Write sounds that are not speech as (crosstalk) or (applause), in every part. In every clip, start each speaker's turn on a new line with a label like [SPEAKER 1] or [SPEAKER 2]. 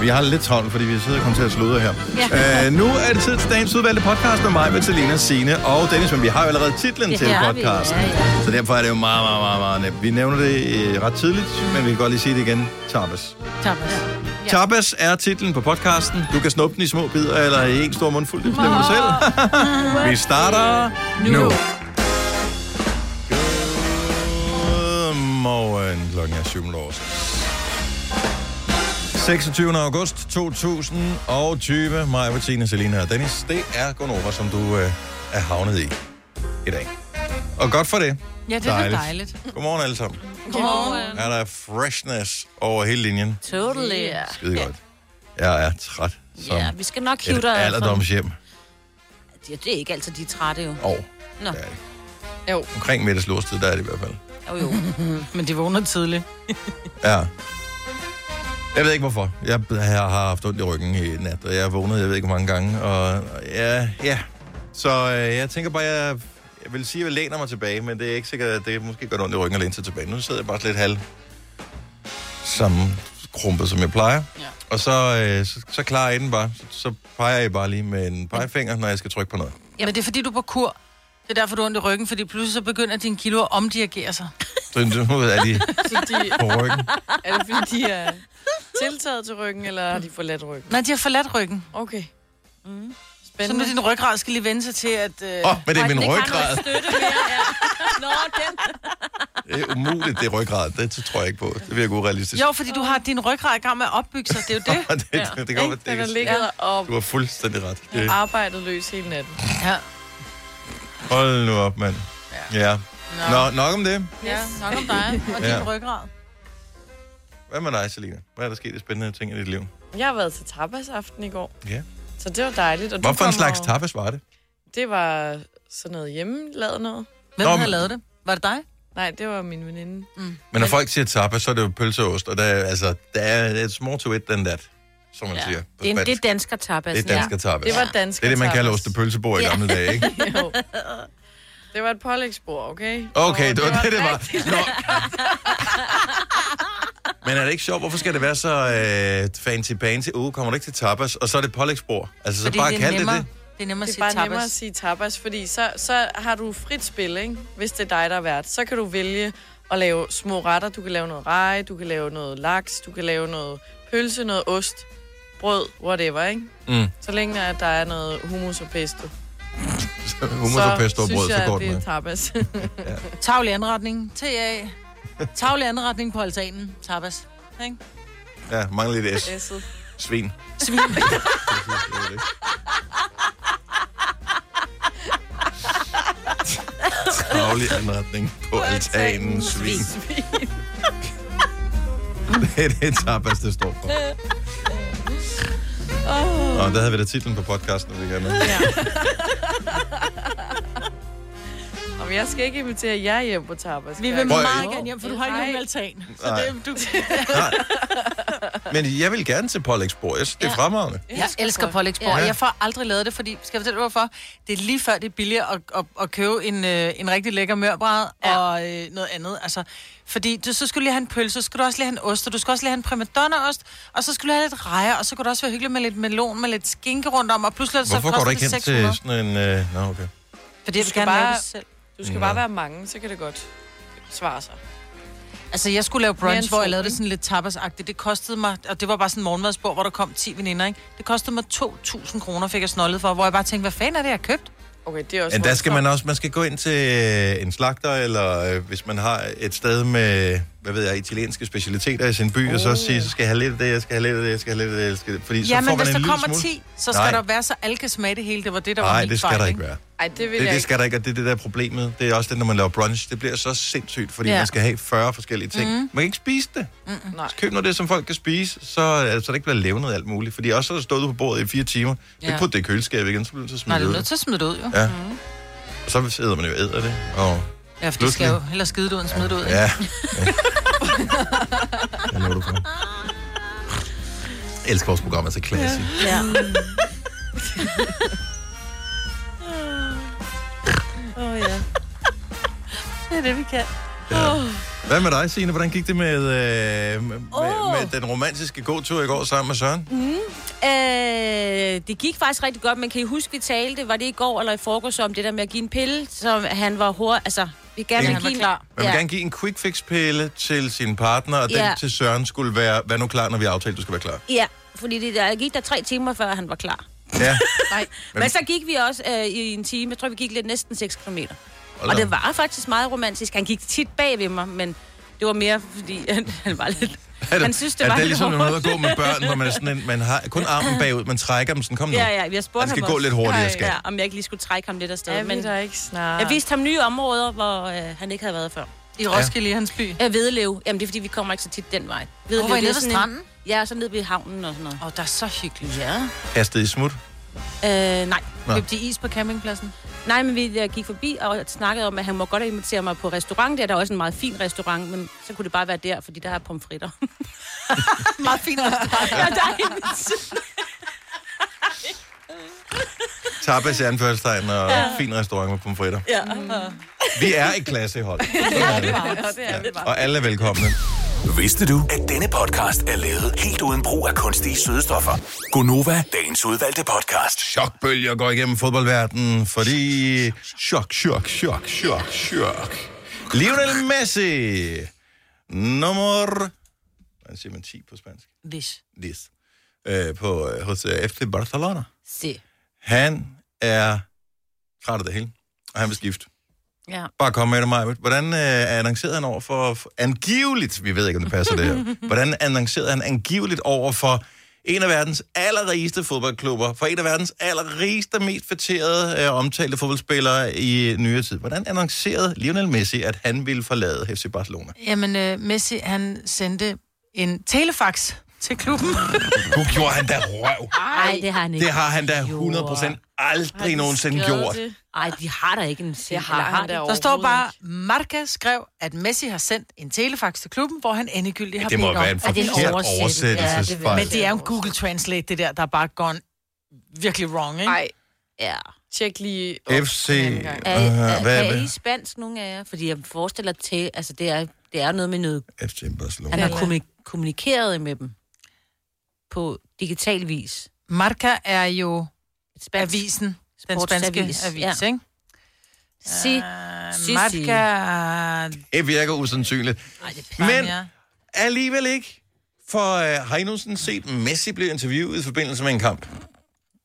[SPEAKER 1] Vi har lidt travlt, fordi vi sidder og kommer til at sludre her. Ja. Øh, nu er det tid til dagens udvalgte podcast med mig, Vitalina Sine og Dennis, men vi har jo allerede titlen
[SPEAKER 2] Det
[SPEAKER 1] til
[SPEAKER 2] har vi,
[SPEAKER 1] podcasten.
[SPEAKER 2] ja, ja.
[SPEAKER 1] Så derfor er det jo meget, meget, meget, meget nemt. Vi nævner det øh, ret tidligt, men vi kan godt lige sige det igen. Tapas.
[SPEAKER 3] Tapas.
[SPEAKER 1] Ja. Tapas er titlen på podcasten. Du kan snuppe den i små bidder eller i en stor mundfuld. Det bestemmer du
[SPEAKER 3] (laughs)
[SPEAKER 1] selv. Vi starter nu. Godmorgen. Klokken er 7 over 26. august 2020. Maja, Bettina, Selina og Dennis. Det er Gonova, som du øh, er havnet i i dag. Og godt for det.
[SPEAKER 3] Ja, det er da
[SPEAKER 4] (laughs)
[SPEAKER 3] dejligt.
[SPEAKER 1] Godmorgen alle sammen.
[SPEAKER 3] Godmorgen.
[SPEAKER 1] Er der freshness over hele linjen?
[SPEAKER 3] Totally. Ja.
[SPEAKER 1] Skide godt. Jeg er træt som
[SPEAKER 2] Ja, vi skal nok hive
[SPEAKER 1] et
[SPEAKER 2] dig
[SPEAKER 1] alderdomshjem.
[SPEAKER 2] Ja, det er ikke altid de er trætte jo.
[SPEAKER 1] Og
[SPEAKER 2] Nå,
[SPEAKER 3] Jo.
[SPEAKER 1] omkring middagslurstid, der er det i hvert fald.
[SPEAKER 2] jo jo.
[SPEAKER 3] Men de vågner tidligt.
[SPEAKER 1] Ja. Jeg ved ikke hvorfor. Jeg, jeg har haft ondt i ryggen i nat, og jeg er vågnet, jeg ved ikke hvor mange gange. Og, og ja, ja. Så øh, jeg tænker bare, jeg, jeg vil sige, at jeg læner mig tilbage, men det er ikke sikkert, at det måske gør det ondt i ryggen at læne sig tilbage. Nu sidder jeg bare sådan lidt halv sammen krumpet, som jeg plejer. Ja. Og så, øh, så, så klarer jeg den bare. Så, så peger jeg bare lige med en pegefinger, når jeg skal trykke på noget.
[SPEAKER 3] Men det er fordi, du er på kur. Det er derfor, du har ondt i ryggen, fordi pludselig så begynder dine kilo at omdirigere sig.
[SPEAKER 1] Så nu er
[SPEAKER 3] (laughs)
[SPEAKER 1] de
[SPEAKER 4] Så de,
[SPEAKER 1] på ryggen.
[SPEAKER 4] er det fordi, de er tiltaget til ryggen, eller har de forladt ryggen?
[SPEAKER 3] Nej, de har forladt ryggen. Mm.
[SPEAKER 4] Okay.
[SPEAKER 3] Så nu
[SPEAKER 4] Spændende.
[SPEAKER 3] din ryggrad skal lige vende sig til, at... Øh,
[SPEAKER 1] Åh, oh, men det er min ryggrad.
[SPEAKER 2] støtte mere, ja. Nå, den.
[SPEAKER 1] Det er umuligt, det er ryggrad. Det tror jeg ikke på. Det virker urealistisk.
[SPEAKER 3] Jo, fordi du har din ryggrad i gang med at opbygge sig. Det er jo det.
[SPEAKER 1] (laughs) det, det, det, det,
[SPEAKER 4] Ikke? Den har ligget og
[SPEAKER 1] Du har fuldstændig ret. Det,
[SPEAKER 4] arbejdet løs hele natten.
[SPEAKER 3] Ja.
[SPEAKER 1] hold nu op, mand. Ja. ja. Nå, nok om det.
[SPEAKER 3] Ja, nok om dig og din
[SPEAKER 1] Ja.
[SPEAKER 3] ryggrad.
[SPEAKER 1] Hvad med dig, Selina? Hvad er der sket af spændende ting i dit liv?
[SPEAKER 4] Jeg har været til tapasaften i går.
[SPEAKER 1] Ja.
[SPEAKER 4] Så det var dejligt. Og du
[SPEAKER 1] Hvorfor
[SPEAKER 4] kommer-
[SPEAKER 1] en slags tapas var det?
[SPEAKER 4] Det var sådan noget hjemmelavet noget.
[SPEAKER 3] Hvem
[SPEAKER 1] Nå,
[SPEAKER 3] Nå, har
[SPEAKER 1] men-
[SPEAKER 3] lavet det? Var det dig? Mm.
[SPEAKER 4] Nej, det var min veninde.
[SPEAKER 1] Men når folk siger tapas, så er det jo pølse og ost, og der er, altså, der er it's more to it than that, som man ja. siger på
[SPEAKER 2] Det er, en-
[SPEAKER 1] spansk.
[SPEAKER 2] det er dansker tapas.
[SPEAKER 1] det er dansker tapas.
[SPEAKER 4] Det var dansk.
[SPEAKER 1] det, er det, man kalder ostepølsebord i gamle dage, ikke?
[SPEAKER 4] Jo. Det var et pålægsbord, okay?
[SPEAKER 1] Okay,
[SPEAKER 4] Og
[SPEAKER 1] det var det, det var.
[SPEAKER 4] rigtig-
[SPEAKER 1] Nå. Men er det ikke sjovt? Hvorfor skal det være så øh, fancy-pansy? Uh, kommer du ikke til tapas? Og så er det pålægsbord. Altså, så
[SPEAKER 3] Fordi
[SPEAKER 1] bare
[SPEAKER 3] det, er
[SPEAKER 1] kald det
[SPEAKER 3] nemmere,
[SPEAKER 1] det.
[SPEAKER 3] det er nemmere at
[SPEAKER 4] Det er
[SPEAKER 3] sige
[SPEAKER 4] bare nemmere at
[SPEAKER 3] tapas.
[SPEAKER 4] sige tapas, fordi så, så har du frit spil, ikke? hvis det er dig, der er vært. Så kan du vælge at lave små retter. Du kan lave noget rej, du kan lave noget laks, du kan lave noget pølse, noget ost, brød, whatever, ikke?
[SPEAKER 1] Mm.
[SPEAKER 4] Så længe at der er noget hummus og pesto.
[SPEAKER 1] (laughs) Hummus og pesto og
[SPEAKER 4] synes
[SPEAKER 1] brød, så
[SPEAKER 4] jeg,
[SPEAKER 1] går
[SPEAKER 4] det
[SPEAKER 1] den
[SPEAKER 4] er
[SPEAKER 1] med. (laughs)
[SPEAKER 4] tapas.
[SPEAKER 3] Tavlig anretning. TA. Tavlig anretning på altanen. Tapas. Ikke?
[SPEAKER 1] Ja, mangler lidt S.
[SPEAKER 4] Læsset.
[SPEAKER 1] Svin.
[SPEAKER 3] (laughs) Svin.
[SPEAKER 1] Travlig anretning på altanen. Svin. (laughs) Det er det tapas, det står for. Og der havde vi da titlen på podcasten, vi gerne med.
[SPEAKER 4] Og jeg skal ikke invitere jer hjem på tapas.
[SPEAKER 3] Vi
[SPEAKER 4] kan
[SPEAKER 3] vil
[SPEAKER 4] jeg?
[SPEAKER 1] Prøv at-
[SPEAKER 3] meget gerne hjem, for du har ikke
[SPEAKER 4] Nej.
[SPEAKER 3] nogen altan. Så
[SPEAKER 1] Nej.
[SPEAKER 3] det, er- du,
[SPEAKER 1] Men jeg vil gerne til Polleksborg. Jeg synes, det er fremragende.
[SPEAKER 3] (laughs) Jeg elsker pålægsbrød,
[SPEAKER 1] Ja.
[SPEAKER 3] og jeg får aldrig lavet det, fordi, skal jeg fortælle dig hvorfor? Det er lige før, det er billigere at, at, at købe en, øh, en rigtig lækker mørbræd ja. og øh, noget andet. Altså, fordi du, så skulle du lige have en pølse, så skulle du også lige have en ost, og du skulle også lige have en primadonnaost, og så skulle du have lidt rejer, og så kunne det også være hyggeligt med lidt melon, med lidt skinke rundt om, og pludselig er det så
[SPEAKER 1] Hvorfor går du
[SPEAKER 3] koster
[SPEAKER 1] ikke
[SPEAKER 3] det
[SPEAKER 1] hen
[SPEAKER 3] 600.
[SPEAKER 1] til sådan en... Øh... Nå, okay.
[SPEAKER 3] Fordi jeg
[SPEAKER 4] Du
[SPEAKER 3] vil
[SPEAKER 4] skal
[SPEAKER 3] gerne bare... lave
[SPEAKER 4] bare-
[SPEAKER 3] det selv.
[SPEAKER 4] Du skal bare være mange, så kan det godt svare sig.
[SPEAKER 3] Altså, jeg skulle lave
[SPEAKER 4] Mere end
[SPEAKER 3] brunch, hvor jeg
[SPEAKER 4] to,
[SPEAKER 3] lavede det
[SPEAKER 4] ikke?
[SPEAKER 3] sådan lidt tapasagtigt. Det kostede mig, og det var bare sådan en morgenmadsbord, hvor der kom 10 veninder, ikke? Det kostede mig 2.000 kroner, fik jeg snollet for, hvor jeg bare tænkte, hvad fanden er det, jeg har købt?
[SPEAKER 4] Okay, det er også
[SPEAKER 1] Men der skal
[SPEAKER 4] voldsomt.
[SPEAKER 1] man også, man skal gå ind til øh, en slagter, eller øh, hvis man har et sted med, hvad ved jeg, italienske specialiteter i sin by, oh. og så sige, så skal jeg have lidt af det, jeg skal have lidt af det, jeg skal have lidt af det, jeg skal... have det." Fordi så
[SPEAKER 3] ja,
[SPEAKER 1] får
[SPEAKER 3] men
[SPEAKER 1] man
[SPEAKER 3] hvis
[SPEAKER 1] en
[SPEAKER 3] der
[SPEAKER 1] lille
[SPEAKER 3] kommer
[SPEAKER 1] smule...
[SPEAKER 3] 10, så skal
[SPEAKER 1] Nej.
[SPEAKER 3] der være så alle kan smage det hele. Det var det, der var
[SPEAKER 1] Nej,
[SPEAKER 3] min
[SPEAKER 1] det skal
[SPEAKER 3] fejl,
[SPEAKER 1] der ikke være.
[SPEAKER 4] Ej, det vil
[SPEAKER 1] Det,
[SPEAKER 4] jeg
[SPEAKER 1] det
[SPEAKER 4] ikke.
[SPEAKER 1] skal der ikke, og det er det der er problemet. Det er også det, når man laver brunch. Det bliver så sindssygt, fordi ja.
[SPEAKER 3] Ja. Mm-hmm.
[SPEAKER 1] man skal have 40 forskellige ting. Mm. Man kan ikke spise det.
[SPEAKER 4] Nej.
[SPEAKER 1] Køb noget af det, som folk kan spise, så, øh, så det ikke bliver levnet alt muligt. Fordi også så er det stået ude på bordet i fire timer. Ja. Ikke
[SPEAKER 3] Ja.
[SPEAKER 1] putte det i køleskabet igen, så bliver det så
[SPEAKER 3] Nej,
[SPEAKER 1] smidt
[SPEAKER 3] det er
[SPEAKER 1] ud.
[SPEAKER 3] nødt til at smide det ud, jo.
[SPEAKER 1] Ja. Og så sidder man jo og æder det. Og
[SPEAKER 3] Ja, for det skal jo hellere skide det ud, end smide det ud. ikke? (laughs)
[SPEAKER 1] Ja. Hvad laver du for? Jeg elsker vores program, altså klassisk.
[SPEAKER 3] (laughs)
[SPEAKER 2] Ja.
[SPEAKER 4] Åh, ja.
[SPEAKER 3] Det er det, vi kan.
[SPEAKER 1] Ja. Hvad med dig, Signe? Hvordan gik det med, øh, med, oh.
[SPEAKER 2] Åh.
[SPEAKER 1] med den romantiske gåtur i går sammen med Søren?
[SPEAKER 2] Mm. Øh, det gik faktisk rigtig godt, men kan I huske, vi talte, var det i går eller i forgårs, om det der med at give en pille, som han var hurtig, altså, vi gerne
[SPEAKER 1] Ja,
[SPEAKER 2] vil
[SPEAKER 1] han
[SPEAKER 2] give en...
[SPEAKER 3] klar.
[SPEAKER 1] Man vil gerne give en quick fix-pille til sin partner, og
[SPEAKER 2] Ja.
[SPEAKER 1] den til Søren skulle være, vær nu klar, når vi aftalte, du skal være klar.
[SPEAKER 2] Ja, fordi det der, gik der tre timer, før han var klar. (laughs)
[SPEAKER 1] Ja.
[SPEAKER 3] Nej.
[SPEAKER 2] Men, så gik vi også øh, i en time, jeg tror, vi gik lidt næsten 6 km.
[SPEAKER 1] Hold da
[SPEAKER 2] Og det
[SPEAKER 1] op.
[SPEAKER 2] var faktisk meget romantisk. Han gik tit bag ved mig, men det var mere, fordi han, han var lidt...
[SPEAKER 1] Er det,
[SPEAKER 2] han synes, det
[SPEAKER 1] er
[SPEAKER 2] var
[SPEAKER 1] det
[SPEAKER 2] lidt
[SPEAKER 1] ligesom noget at
[SPEAKER 2] hårdt.
[SPEAKER 1] gå med børn, hvor man, er sådan en, man har
[SPEAKER 2] (laughs)
[SPEAKER 1] kun armen bagud, man trækker dem sådan, kom nu.
[SPEAKER 2] Ja, ja, vi har spurgt
[SPEAKER 1] Han skal
[SPEAKER 2] ham
[SPEAKER 1] gå
[SPEAKER 2] også.
[SPEAKER 1] lidt hurtigere,
[SPEAKER 4] Ej.
[SPEAKER 1] skat.
[SPEAKER 2] Ja, om jeg ikke lige skulle trække ham lidt afsted.
[SPEAKER 4] Er
[SPEAKER 2] men
[SPEAKER 4] vi der ikke snart?
[SPEAKER 2] jeg viste ham nye områder, hvor øh, han ikke havde været før.
[SPEAKER 3] I Roskilde, ja. i hans by. Åh,
[SPEAKER 2] Øh, Vedelev. Jamen, det er fordi, vi kommer ikke så tit den vej. Vedelev,
[SPEAKER 3] Hvor var I
[SPEAKER 2] det er
[SPEAKER 3] nede ved
[SPEAKER 2] sådan
[SPEAKER 3] stranden?
[SPEAKER 2] En, ja, så ned ved havnen og sådan noget.
[SPEAKER 3] oh, der er så hyggeligt.
[SPEAKER 2] Ja.
[SPEAKER 1] Kastet i smut.
[SPEAKER 2] Øh, nej.
[SPEAKER 1] Nå.
[SPEAKER 3] Købte I is på campingpladsen?
[SPEAKER 2] Nej, men vi øh, gik forbi og snakkede om, at han må godt invitere mig på restaurant. Det er der også en meget fin restaurant, men så kunne det bare være der, fordi der er pomfritter. (laughs)
[SPEAKER 3] Meget fint.
[SPEAKER 2] ja, der er en-
[SPEAKER 1] Tapas i anførselstegn og fin restaurant med pomfritter.
[SPEAKER 2] ja.
[SPEAKER 1] Vi er
[SPEAKER 2] (laughs)
[SPEAKER 1] et klassehold.
[SPEAKER 4] Ja, det er vi bare.
[SPEAKER 1] Og alle er velkomne.
[SPEAKER 5] Vidste du, at denne podcast er lavet helt uden brug af kunstige sødestoffer? Gonova, dagens udvalgte podcast.
[SPEAKER 1] Chokbølger går igennem fodboldverdenen, fordi... Chok, chok, chok, chok, chok. Lionel Messi. Nummer... Hvordan siger man 10 på spansk?
[SPEAKER 3] Hvis.
[SPEAKER 1] 10. Øh, på, øh, hos øh, FC Barcelona.
[SPEAKER 2] Se.
[SPEAKER 1] Han er træt af det hele, og han vil skifte.
[SPEAKER 2] Ja.
[SPEAKER 1] Bare kom med det, Maja. Hvordan øh, annoncerede han over for, for... Angiveligt, vi ved ikke, om det passer det her. Hvordan annoncerede han angiveligt over for en af verdens allerrigeste fodboldklubber, for en af verdens allerrigeste, mest fætterede øh, omtalte fodboldspillere i nyere tid. Hvordan annoncerede Lionel Messi, at han ville forlade FC Barcelona?
[SPEAKER 3] Jamen, øh, Messi, han sendte en telefax til klubben.
[SPEAKER 1] Nu gjorde han da røv.
[SPEAKER 2] Nej, det har han ikke.
[SPEAKER 1] Det har han da 100% aldrig nogensinde
[SPEAKER 4] Skrevet
[SPEAKER 1] gjort.
[SPEAKER 4] det.
[SPEAKER 2] Nej, de har der ikke en se.
[SPEAKER 4] Det har
[SPEAKER 2] Eller
[SPEAKER 4] han der
[SPEAKER 2] de?
[SPEAKER 3] Der står bare, Marca skrev, at Messi har sendt en telefax til klubben, hvor han endegyldigt har
[SPEAKER 1] Det må
[SPEAKER 3] bedt om.
[SPEAKER 1] være en
[SPEAKER 2] Er det en
[SPEAKER 1] forkert
[SPEAKER 2] oversættelse?
[SPEAKER 1] oversættelsesfejl.
[SPEAKER 2] Ja,
[SPEAKER 3] Men det er jo en Google Translate, det der, der er bare gone virkelig wrong, ikke?
[SPEAKER 4] Ej,
[SPEAKER 2] Ja.
[SPEAKER 4] tjek lige op
[SPEAKER 1] FC...
[SPEAKER 4] en anden gang.
[SPEAKER 2] Er, er,
[SPEAKER 1] Uh, hvad er
[SPEAKER 2] kan I
[SPEAKER 1] det?
[SPEAKER 2] spansk, nogen af jer? Fordi jeg forestiller til, altså det er, det er noget med noget.
[SPEAKER 1] FC Barcelona.
[SPEAKER 2] Han
[SPEAKER 4] Ja.
[SPEAKER 2] har kommuni- kommunikeret med dem på digital vis.
[SPEAKER 3] Marca er jo
[SPEAKER 2] Et
[SPEAKER 3] avisen, den spanske
[SPEAKER 2] Sportsavis,
[SPEAKER 3] avis, avis ikke? Øh,
[SPEAKER 2] Si. Si, si.
[SPEAKER 3] Marca...
[SPEAKER 1] Det virker usandsynligt.
[SPEAKER 3] Ej, det er
[SPEAKER 1] Men-
[SPEAKER 3] Men... Ja.
[SPEAKER 1] Alligevel ikke. For øh, har I nogensinde set Messi blive interviewet i forbindelse med en kamp?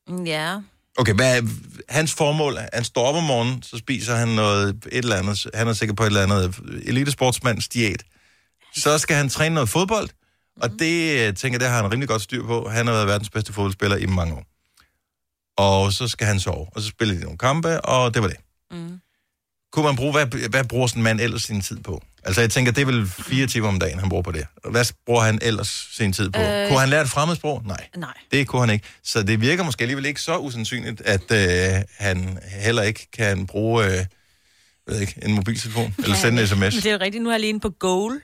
[SPEAKER 2] Mm, Ja.
[SPEAKER 1] Okay, hvad er hans formål? Han står op om morgenen, så spiser han noget, et eller andet. Han er sikker på et eller andet øh, elitesportsmands diæt. Så skal han træne noget fodbold, og det, øh, tænker jeg, det har han rimelig godt styr på. Han har været verdens bedste fodboldspiller i mange år. Og så skal han sove, og så spiller de nogle kampe, og det var det.
[SPEAKER 2] Mm.
[SPEAKER 1] Kunne man bruge, hvad, hvad bruger sådan en mand ellers sin tid på? Altså, jeg tænker, det er vel fire timer om dagen, han bruger på det. Hvad bruger han ellers sin tid på? Øh...
[SPEAKER 2] Øh,
[SPEAKER 1] Kunne han lære et fremmedsprog? Nej.
[SPEAKER 2] Nej.
[SPEAKER 1] Det kunne han ikke. Så det virker måske alligevel ikke så usandsynligt, at øh, han heller ikke kan bruge øh, ved ikke, en mobiltelefon eller sende en sms.
[SPEAKER 2] Men (laughs) det er jo rigtigt. Nu er jeg lige inde på Goal,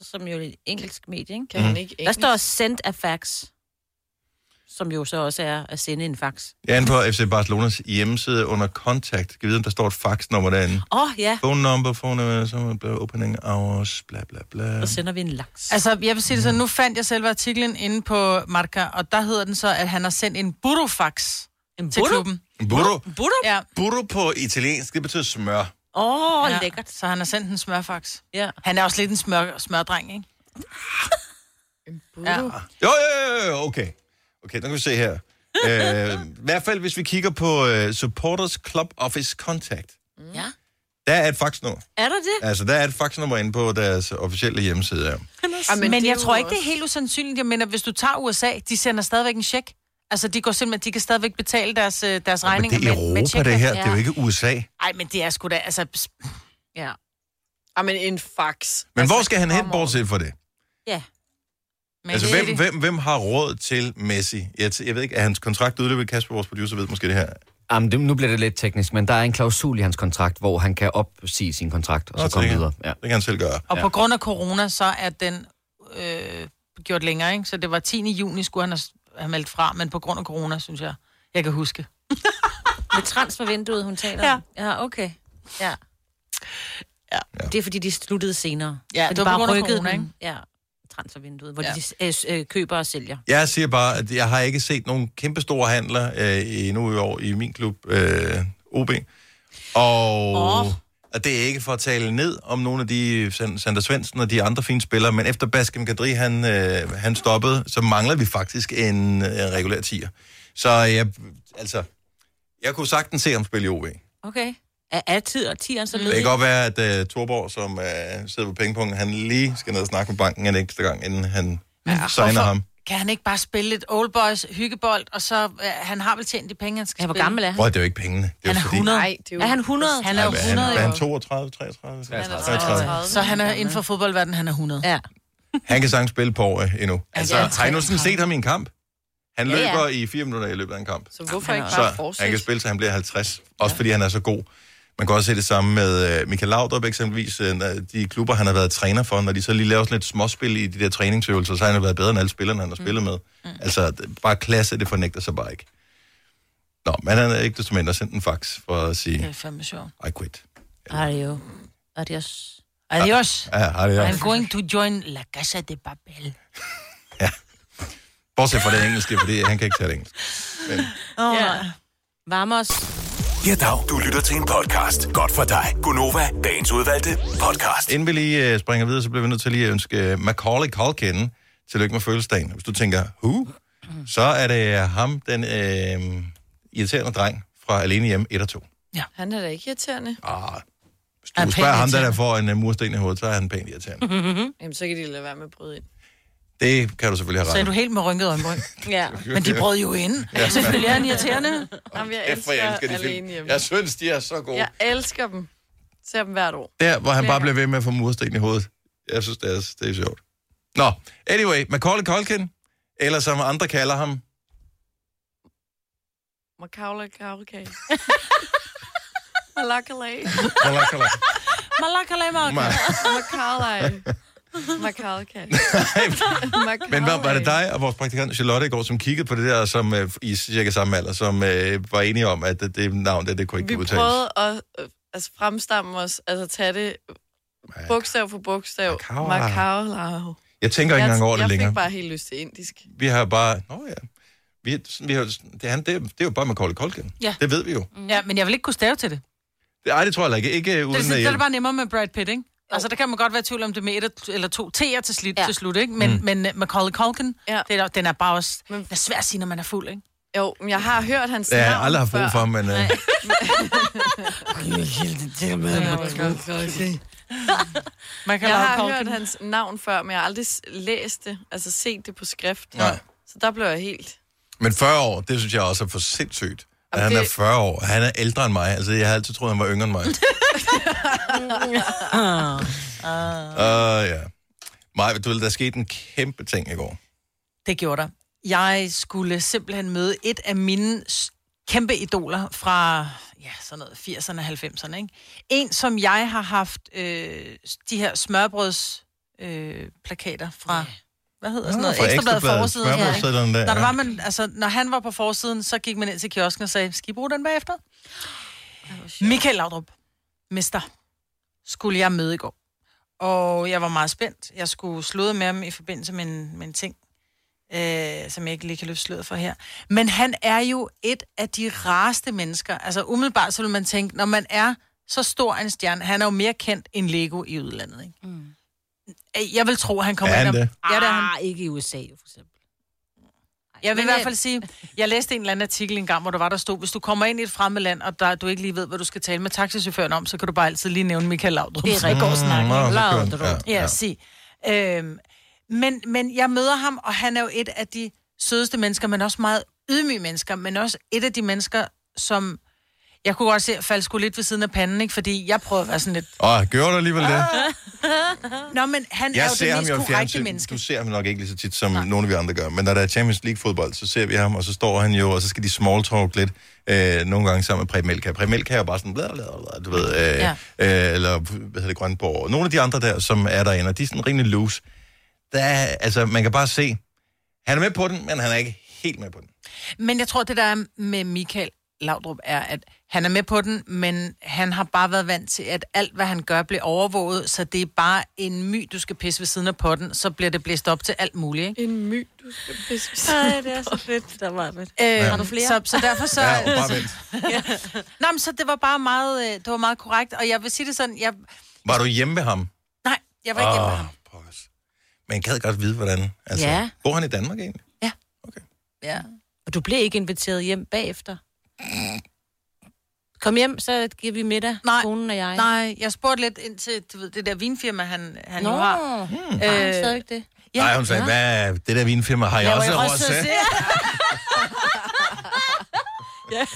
[SPEAKER 2] som jo er et engelsk medie, ikke?
[SPEAKER 1] Mm.
[SPEAKER 4] Kan han ikke
[SPEAKER 2] Der
[SPEAKER 4] engelsk?
[SPEAKER 2] står send a fax, som jo så også er at sende en fax.
[SPEAKER 1] Jeg er inde på FC Barcelonas hjemmeside under kontakt. Kan vide, om der står et faxnummer derinde.
[SPEAKER 2] Åh, oh, ja.
[SPEAKER 1] Phone number, phone number, så er opening hours, bla bla bla.
[SPEAKER 2] Så sender vi en laks.
[SPEAKER 3] Altså, jeg vil sige det sådan, nu fandt jeg selve artiklen inde på Marca, og der hedder den så, at han har sendt en burofax
[SPEAKER 2] en
[SPEAKER 3] til klubben.
[SPEAKER 1] Burro.
[SPEAKER 2] Butter?
[SPEAKER 3] Ja.
[SPEAKER 1] Burro på italiensk, det betyder smør.
[SPEAKER 2] Åh, oh,
[SPEAKER 3] ja.
[SPEAKER 2] lækkert.
[SPEAKER 3] Så han har sendt en smørfax.
[SPEAKER 2] Ja.
[SPEAKER 3] Han er også lidt en smør, smørdreng,
[SPEAKER 4] (laughs)
[SPEAKER 3] ikke? Ja.
[SPEAKER 1] Ah.
[SPEAKER 2] Mm.
[SPEAKER 1] Jo, jo, jo, jo, okay. Okay, nu kan vi se her. Øh, I hvert fald, hvis vi kigger på uh, Supporters Club Office Contact.
[SPEAKER 2] ja.
[SPEAKER 1] Der er et faxnummer.
[SPEAKER 2] Er der det?
[SPEAKER 1] Altså, der er et faxnummer inde på deres officielle hjemmeside. Ja.
[SPEAKER 4] Ja,
[SPEAKER 3] Men, men
[SPEAKER 4] det er
[SPEAKER 3] jeg
[SPEAKER 4] jo
[SPEAKER 3] tror ikke, det er helt usandsynligt. Jeg mener, hvis du tager USA, de sender stadigvæk en check. Altså, de, går simpelthen, de kan stadigvæk betale deres, øh, deres
[SPEAKER 1] Men
[SPEAKER 3] regninger
[SPEAKER 1] det er
[SPEAKER 3] med, med
[SPEAKER 1] Europa, det her. Det er jo
[SPEAKER 2] Ja.
[SPEAKER 1] ikke USA.
[SPEAKER 3] Nej, men det er sgu da... Altså, pss,
[SPEAKER 2] Ja.
[SPEAKER 4] Ej, men en fax.
[SPEAKER 1] Men hvor skal han hen,
[SPEAKER 4] come on.
[SPEAKER 1] bortset for det?
[SPEAKER 2] Ja.
[SPEAKER 3] men
[SPEAKER 1] Altså,
[SPEAKER 3] det er
[SPEAKER 1] hvem,
[SPEAKER 3] det.
[SPEAKER 1] hvem, hvem har råd til Messi? Jeg, t- jeg ved ikke, er hans kontrakt udløbet? Kasper, vores producer, ved måske det her.
[SPEAKER 6] Jamen, det, nu bliver det lidt teknisk, men der er en klausul i hans kontrakt, hvor han kan opsige sin kontrakt og
[SPEAKER 1] Nå,
[SPEAKER 6] så komme
[SPEAKER 1] tænker
[SPEAKER 6] videre.
[SPEAKER 1] jeg.
[SPEAKER 6] Ja.
[SPEAKER 1] Det kan han selv gøre.
[SPEAKER 3] Og på grund af corona, så er den øh, gjort længere, ikke? Så det var 10. juni, skulle han have, have meldt fra, men på grund af corona, synes jeg, jeg kan huske.
[SPEAKER 2] Med transfervinduet, hun taler om. Ja, okay. Ja.
[SPEAKER 4] Ja.
[SPEAKER 2] Det er, fordi de sluttede senere.
[SPEAKER 3] Ja,
[SPEAKER 2] Og
[SPEAKER 3] det
[SPEAKER 2] de
[SPEAKER 3] var
[SPEAKER 2] bare
[SPEAKER 3] på grund af
[SPEAKER 2] rykkede
[SPEAKER 3] corona,
[SPEAKER 2] den.
[SPEAKER 3] ikke?
[SPEAKER 2] Ja, transfervinduet, hvor
[SPEAKER 3] Ja.
[SPEAKER 2] ja. de øh, s- øh, køber og sælger.
[SPEAKER 1] Jeg siger bare, at jeg har ikke set nogen kæmpe store handler øh, endnu i år i min klub, øh, OB. Og
[SPEAKER 2] Åh.
[SPEAKER 1] oh. at det er ikke for at tale ned om nogle af de San- Sander Svendsen og de andre fine spillere, men efter Baskem Kadri, han, øh, han stoppede, så mangler vi faktisk en, øh, en regulær tier. Så jeg, altså, jeg kunne sagtens se ham spille i OB.
[SPEAKER 2] Okay. Er altid og tieren så
[SPEAKER 1] Det
[SPEAKER 2] ledig?
[SPEAKER 1] kan godt være, at øh, Thorborg, som øh, sidder på pengepunkten, han lige skal ned og snakke med banken en ekstra gang, inden han ja, signer ham.
[SPEAKER 3] Kan han ikke bare spille lidt old boys hyggebold, og så... Øh, han har vel tjent de penge, han skal
[SPEAKER 2] Ja, hvor
[SPEAKER 3] spille.
[SPEAKER 2] gammel er han?
[SPEAKER 1] Prøv, at det er jo ikke pengene. Det er,
[SPEAKER 3] Han
[SPEAKER 1] jo
[SPEAKER 3] er
[SPEAKER 1] fordi-
[SPEAKER 3] 100.
[SPEAKER 4] Nej, det er jo...
[SPEAKER 2] Er han 100?
[SPEAKER 3] Han er jo
[SPEAKER 1] Hvad er han,
[SPEAKER 3] 100,
[SPEAKER 1] hvad er han
[SPEAKER 3] jo.
[SPEAKER 1] 32, 33?
[SPEAKER 4] Han er
[SPEAKER 1] 33.
[SPEAKER 4] 33.
[SPEAKER 3] Så han er inden for fodboldverdenen, han er 100.
[SPEAKER 2] Ja.
[SPEAKER 1] Han kan sagtens spille på år endnu. Altså,
[SPEAKER 3] ja,
[SPEAKER 1] har I nu sådan set ham i en kamp? Han
[SPEAKER 2] Ja, ja.
[SPEAKER 1] løber i fire minutter i løbet af en kamp.
[SPEAKER 4] Så hvorfor ikke bare
[SPEAKER 1] Så han
[SPEAKER 4] fortsætte?
[SPEAKER 1] kan spille, til han bliver 50. Også fordi han er så god. Man kan også se det samme med øh, Michael Laudrup eksempelvis. Øh, når De klubber, han har været træner for, når de så lige laver sådan lidt småspil i de der træningsøvelser, så har han jo været bedre end alle spillerne, han har spillet med. Altså, det- bare klasse, det fornægter sig bare ikke. Nå, men han er ikke desto mindre sendt en fax for at sige,
[SPEAKER 3] Det er fandme sjovt.
[SPEAKER 1] I quit.
[SPEAKER 2] Adio. Adios.
[SPEAKER 3] Adios.
[SPEAKER 1] Ja, har det ja.
[SPEAKER 3] I'm going to join La Casa de Papel.
[SPEAKER 1] Bortset fra det engelske, fordi han kan ikke tale engelsk.
[SPEAKER 2] Oh.
[SPEAKER 4] Ja.
[SPEAKER 2] Vamos.
[SPEAKER 5] Ja, dag. Du lytter til en podcast. Godt for dig. Gunova, dagens udvalgte podcast.
[SPEAKER 1] Inden vi lige øh, springer videre, så bliver vi nødt til lige at ønske øh, Macaulay Culkin tillykke med fødselsdagen. Hvis du tænker, who? Så er det ham, den øh, irriterende dreng fra Alene Hjem 1 og 2.
[SPEAKER 4] Han er da ikke irriterende.
[SPEAKER 1] Ah, hvis
[SPEAKER 3] Er
[SPEAKER 1] du
[SPEAKER 3] pænt
[SPEAKER 1] spørger ham, der, der
[SPEAKER 3] irriterende.
[SPEAKER 1] får en øh, mursten i hovedet, så er han pænt irriterende.
[SPEAKER 3] Mm-hmm.
[SPEAKER 4] Jamen, så kan de lade være med at bryde ind.
[SPEAKER 1] Det kan du selvfølgelig have
[SPEAKER 3] Så er
[SPEAKER 1] ret
[SPEAKER 3] du
[SPEAKER 1] i.
[SPEAKER 3] helt med rynket øjenbryn.
[SPEAKER 2] Ja.
[SPEAKER 3] Men de brød jo
[SPEAKER 1] (laughs)
[SPEAKER 3] ind. Ja. Selvfølgelig er han irriterende.
[SPEAKER 4] Jamen, jeg
[SPEAKER 1] Kæft, hvor
[SPEAKER 4] elsker,
[SPEAKER 1] jeg elsker de
[SPEAKER 4] alene
[SPEAKER 1] film.
[SPEAKER 4] hjemme.
[SPEAKER 1] Jeg synes, de er så gode.
[SPEAKER 4] Jeg elsker dem. Ser dem hvert år.
[SPEAKER 1] Der, hvor han bare blev ved med at få mursten i hovedet. Jeg synes, det er, det er sjovt. Nå, anyway, Macaulay Culkin, eller som andre kalder ham,
[SPEAKER 4] Macaulay
[SPEAKER 1] (laughs)
[SPEAKER 4] Culkin. Macaulay.
[SPEAKER 1] Macaulay.
[SPEAKER 2] Malakalai
[SPEAKER 4] Macaulay. Macaulay. Macaulay.
[SPEAKER 1] Men hvad var det dig og vores praktikant Charlotte i går, som kiggede på det der, som øh, i cirka samme alder, som øh, var enige om, at det, det navn der, det kunne ikke
[SPEAKER 4] Vi
[SPEAKER 1] udtales?
[SPEAKER 4] prøvede at øh, altså, fremstamme os, altså tage det bogstav for bogstav.
[SPEAKER 1] Macaulay.
[SPEAKER 4] Macaulay.
[SPEAKER 1] Jeg tænker ikke engang over det
[SPEAKER 4] jeg
[SPEAKER 1] længere.
[SPEAKER 4] fik bare helt lyst til indisk.
[SPEAKER 1] Vi har bare... Nå ja. Vi, vi har, det, er han, det, er- det er jo bare Macaulay Culkin.
[SPEAKER 3] Ja.
[SPEAKER 1] Det ved vi jo. Mm.
[SPEAKER 3] Ja, men jeg vil ikke kunne stave til det.
[SPEAKER 1] Det, ej, det tror jeg ikke. Ikke øh,
[SPEAKER 3] Det er,
[SPEAKER 1] uden
[SPEAKER 3] sådan, det
[SPEAKER 1] at
[SPEAKER 3] er det
[SPEAKER 1] hjælpe.
[SPEAKER 3] bare nemmere med Brad Pitt, ikke? Altså, der kan man godt være i tvivl om det er med et eller- eller to T'er til, slut, ja.
[SPEAKER 2] Ja.
[SPEAKER 3] til slut, ikke? Men, mm. men uh, Macaulay Culkin, ja.
[SPEAKER 4] Ja.
[SPEAKER 3] det er, den er bare også...
[SPEAKER 4] Men-
[SPEAKER 3] Men... Det er svært at sige, når man er fuld, ikke?
[SPEAKER 4] Jo,
[SPEAKER 3] (laughs)
[SPEAKER 4] (laughs) men jeg har hørt hans
[SPEAKER 1] Ja,
[SPEAKER 4] navn
[SPEAKER 1] jeg har aldrig haft brug for ham, men... Øh,
[SPEAKER 3] Macaulay
[SPEAKER 4] Jeg har
[SPEAKER 3] Culkin.
[SPEAKER 4] hørt hans navn før, men jeg har aldrig s- læst det, altså set det på skrift.
[SPEAKER 1] Nej.
[SPEAKER 4] Så der blev jeg helt...
[SPEAKER 1] men 40 år, det synes jeg også er for sindssygt. At
[SPEAKER 4] Jamen,
[SPEAKER 1] han er
[SPEAKER 4] det-
[SPEAKER 1] 40 år. Han er ældre end mig. Altså, jeg har altid troet, han var yngre
[SPEAKER 3] (laughs)
[SPEAKER 1] end mig.
[SPEAKER 3] Ah.
[SPEAKER 1] Åh, ja. Maja, du ved, der skete en kæmpe ting i går.
[SPEAKER 3] Det gjorde der. Jeg skulle simpelthen møde et af mine s- kæmpe idoler fra ja, sådan noget 80'erne og 90'erne. Ikke? En, som jeg har haft øh, de her smørbrødsplakater øh, plakater fra, ja. hvad hedder sådan noget,
[SPEAKER 1] Fra
[SPEAKER 3] ekstrabladet
[SPEAKER 1] Ekstrabladet,
[SPEAKER 3] forsiden. Ja.
[SPEAKER 1] smørbrødssedlerne der,
[SPEAKER 3] Når, der
[SPEAKER 1] ja.
[SPEAKER 3] var man, altså, når han var på forsiden, så gik man ind til kiosken og sagde, skal I bruge den bagefter? Michael Laudrup, mester, skulle jeg møde i går. Og jeg var meget spændt. Jeg skulle slåde med ham i forbindelse med en, med en ting, øh, som jeg ikke lige kan løfte sløret for her. Men han er jo et af de rareste mennesker. Altså umiddelbart så vil man tænke, når man er så stor en stjerne, han er jo mere kendt end Lego i udlandet, ikke? Mm. Jeg vil tro, han kommer
[SPEAKER 1] Er
[SPEAKER 3] ind
[SPEAKER 1] han
[SPEAKER 3] og...
[SPEAKER 1] det?
[SPEAKER 3] Ja, det er han.
[SPEAKER 2] Ah, ikke i USA, jo, for eksempel.
[SPEAKER 3] Jeg
[SPEAKER 2] Men,
[SPEAKER 3] vil i hvert
[SPEAKER 2] øh,
[SPEAKER 3] fald sige, jeg læste en eller anden artikel engang, hvor der var, der stod, hvis du kommer ind i et fremmed land, og der, du ikke lige ved, hvad du skal tale med taxichaufføren om, så kan du bare altid lige nævne Michael Laudrup.
[SPEAKER 2] Det er rigtig god snak.
[SPEAKER 1] Mm, nå, så kører den.
[SPEAKER 2] Laudrup. Ja.
[SPEAKER 1] Ja.
[SPEAKER 3] Ja, sig. Øhm, men, men jeg møder ham, og han er jo et af de sødeste mennesker, men også meget ydmyge mennesker, men også et af de mennesker, som... Jeg kunne godt se, at falde skulle lidt ved siden af panden, ikke? fordi jeg prøver at være sådan lidt...
[SPEAKER 1] Åh, gjorde du alligevel det?
[SPEAKER 3] Nå, men Ah, han
[SPEAKER 1] Jeg
[SPEAKER 3] er jo
[SPEAKER 1] ser
[SPEAKER 3] det
[SPEAKER 1] ham
[SPEAKER 3] mest
[SPEAKER 1] jo i
[SPEAKER 3] korrekte
[SPEAKER 1] fjernsyn.
[SPEAKER 3] menneske.
[SPEAKER 1] Du ser ham nok ikke lige så tit, som Nej. nogle af vi andre gør. Men når der er Champions League-fodbold, så ser vi ham, og så står han jo, og så skal de small talk lidt. Øh, nogle gange sammen med Preben Melka. Preben Melka er jo bare sådan, bla, bla, bla, du ved, øh, ja.
[SPEAKER 3] Ja.
[SPEAKER 1] øh, eller hvad hedder det, Grønborg. Og Nogle af de andre der, som er derinde, og de er sådan rimelig loose. Der er, altså, man kan bare se, han er med på den, men han er ikke helt med på den.
[SPEAKER 3] Men jeg tror, det der er med Michael, Laudrup er, at han er med på den, men han har bare været vant til, at alt, hvad han gør, bliver overvåget, så det er bare en my, du skal pisse ved siden af potten, så bliver det blæst op til alt muligt, ikke?
[SPEAKER 4] En my, du skal pisse.
[SPEAKER 2] Nej, det er så fedt. Der var det.
[SPEAKER 3] Øh,
[SPEAKER 1] Har
[SPEAKER 2] du flere?
[SPEAKER 3] Så, så derfor så...
[SPEAKER 1] Ja, og bare vent.
[SPEAKER 3] Nå, men så det var bare meget, øh, det var meget korrekt, og jeg vil sige det sådan, jeg,
[SPEAKER 1] Var du hjemme med ham?
[SPEAKER 3] nej, jeg var ikke hjemme med
[SPEAKER 1] Åh,
[SPEAKER 3] ham.
[SPEAKER 1] pokkers. Man kan godt vide, hvordan. Altså,
[SPEAKER 2] Ja.
[SPEAKER 1] Bor han i Danmark egentlig?
[SPEAKER 3] Ja.
[SPEAKER 2] Og du blev ikke inviteret hjem bagefter. Kom hjem, så giver vi middag,
[SPEAKER 3] Nej.
[SPEAKER 2] konen og jeg.
[SPEAKER 3] Nej, jeg spurgte lidt ind til du ved, det der vinfirma, han, han
[SPEAKER 2] Nå,
[SPEAKER 3] jo har.
[SPEAKER 2] hmm. øh, han stadig det.
[SPEAKER 1] Ja. Nej, hun sagde, hvad, det der vinfirma har jeg
[SPEAKER 2] Laver I
[SPEAKER 1] også rosé.
[SPEAKER 2] rosé? ja.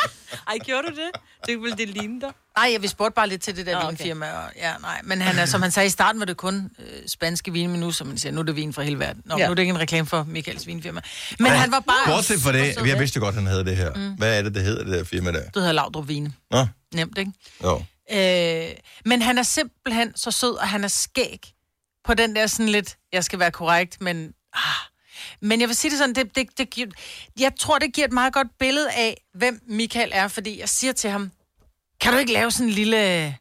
[SPEAKER 2] (laughs) Ej, gjorde du det? Det ville det ligne dig.
[SPEAKER 3] Nej, jeg vi spurgte bare lidt til det der
[SPEAKER 2] Nå,
[SPEAKER 3] okay.
[SPEAKER 2] okay.
[SPEAKER 3] vinfirma. Og, ja, nej. Men han er, som han sagde i starten, var det kun øh, spanske vin, men nu, som man siger, nu er det vin fra hele verden. Nå, ja.
[SPEAKER 4] Ja.
[SPEAKER 3] nu er det ikke en reklame for Michaels vinfirma. Men han var bare...
[SPEAKER 1] Bortset fra det, jeg vidste jo godt, han havde det her. Mm. Hvad er det, det hedder, det der firma der?
[SPEAKER 3] Du hedder Laudrup Vine.
[SPEAKER 1] Nå,
[SPEAKER 3] Nemt, ikke?
[SPEAKER 1] jo.
[SPEAKER 3] Øh, men han er simpelthen så sød, og han er skæg på den der sådan lidt, jeg skal være korrekt, men... Ah. Men jeg vil sige det sådan, det, det, det, gi- jeg tror, det giver et meget godt billede af, hvem Michael er, fordi jeg siger til ham, kan du ikke lave sådan en lille...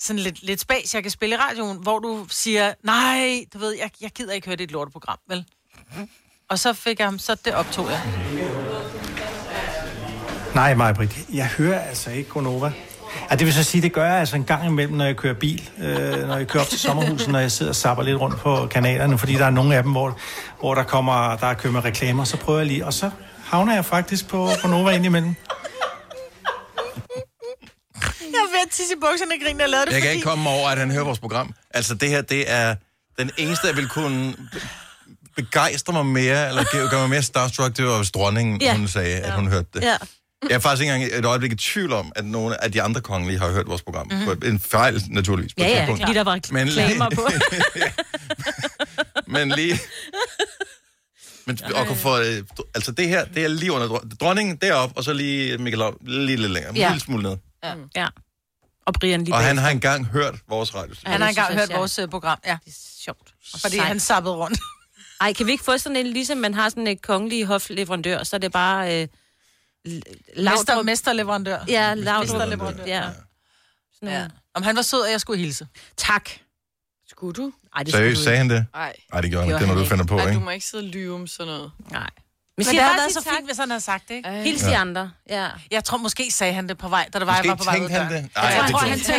[SPEAKER 3] Sådan lidt, lidt spas, jeg kan spille i radioen, hvor du siger, nej, du ved, jeg, jeg gider ikke høre dit lorteprogram, vel? Og så fik jeg ham, så det optog jeg.
[SPEAKER 7] Nej, Majbrit, jeg hører altså ikke Gonova. Ja, det vil så sige, det gør jeg altså en gang imellem, når jeg kører bil, øh, når jeg kører op til sommerhuset, når jeg sidder og sapper lidt rundt på kanalerne, fordi der er nogle af dem, hvor, hvor der kommer, der er kørt med reklamer, så prøver jeg lige, og så havner jeg faktisk på Gonova indimellem.
[SPEAKER 3] Jeg var ved at tisse i bukserne og grine, da jeg lavede det,
[SPEAKER 1] Jeg kan ikke komme over, at han hører vores program. Altså, det her, det er den eneste, jeg vil kunne be- begejstre mig mere, eller gøre gøre mig mere starstruck, det var, hvis dronningen,
[SPEAKER 2] Ja.
[SPEAKER 1] hun sagde, at hun hørte det.
[SPEAKER 2] Ja.
[SPEAKER 1] Jeg er faktisk ikke engang et øjeblik i tvivl om, at nogle af de andre kongelige har hørt vores program. Mm-hmm. En fejl, naturligvis. På
[SPEAKER 2] Ja,
[SPEAKER 1] et
[SPEAKER 2] ja,
[SPEAKER 1] tidspunkt.
[SPEAKER 2] fordi der var
[SPEAKER 1] Men-
[SPEAKER 2] reklamer på.
[SPEAKER 1] (laughs) Men
[SPEAKER 3] (laughs)
[SPEAKER 1] lige... Men, og kunne få, øh, altså det her, det er lige under dron- dronningen deroppe, og så lige Michael Laud, lige lidt længere, ja.
[SPEAKER 2] Ja.
[SPEAKER 1] en lille smule ned.
[SPEAKER 2] ja. Og Brian lige
[SPEAKER 1] Og han
[SPEAKER 2] bag.
[SPEAKER 1] har engang hørt vores radio.
[SPEAKER 2] Ja,
[SPEAKER 3] Han
[SPEAKER 2] det
[SPEAKER 3] har engang
[SPEAKER 2] synes
[SPEAKER 3] hørt
[SPEAKER 2] jeg,
[SPEAKER 3] vores øh, program, ja.
[SPEAKER 2] Det er sjovt.
[SPEAKER 3] Fordi Sejt. han sappede rundt.
[SPEAKER 2] (laughs) Ej, kan vi ikke få sådan en, ligesom man har sådan en kongelig hofleverandør, så er det bare... Øh,
[SPEAKER 3] Mester,
[SPEAKER 2] Laudrup.
[SPEAKER 3] mesterleverandør.
[SPEAKER 2] Ja, Laudrup.
[SPEAKER 1] Mesterleverandør.
[SPEAKER 2] Ja. Sådan
[SPEAKER 3] Ja.
[SPEAKER 2] ja.
[SPEAKER 3] Om han var sød, og jeg skulle hilse.
[SPEAKER 2] Tak.
[SPEAKER 4] Skulle du?
[SPEAKER 2] Ej, det
[SPEAKER 1] Seriøst, sagde han det?
[SPEAKER 4] Nej.
[SPEAKER 1] Nej, det gjorde
[SPEAKER 2] Gjorde
[SPEAKER 1] han ikke. Det er noget, du
[SPEAKER 2] han
[SPEAKER 1] finder på,
[SPEAKER 4] Ej, du
[SPEAKER 1] ikke?
[SPEAKER 4] må ikke sidde og lyve om sådan noget.
[SPEAKER 2] Nej. Men,
[SPEAKER 3] Men
[SPEAKER 2] siger
[SPEAKER 3] det havde
[SPEAKER 2] bare
[SPEAKER 3] været
[SPEAKER 2] så
[SPEAKER 3] så
[SPEAKER 2] tak.
[SPEAKER 3] fint, hvis han havde sagt det, ikke?
[SPEAKER 4] Ej.
[SPEAKER 2] Hils de andre. Ja.
[SPEAKER 3] Jeg tror, måske sagde han det på vej, da det var, jeg var på
[SPEAKER 1] Måske
[SPEAKER 3] vej ud af
[SPEAKER 1] tænkte han
[SPEAKER 3] døren.
[SPEAKER 1] det. Nej,
[SPEAKER 3] Jeg
[SPEAKER 1] det
[SPEAKER 3] tror,
[SPEAKER 1] gjorde
[SPEAKER 3] han
[SPEAKER 2] (laughs)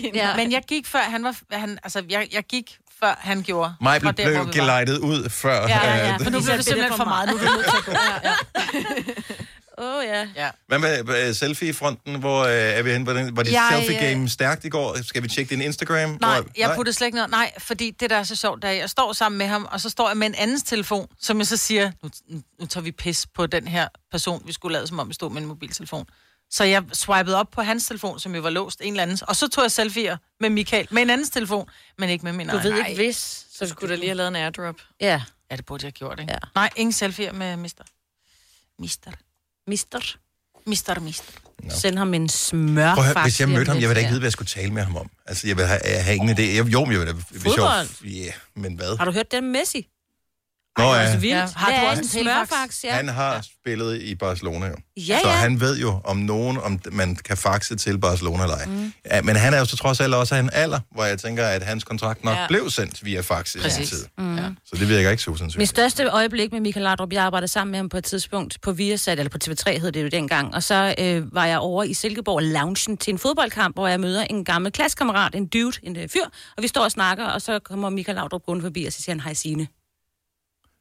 [SPEAKER 3] tænkte
[SPEAKER 2] Ja.
[SPEAKER 3] det. Men jeg gik før, han var... Han, altså, jeg, jeg gik før han gjorde.
[SPEAKER 1] Mig
[SPEAKER 3] Fra
[SPEAKER 1] blev,
[SPEAKER 3] der, hvor
[SPEAKER 1] blev
[SPEAKER 3] vi var.
[SPEAKER 1] gelejtet ud før.
[SPEAKER 3] Ja, ja,
[SPEAKER 1] (laughs)
[SPEAKER 3] ja.
[SPEAKER 1] øh,
[SPEAKER 3] For nu blev det simpelthen for meget. Nu er det nødt til at gå.
[SPEAKER 2] Åh, oh, ja.
[SPEAKER 3] Ja.
[SPEAKER 1] Hvad med øh, selfie-fronten? Hvor øh, er vi henne? Hvordan, var det
[SPEAKER 3] Jeg, øh,
[SPEAKER 1] selfie-game stærkt i går? Skal vi tjekke din Instagram?
[SPEAKER 3] Nej,
[SPEAKER 1] Hvor-
[SPEAKER 3] jeg puttede slet ikke noget. Nej, fordi det, der er så sjovt, da jeg står sammen med ham, og så står jeg med en andens telefon, som jeg så siger, nu, nu- nu tager vi pis på den her person, vi skulle lade som om, vi stod med en mobiltelefon. Så jeg swipede op på hans telefon, som jo var låst, en eller andens, og så tog jeg selfier med Michael, med en andens telefon, men ikke med min
[SPEAKER 2] Du
[SPEAKER 3] egen.
[SPEAKER 2] ved
[SPEAKER 3] Nej.
[SPEAKER 2] ikke, hvis... Så
[SPEAKER 4] Så skulle du lige have lavet en airdrop.
[SPEAKER 2] Ja.
[SPEAKER 3] Ja, det burde jeg have gjort, ikke?
[SPEAKER 2] Ja.
[SPEAKER 3] Ja. Nej, ingen selfier med mister. Mister.
[SPEAKER 2] Mister.
[SPEAKER 3] Mister, mister.
[SPEAKER 2] No. Send ham en smør.
[SPEAKER 1] Prøv at høre, hvis jeg mødte ham, jeg ville da ikke vide, hvad jeg skulle tale med ham om. Altså, jeg vil have, jeg har ingen idé. Jeg, jo, men jeg vil da... hvis jeg var- Ja, men hvad?
[SPEAKER 2] Har du hørt den Messi? Altså,
[SPEAKER 1] Nå ja,
[SPEAKER 2] Vildt.
[SPEAKER 3] Ja,
[SPEAKER 2] Ja,
[SPEAKER 3] har
[SPEAKER 2] det
[SPEAKER 3] du
[SPEAKER 2] er
[SPEAKER 3] også
[SPEAKER 2] en
[SPEAKER 3] en telfax?
[SPEAKER 2] smørfax, ja.
[SPEAKER 1] han har spillet i Barcelona jo.
[SPEAKER 2] Ja,
[SPEAKER 1] Så
[SPEAKER 2] ja.
[SPEAKER 1] han ved jo, om nogen, om man kan faxe til Barcelona eller ej. Mm. Ja, men han er jo så trods alt også af en alder, hvor jeg tænker, at hans kontrakt nok ja.
[SPEAKER 4] Ja.
[SPEAKER 1] blev sendt via fax i sin
[SPEAKER 3] Præcis.
[SPEAKER 1] tid. Mm. Så det virker ikke så
[SPEAKER 2] Mit
[SPEAKER 1] usandsynligt.
[SPEAKER 2] største øjeblik med Michael Laudrup, jeg arbejdede sammen med ham på et tidspunkt på Viasat, eller på TV3 hed det jo dengang, og så øh, var jeg over i Silkeborg Loungen til en fodboldkamp, hvor jeg møder en gammel klassekammerat, en dude, en øh, fyr, og vi står og snakker, og så kommer Michael Laudrup gående forbi, og så siger han, hej Signe.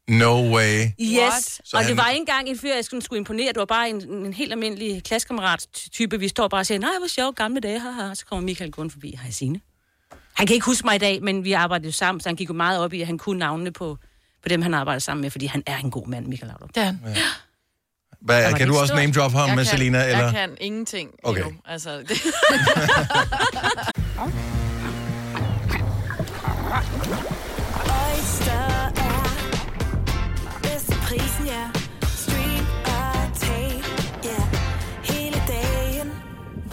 [SPEAKER 1] No way.
[SPEAKER 2] Yes,
[SPEAKER 1] Så
[SPEAKER 2] og
[SPEAKER 1] han-
[SPEAKER 2] det var ikke engang en fyr, jeg skulle, skulle imponere, det var bare en, en helt almindelig klassekammerat-type, vi står bare og siger, nej, hvor sjovt, gamle dage, haha, så kommer Michael gående forbi, hej Signe. Han kan ikke huske mig i dag, men vi arbejdede jo sammen, så han gik jo meget op i, at han kunne navnene på, på dem, han arbejdede sammen med, fordi han er en god mand, Michael Laudrup.
[SPEAKER 3] Det er han.
[SPEAKER 1] (gasps) Hvad, kan
[SPEAKER 2] det
[SPEAKER 1] du
[SPEAKER 2] ikke
[SPEAKER 1] også
[SPEAKER 2] stort?
[SPEAKER 1] name drop ham
[SPEAKER 4] Jeg
[SPEAKER 1] med
[SPEAKER 4] kan,
[SPEAKER 1] Selina? Eller?
[SPEAKER 4] Jeg kan ingenting
[SPEAKER 1] Okay.
[SPEAKER 4] okay. endnu. Altså, det,
[SPEAKER 8] Oyster er bedst til prisen, ja. Stream og tag, ja. Hele dagen.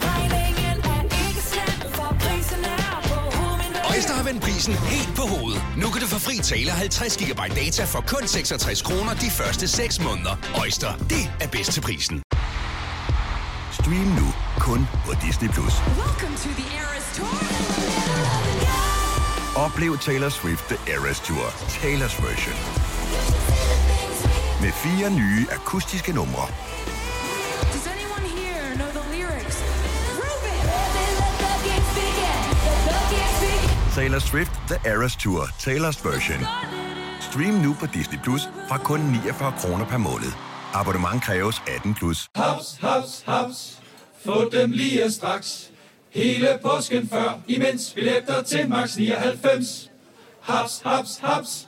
[SPEAKER 8] Regningen er ikke slem, for prisen er på hovedet.
[SPEAKER 9] Øjster har vendt prisen helt på hovedet. Nu kan du få fri tale 50 GB data for kun 66 kroner de første 6 måneder. Øjster, det er bedst til prisen.
[SPEAKER 10] Stream nu kun på Disney+. Plus. Oplev Taylor Swift The Eras Tour, Taylor's version. Med fire nye akustiske numre. Taylor Swift The Eras Tour, Taylor's version. Stream nu på Disney Plus fra kun 49 kroner per måned. Abonnement kræves 18 plus.
[SPEAKER 11] Haps, haps, haps. Få dem lige straks. Hele påsken før, imens billetter til max 99. Haps, haps, haps.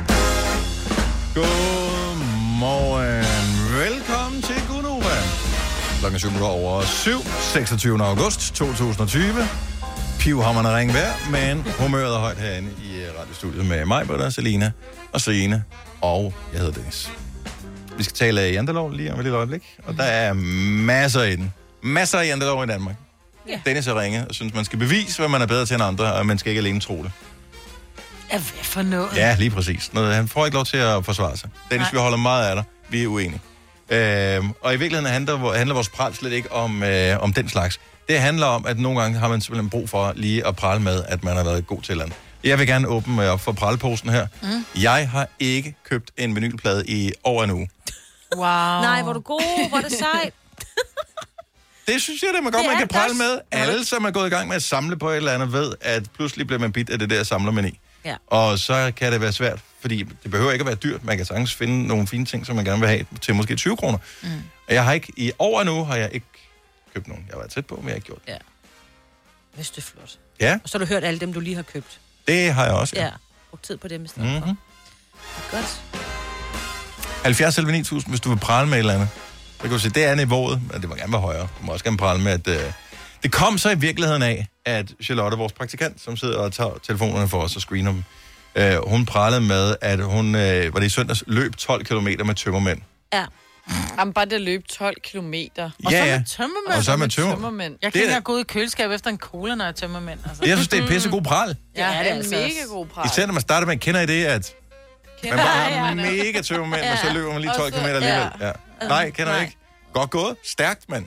[SPEAKER 1] Godmorgen. Velkommen til Gunova. Klokken er 7 minutter over 7. 26. august 2020. Pivhammerne ring vejr, men humøret er højt herinde i øh, radiostudiet med mig, Bøtter, Selina og Signe, og jeg hedder Dennis. Vi skal tale af jantelov lige om et lille øjeblik, og der er masser i den. Masser af jantelov i Danmark.
[SPEAKER 3] Ja.
[SPEAKER 1] Dennis har ringet og synes, man skal bevise, hvad man er bedre til end andre, og man skal ikke alene tro det.
[SPEAKER 3] Ja, hvad for noget?
[SPEAKER 1] Ja, lige præcis. Nå, han får ikke lov til at forsvare sig. Dennis, Nej. vi holder meget af dig. Vi er uenige. Øhm, og i virkeligheden handler, handler vores pral slet ikke om, øh, om den slags. Det handler om, at nogle gange har man simpelthen brug for lige at prale med, at man har været god til et eller andet. Jeg vil gerne åbne øh, op for pralposen her. Mm. Jeg har ikke købt en vinylplade i over en uge.
[SPEAKER 3] Wow.
[SPEAKER 12] Nej, hvor er du god, hvor er det sejt.
[SPEAKER 1] Det synes jeg, det er godt,
[SPEAKER 12] Det
[SPEAKER 1] man
[SPEAKER 12] er
[SPEAKER 1] kan prale
[SPEAKER 12] godt.
[SPEAKER 1] med. Alle, som er gået i gang med at samle på et eller andet, ved, at pludselig bliver man bit af det der samlermani.
[SPEAKER 12] Ja.
[SPEAKER 1] Og så kan det være svært, fordi det behøver ikke at være dyrt. Man kan sagtens finde nogle fine ting, som man gerne vil have til måske 20 kroner. Mm. Og jeg har ikke, i over nu har jeg ikke købt nogen. Jeg var tæt på, men jeg har ikke gjort det.
[SPEAKER 12] Ja. Hvis det er flot.
[SPEAKER 1] Ja,
[SPEAKER 12] Og så har du hørt alle dem, du lige har købt.
[SPEAKER 1] det har jeg også.
[SPEAKER 12] Ja. Brug tid på dem i stedet.
[SPEAKER 1] Mm-hmm.
[SPEAKER 12] Godt.
[SPEAKER 1] 70 selv 9000, hvis du vil prale med et eller andet. Så kan du se, det er niveauet, men det må gerne være højere. Du må også gerne prale med, at... Øh, det kom så i virkeligheden af, at Charlotte, vores praktikant, som sidder og tager telefonerne for os og screener dem, øh, hun pralede med, at hun, øh, var det i søndags, løb 12 km med tømmermænd.
[SPEAKER 12] Ja.
[SPEAKER 4] Jamen, bare det at løbe 12 kilometer.
[SPEAKER 1] Og så Ja, med ja.
[SPEAKER 3] Tømmermænd.
[SPEAKER 1] Og så er man tømmer.
[SPEAKER 4] tømmermænd.
[SPEAKER 3] Jeg kan ikke engang gå ud i køleskab efter en cola, når jeg er tømmermænd. Altså.
[SPEAKER 1] Jeg synes, det er pissegod pral.
[SPEAKER 3] Ja, det er
[SPEAKER 4] det er en
[SPEAKER 3] altså
[SPEAKER 4] mega
[SPEAKER 3] også.
[SPEAKER 4] god pral.
[SPEAKER 1] Især når man starter med, kender I det, at man bare
[SPEAKER 4] Ja,
[SPEAKER 1] har
[SPEAKER 4] ja.
[SPEAKER 1] mega tømmermænd, og så
[SPEAKER 4] Ja.
[SPEAKER 1] løber man lige
[SPEAKER 4] Og
[SPEAKER 1] 12
[SPEAKER 4] så-
[SPEAKER 1] km alligevel. Ja. Nej, kender jeg ikke. Godt gået. Stærkt, mand.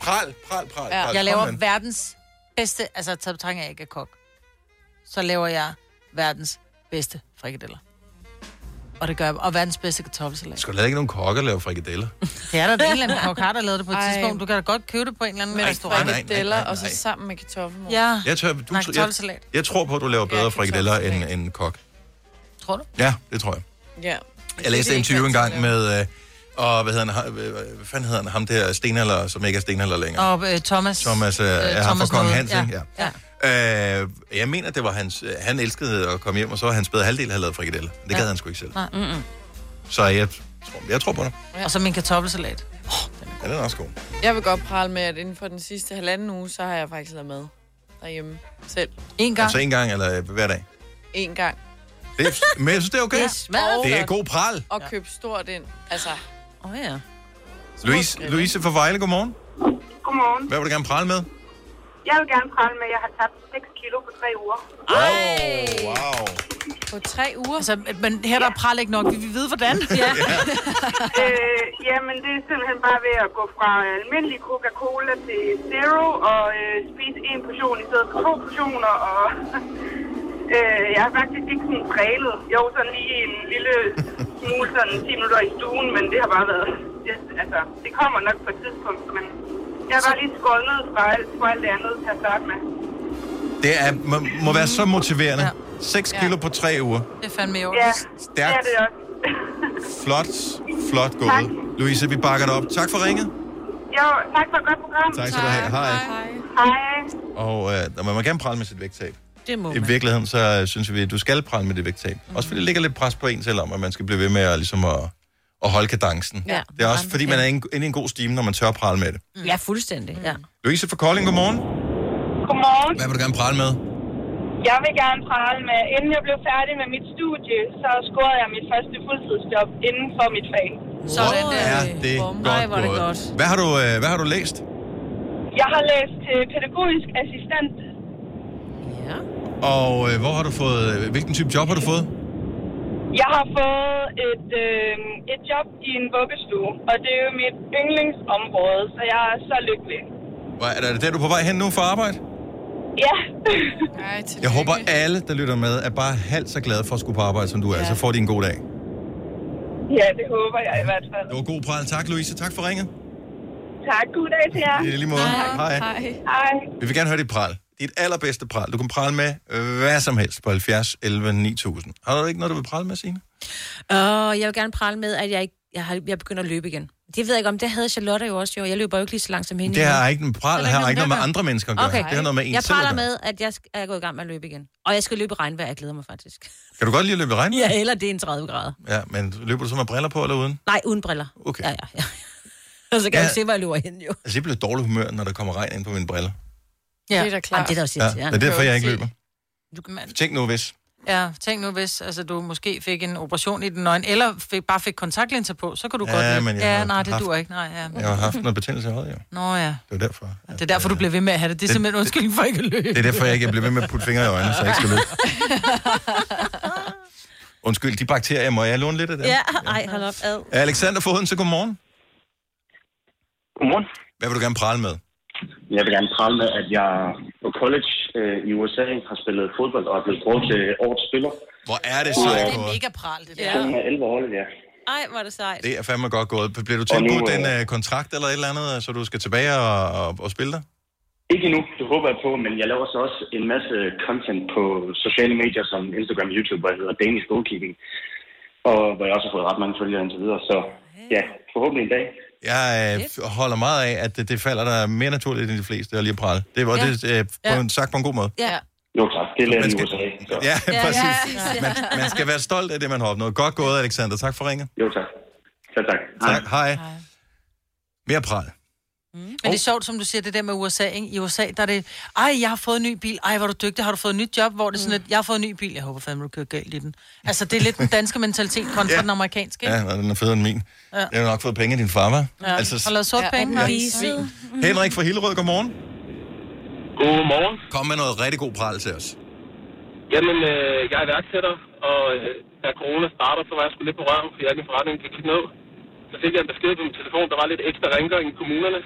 [SPEAKER 1] Pral, pral, pral.
[SPEAKER 3] Ja.
[SPEAKER 1] pral.
[SPEAKER 3] Jeg
[SPEAKER 1] Kom,
[SPEAKER 3] laver
[SPEAKER 1] mand.
[SPEAKER 3] verdens bedste, altså taget betragtning af, at jeg ikke er kok. Så laver jeg verdens bedste frikadeller. Og det gør jeg. Og verdens bedste kartoffelsalat.
[SPEAKER 1] Skal der ikke nogen kokker lave frikadeller?
[SPEAKER 3] Det er der da en eller anden kok har, der lavede det på et
[SPEAKER 4] Ej.
[SPEAKER 3] tidspunkt. Du kan da godt købe det på en eller anden
[SPEAKER 4] Med
[SPEAKER 1] nej, nej, nej,
[SPEAKER 4] frikadeller, og
[SPEAKER 1] nej.
[SPEAKER 4] så sammen med kartoffelmos.
[SPEAKER 3] Ja.
[SPEAKER 1] Jeg, tør, du,
[SPEAKER 3] Nej,
[SPEAKER 1] jeg,
[SPEAKER 3] kartoffelsalat.
[SPEAKER 1] jeg tror på, at du laver bedre frikadeller end en kok.
[SPEAKER 3] Tror du?
[SPEAKER 1] Ja, det tror jeg.
[SPEAKER 4] Ja.
[SPEAKER 1] Jeg læste en interview engang med, øh, og hvad hedder han, ha- hvad hvad fanden hedder han, ham der stenalder, som ikke er stenalder længere.
[SPEAKER 3] Og øh, Thomas.
[SPEAKER 1] Thomas, øh, er ham
[SPEAKER 3] Thomas
[SPEAKER 1] fra Kong
[SPEAKER 3] noget.
[SPEAKER 1] Hans,
[SPEAKER 3] ja.
[SPEAKER 1] ikke?
[SPEAKER 3] ja.
[SPEAKER 1] Øh, jeg mener, det var hans, øh, han elskede at komme hjem, og så var hans bedre halvdel, havde lavet frikadeller. Det gad
[SPEAKER 3] Ja.
[SPEAKER 1] han sgu ikke selv.
[SPEAKER 3] Nej. Mm-mm.
[SPEAKER 1] Så jeg, tror- jeg tror på dig.
[SPEAKER 3] Og så min kartoffelsalat.
[SPEAKER 1] Ja, den er også god.
[SPEAKER 4] Jeg vil godt prale med, at inden for den sidste halvanden uge, så har jeg faktisk lavet mad derhjemme selv.
[SPEAKER 3] En gang.
[SPEAKER 1] Altså en gang eller øh, hver dag.
[SPEAKER 4] En gang.
[SPEAKER 1] Det er, men jeg synes, det er okay.
[SPEAKER 4] Det smager
[SPEAKER 1] det er
[SPEAKER 4] godt.
[SPEAKER 1] god pral.
[SPEAKER 4] Og købe stort ind. Altså,
[SPEAKER 12] Åh oh, ja.
[SPEAKER 1] Louise, Louise fra Vejle, godmorgen.
[SPEAKER 13] Godmorgen.
[SPEAKER 1] Hvad vil du gerne prale med?
[SPEAKER 13] Jeg vil gerne prale med, at jeg har tabt 6 kilo på tre uger.
[SPEAKER 1] Wow.
[SPEAKER 4] På tre uger?
[SPEAKER 3] Altså, men her der er pral ikke nok. Vi vil vide, hvordan. Ja. (laughs)
[SPEAKER 13] øh, jamen, det er simpelthen bare ved at gå fra almindelig Coca-Cola til Zero og øh, spise en portion i stedet for to portioner. Og, (laughs) øh, jeg har faktisk ikke sådan prælet. Jo, sådan lige en lille smule sådan 10 minutter i stuen, men det har bare været... Det, altså, det kommer nok på et tidspunkt, men jeg har bare lige skåret ned fra alt, fra alt det andet til at starte med.
[SPEAKER 1] Det er, må, må være så motiverende. 6 kilo på 3 uger.
[SPEAKER 3] Det er fandme i orden.
[SPEAKER 13] Ja,
[SPEAKER 1] det er det
[SPEAKER 13] også. (laughs)
[SPEAKER 1] Flot, flot gået. Louise, vi bakker dig op. Tak for ringet.
[SPEAKER 13] Jo, tak for et godt program.
[SPEAKER 1] Tak skal du have. Hej.
[SPEAKER 13] Hej. Hej.
[SPEAKER 1] Og øh, man må gerne prale med sit vægttab.
[SPEAKER 12] Det må
[SPEAKER 1] I
[SPEAKER 12] man.
[SPEAKER 1] virkeligheden,
[SPEAKER 13] Mm.
[SPEAKER 1] så øh, synes vi, at du skal prale med det vægttab. Også fordi det ligger lidt pres på en selv om, at man skal blive ved med at, ligesom at, at holde kadencen.
[SPEAKER 2] Ja.
[SPEAKER 1] Det er også, fordi man er inde inde i en god stime, når man tør at prale med det.
[SPEAKER 3] Mm.
[SPEAKER 2] Ja, fuldstændig. Ja.
[SPEAKER 1] Louise fra Kolding, godmorgen.
[SPEAKER 13] Godmorgen.
[SPEAKER 1] Hvad vil du gerne prale med?
[SPEAKER 13] Øh, Jeg vil gerne prale med, inden jeg blev færdig med mit studie, så scorede jeg mit første fuldtidsjob inden for mit fag.
[SPEAKER 2] Sådan
[SPEAKER 1] Ja, det er godt Nej,
[SPEAKER 13] hvor er det godt.
[SPEAKER 1] Hvad har du, øh, hvad har du læst?
[SPEAKER 13] Jeg har læst øh, pædagogisk assistent.
[SPEAKER 1] Og øh, hvor har du fået, øh, hvilken type job har du fået?
[SPEAKER 13] Jeg har fået et, øh, et job i en vuggestue, og det er jo mit yndlingsområde, så jeg er så lykkelig.
[SPEAKER 1] Hvor Er det der, du er på vej hen nu for arbejde?
[SPEAKER 13] Ja. (laughs)
[SPEAKER 1] Jeg håber, alle, der lytter med, er bare halvt så glade for at skulle på arbejde, som du er. Så får de en god dag.
[SPEAKER 13] ja, det håber jeg i hvert fald.
[SPEAKER 1] Det var god pral. Tak, Louise. Tak for ringet.
[SPEAKER 13] Tak, god dag til jer.
[SPEAKER 1] I lige måde. Hej.
[SPEAKER 13] Hej. Hej.
[SPEAKER 1] Vi vil gerne høre dit pral. Dit allerbedste pral. Du kan prale med hvad som helst på 70 11 9000. Har du ikke noget, du vil prale med, Signe?
[SPEAKER 2] Og jeg vil gerne prale med, at jeg, ikke, jeg, har, jeg begynder at løbe igen. Det ved jeg ikke om, det havde Charlotte jo også jo. Jeg løber jo ikke lige så langt som hende.
[SPEAKER 1] Det
[SPEAKER 2] endnu.
[SPEAKER 1] har ikke en pral. Det har ikke noget med andre mennesker at gøre.
[SPEAKER 2] Okay.
[SPEAKER 1] Det har noget med en
[SPEAKER 2] jeg
[SPEAKER 1] selv at
[SPEAKER 2] praler
[SPEAKER 1] gøre.
[SPEAKER 2] med, at jeg sk- er gået i gang med at løbe igen. Og jeg skal løbe i regnvejr, jeg glæder mig faktisk.
[SPEAKER 1] Kan du godt lide at løbe i regn?
[SPEAKER 2] Ja, eller det er en 30 grader.
[SPEAKER 1] Ja, men løber du så med briller på eller uden?
[SPEAKER 2] Nej, uden briller.
[SPEAKER 1] Okay.
[SPEAKER 2] Ja, ja, (laughs) ja. Og så kan
[SPEAKER 1] Ja.
[SPEAKER 2] ja. jeg jo se, hvor jeg løber hen, jo.
[SPEAKER 1] Altså, jeg bliver dårlig humør, når der kommer regn ind på mine briller.
[SPEAKER 3] Ja.
[SPEAKER 2] Det er da klart. Jamen, det er da også
[SPEAKER 1] Ja,
[SPEAKER 2] sindssygt,
[SPEAKER 1] det er derfor, jeg ikke løber.
[SPEAKER 3] Du kan, man,
[SPEAKER 1] Tænk nu, hvis.
[SPEAKER 3] ja, tænk nu, hvis altså, du måske fik en operation i den øjne, eller fik, bare fik kontaktlinser på, så kan du
[SPEAKER 1] Ja,
[SPEAKER 3] godt... lidt-
[SPEAKER 1] men jeg har
[SPEAKER 3] ja,
[SPEAKER 1] jo
[SPEAKER 3] nej, det
[SPEAKER 1] haft-
[SPEAKER 3] duer ikke. Nej, ja.
[SPEAKER 1] Jeg har haft noget betændelse i øjet, jo.
[SPEAKER 3] Nå ja,
[SPEAKER 1] Det er derfor.
[SPEAKER 3] det er derfor, du bliver ved med at have det. Det er
[SPEAKER 1] Det-
[SPEAKER 3] simpelthen undskyldning for ikke at løbe.
[SPEAKER 1] Det er derfor, jeg ikke bliver ved med
[SPEAKER 3] (laughs)
[SPEAKER 1] at putte fingre i øjnene, så jeg ikke skal
[SPEAKER 2] (laughs)
[SPEAKER 1] løbe. Undskyld, de bakterier, må jeg låne lidt af dem?
[SPEAKER 2] Ja, ej, hold op, ad.
[SPEAKER 1] Alexander Foden, så godmorgen.
[SPEAKER 14] Godmorgen.
[SPEAKER 1] Hvad vil du gerne prale med?
[SPEAKER 14] Jeg vil gerne prale med, at jeg på college øh, i USA har spillet fodbold og er blevet kåret til årets spiller.
[SPEAKER 1] Hvor er det
[SPEAKER 14] så?
[SPEAKER 3] Det er mega pral, det der. Ja.
[SPEAKER 14] 211 holdet, ja.
[SPEAKER 2] Ej, hvor er det sejt.
[SPEAKER 1] Det er fandme godt gået. Bliver du
[SPEAKER 14] Og nu,
[SPEAKER 1] tilbudt
[SPEAKER 14] øh,
[SPEAKER 1] en uh, kontrakt eller et eller andet, så du skal tilbage og, og, og spille dig?
[SPEAKER 14] Ikke endnu, det håber jeg på, men jeg laver så også en masse content på sociale medier som Instagram og YouTube, hvor jeg hedder Danish Goalkeeping. Og hvor jeg også har fået ret mange følgere indtil videre, så ja, forhåbentlig en dag.
[SPEAKER 1] Jeg øh, holder meget af, at det, det falder der mere naturligt end de fleste, at lige at prale. Det var
[SPEAKER 14] Ja.
[SPEAKER 1] det, øh, på
[SPEAKER 14] Ja.
[SPEAKER 1] en, sagt på en god måde.
[SPEAKER 2] Ja.
[SPEAKER 14] Jo tak, det lader
[SPEAKER 1] Man
[SPEAKER 14] jeg i
[SPEAKER 1] skal-
[SPEAKER 14] USA. Så.
[SPEAKER 1] Ja, præcis. Man, man skal være stolt af det, man har opnået. Godt gået, Alexander. Tak for ringet.
[SPEAKER 14] Jo tak. Ja, tak.
[SPEAKER 1] Tak. Hej. Hej. Mere pral.
[SPEAKER 3] Men det er sjovt, som du siger, det der med USA, ikke? I USA, der er det, ej, jeg har fået en ny bil, ej, hvor er du dygtig, har du fået en ny job, hvor det er
[SPEAKER 1] Mm.
[SPEAKER 3] sådan lidt, jeg har fået en ny bil, jeg håber fandme, du kører galt i den. Altså, det er lidt den danske mentalitet kontra
[SPEAKER 1] Ja.
[SPEAKER 3] den amerikanske, ikke?
[SPEAKER 1] Ja, og den er federe end min.
[SPEAKER 3] Ja.
[SPEAKER 1] Jeg har nok fået penge af din far, hva'?
[SPEAKER 3] Ja. Altså, og lavet sort
[SPEAKER 2] Ja,
[SPEAKER 3] penge,
[SPEAKER 2] ja.
[SPEAKER 3] ja,
[SPEAKER 2] Svin.
[SPEAKER 1] Henrik fra Hillerød, godmorgen.
[SPEAKER 9] Godmorgen.
[SPEAKER 1] Kom med noget rigtig god pral til os.
[SPEAKER 9] Jamen, øh, jeg er iværksætter, og øh, da corona starter, så var jeg sgu lidt på røven, fordi jeg min forretning gik ned. Så fik jeg en besked på min telefon, der var lidt ekstra rengøring i kommunerne.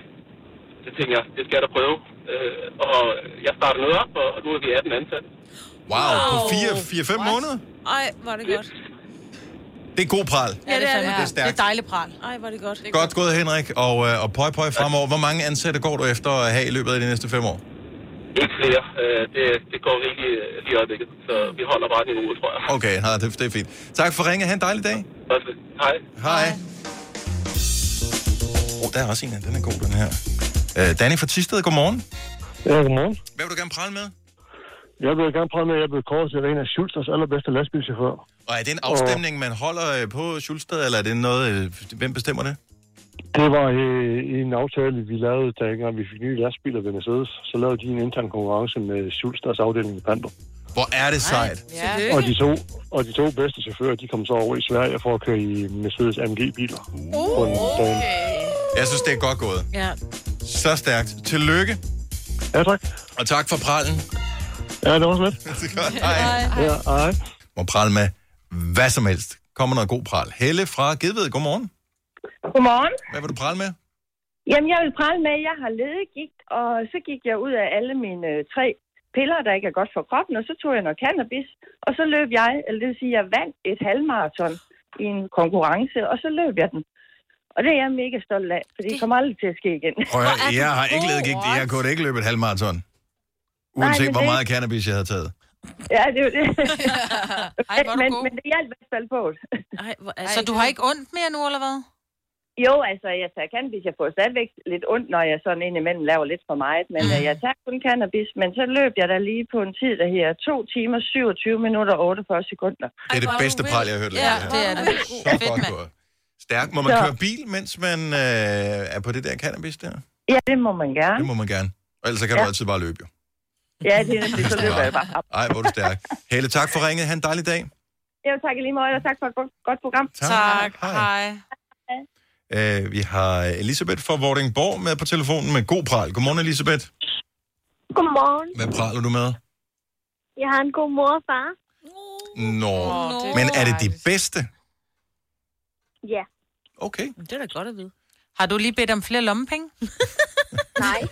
[SPEAKER 9] Så tænkte jeg, det skal jeg da prøve. Øh, og jeg startede noget op, og nu er vi 18 ansatte.
[SPEAKER 1] Wow, på 4-5 måneder?
[SPEAKER 2] Ej, hvor er det godt.
[SPEAKER 1] Det er god pral.
[SPEAKER 2] Ja, det er det.
[SPEAKER 1] Det er
[SPEAKER 3] Det er
[SPEAKER 1] stærkt.
[SPEAKER 3] dejligt pral.
[SPEAKER 2] Ej, hvor er det godt.
[SPEAKER 1] (laughs) Godt gået, Henrik, og, øh, og pøj, pøj fremover. Hvor mange ansatte går du efter at have i løbet af de næste fem år?
[SPEAKER 9] Ikke flere. Øh, det, det går virkelig øh, lige i øjeblikket, så vi holder bare den uge, tror jeg.
[SPEAKER 1] Okay, nej, det, det er fint. Tak for ringet. Ha' en dejlig dag.
[SPEAKER 9] Godt. Hej.
[SPEAKER 1] Hej. Oh, der er også en af. Den er god, den her. Øh, Danny fra Tisted, godmorgen.
[SPEAKER 15] Ja, godmorgen.
[SPEAKER 1] Hvad vil du gerne prale med?
[SPEAKER 15] Jeg vil gerne prøve med, at jeg blev kåret til at være en af Schulters allerbedste lastbilchauffør.
[SPEAKER 1] Og er det en afstemning, man holder øh, på Schulsted, eller er det noget... øh, Hvem bestemmer det?
[SPEAKER 15] Det var øh, en aftale, vi lavede, da engang vi fik nye lastbiler ved Mercedes. Så lavede de en intern konkurrence med Schulters afdeling i Panter.
[SPEAKER 1] Hvor er det sejt.
[SPEAKER 15] Og de, to, og de to bedste chauffører, de kom så over i Sverige for at køre i Mercedes AMG-biler. Okay.
[SPEAKER 1] Jeg synes, det er godt gået.
[SPEAKER 2] Ja.
[SPEAKER 1] Så stærkt. Tillykke.
[SPEAKER 15] Ja, tak.
[SPEAKER 1] Og tak for prallen.
[SPEAKER 15] Ja, det var så lidt.
[SPEAKER 1] (laughs) det er godt. Hej.
[SPEAKER 15] Hej. Ja, hej.
[SPEAKER 1] Må prale med hvad som helst. Kommer noget god pral. Helle fra Gedved, godmorgen.
[SPEAKER 16] Godmorgen.
[SPEAKER 1] Hvad vil du prale med?
[SPEAKER 16] Jamen, jeg vil prale med, at jeg har ledegigt, og så gik jeg ud af alle mine øh, tre piller, der ikke er godt for kroppen, og så tog jeg noget cannabis, og så løb jeg, eller det vil sige, jeg vandt et halvmarathon i en konkurrence, og så løb jeg den. Og det er jeg mega stolt af, for det kommer aldrig til at ske igen.
[SPEAKER 1] Prøv, at høre, jeg har ikke ledet gigt. Jeg kunne ikke løbe et halvmarathon. Uanset
[SPEAKER 16] men
[SPEAKER 1] hvor
[SPEAKER 16] det-
[SPEAKER 1] meget cannabis, jeg havde taget.
[SPEAKER 16] Ja, det er jo det.
[SPEAKER 3] (laughs) Ej, hvor er du
[SPEAKER 16] men,
[SPEAKER 3] god.
[SPEAKER 16] men det hjalp i hvert fald på.
[SPEAKER 2] Ej, hvor,
[SPEAKER 3] Så du har ikke ondt mere nu, eller hvad?
[SPEAKER 16] Jo, altså, jeg tager cannabis. Jeg får stadigvæk lidt ondt, når jeg sådan indimellem laver lidt for meget. Men mm. jeg tager kun cannabis. Men så løb jeg da lige på en tid, der her 2 timer, 27 minutter og 48 sekunder.
[SPEAKER 1] Det er det bedste pral, jeg har hørt.
[SPEAKER 16] Ja, det er det.
[SPEAKER 1] Så godt gået. stærk. Må man
[SPEAKER 16] Så-
[SPEAKER 1] køre bil, mens man øh, er på det der cannabis der?
[SPEAKER 16] Ja, det må man gerne.
[SPEAKER 1] Det må man gerne. Og ellers så kan ja.
[SPEAKER 16] Ja.
[SPEAKER 1] du altid bare løbe, jo.
[SPEAKER 16] Ja, det er nemlig, så løber jeg bare.
[SPEAKER 1] Ej, hvor er du stærk. Helle, tak for ringet. Ha' en dejlig dag.
[SPEAKER 16] Jo, tak i lige måde, og tak for et godt- godt program.
[SPEAKER 1] Tak.
[SPEAKER 3] Tak.
[SPEAKER 1] Hej. Øh, vi har Elisabeth fra Vordingborg med på telefonen med god pral. Godmorgen, Elisabeth.
[SPEAKER 17] Godmorgen.
[SPEAKER 1] Hvad praler du med?
[SPEAKER 17] Jeg har en god mor og far.
[SPEAKER 1] Nå.
[SPEAKER 17] Nå, det er
[SPEAKER 1] Men er det de bedste?
[SPEAKER 17] Ja.
[SPEAKER 1] Okay.
[SPEAKER 3] Det er da godt at vide. Har du lige bedt om flere lommepenge?
[SPEAKER 17] Nej.
[SPEAKER 3] (laughs)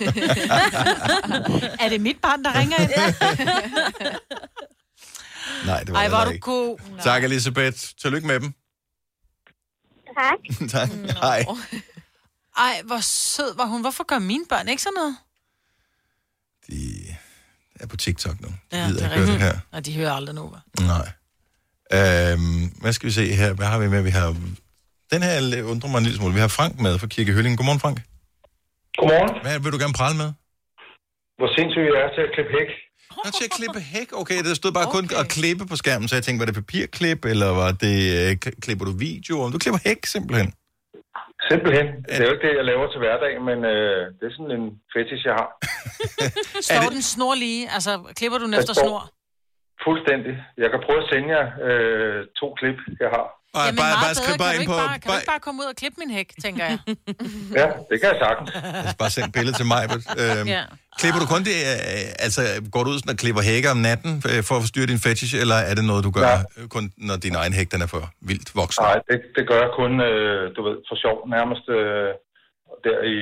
[SPEAKER 3] er det mit barn, der ringer ind?
[SPEAKER 1] Nej, det var
[SPEAKER 3] Ej,
[SPEAKER 1] det
[SPEAKER 3] hvor er
[SPEAKER 1] heller
[SPEAKER 3] du
[SPEAKER 1] ikke.
[SPEAKER 3] god.
[SPEAKER 1] Tak, Elisabeth. Tillykke med dem.
[SPEAKER 17] Tak.
[SPEAKER 1] tak. Hej.
[SPEAKER 3] Mm. Ej, hvor sød var hun. Hvorfor gør mine børn ikke sådan noget?
[SPEAKER 1] Jeg er på TikTok nu.
[SPEAKER 3] Ja,
[SPEAKER 1] Jeg
[SPEAKER 3] det
[SPEAKER 1] gider
[SPEAKER 3] er
[SPEAKER 1] ikke høre det her.
[SPEAKER 3] rigtigt. Og de hører aldrig nu, hva'?
[SPEAKER 1] Nej. Øhm, hvad skal vi se her? Hvad har vi med? Vi har... Den her undrer mig en lille smule. Vi har Frank med fra Kirke Hølling. Godmorgen, Frank.
[SPEAKER 15] Godmorgen.
[SPEAKER 1] Hvad vil du gerne prale med?
[SPEAKER 15] Hvor sindssyg jeg er til at klippe hæk.
[SPEAKER 1] Nå, til at klippe hæk. Okay, der stod bare okay. kun at klippe på skærmen, så jeg tænkte, var det papirklip, eller var det, øh, k- klipper du video? Om du klipper hæk, simpelthen.
[SPEAKER 15] Simpelthen. Det er jo ikke det, jeg laver til hverdag, men øh, det er sådan en fetish, jeg har.
[SPEAKER 3] Står det... den snor lige? Altså, klipper du den efter
[SPEAKER 15] Jeg står-
[SPEAKER 3] snor?
[SPEAKER 15] Fuldstændig. Jeg kan prøve at sende jer øh, to klip, jeg har.
[SPEAKER 1] Ej,
[SPEAKER 3] Jamen, meget bedre. kan du ikke bare, kan du ikke bare komme ud og klippe min hæk, tænker jeg.
[SPEAKER 15] Ja, det kan jeg sagtens.
[SPEAKER 1] Altså, bare send billede til mig. Øhm,
[SPEAKER 3] Ja.
[SPEAKER 1] ja. Klipper du kun det, øh, altså går du ud sådan og klipper hække om natten øh, for at forstyrre din fetish, eller er det noget, du gør ja. kun, når din egen hæk den er for vildt voksen?
[SPEAKER 15] Nej, det, det gør jeg kun, øh, du ved, for sjov nærmest øh, der i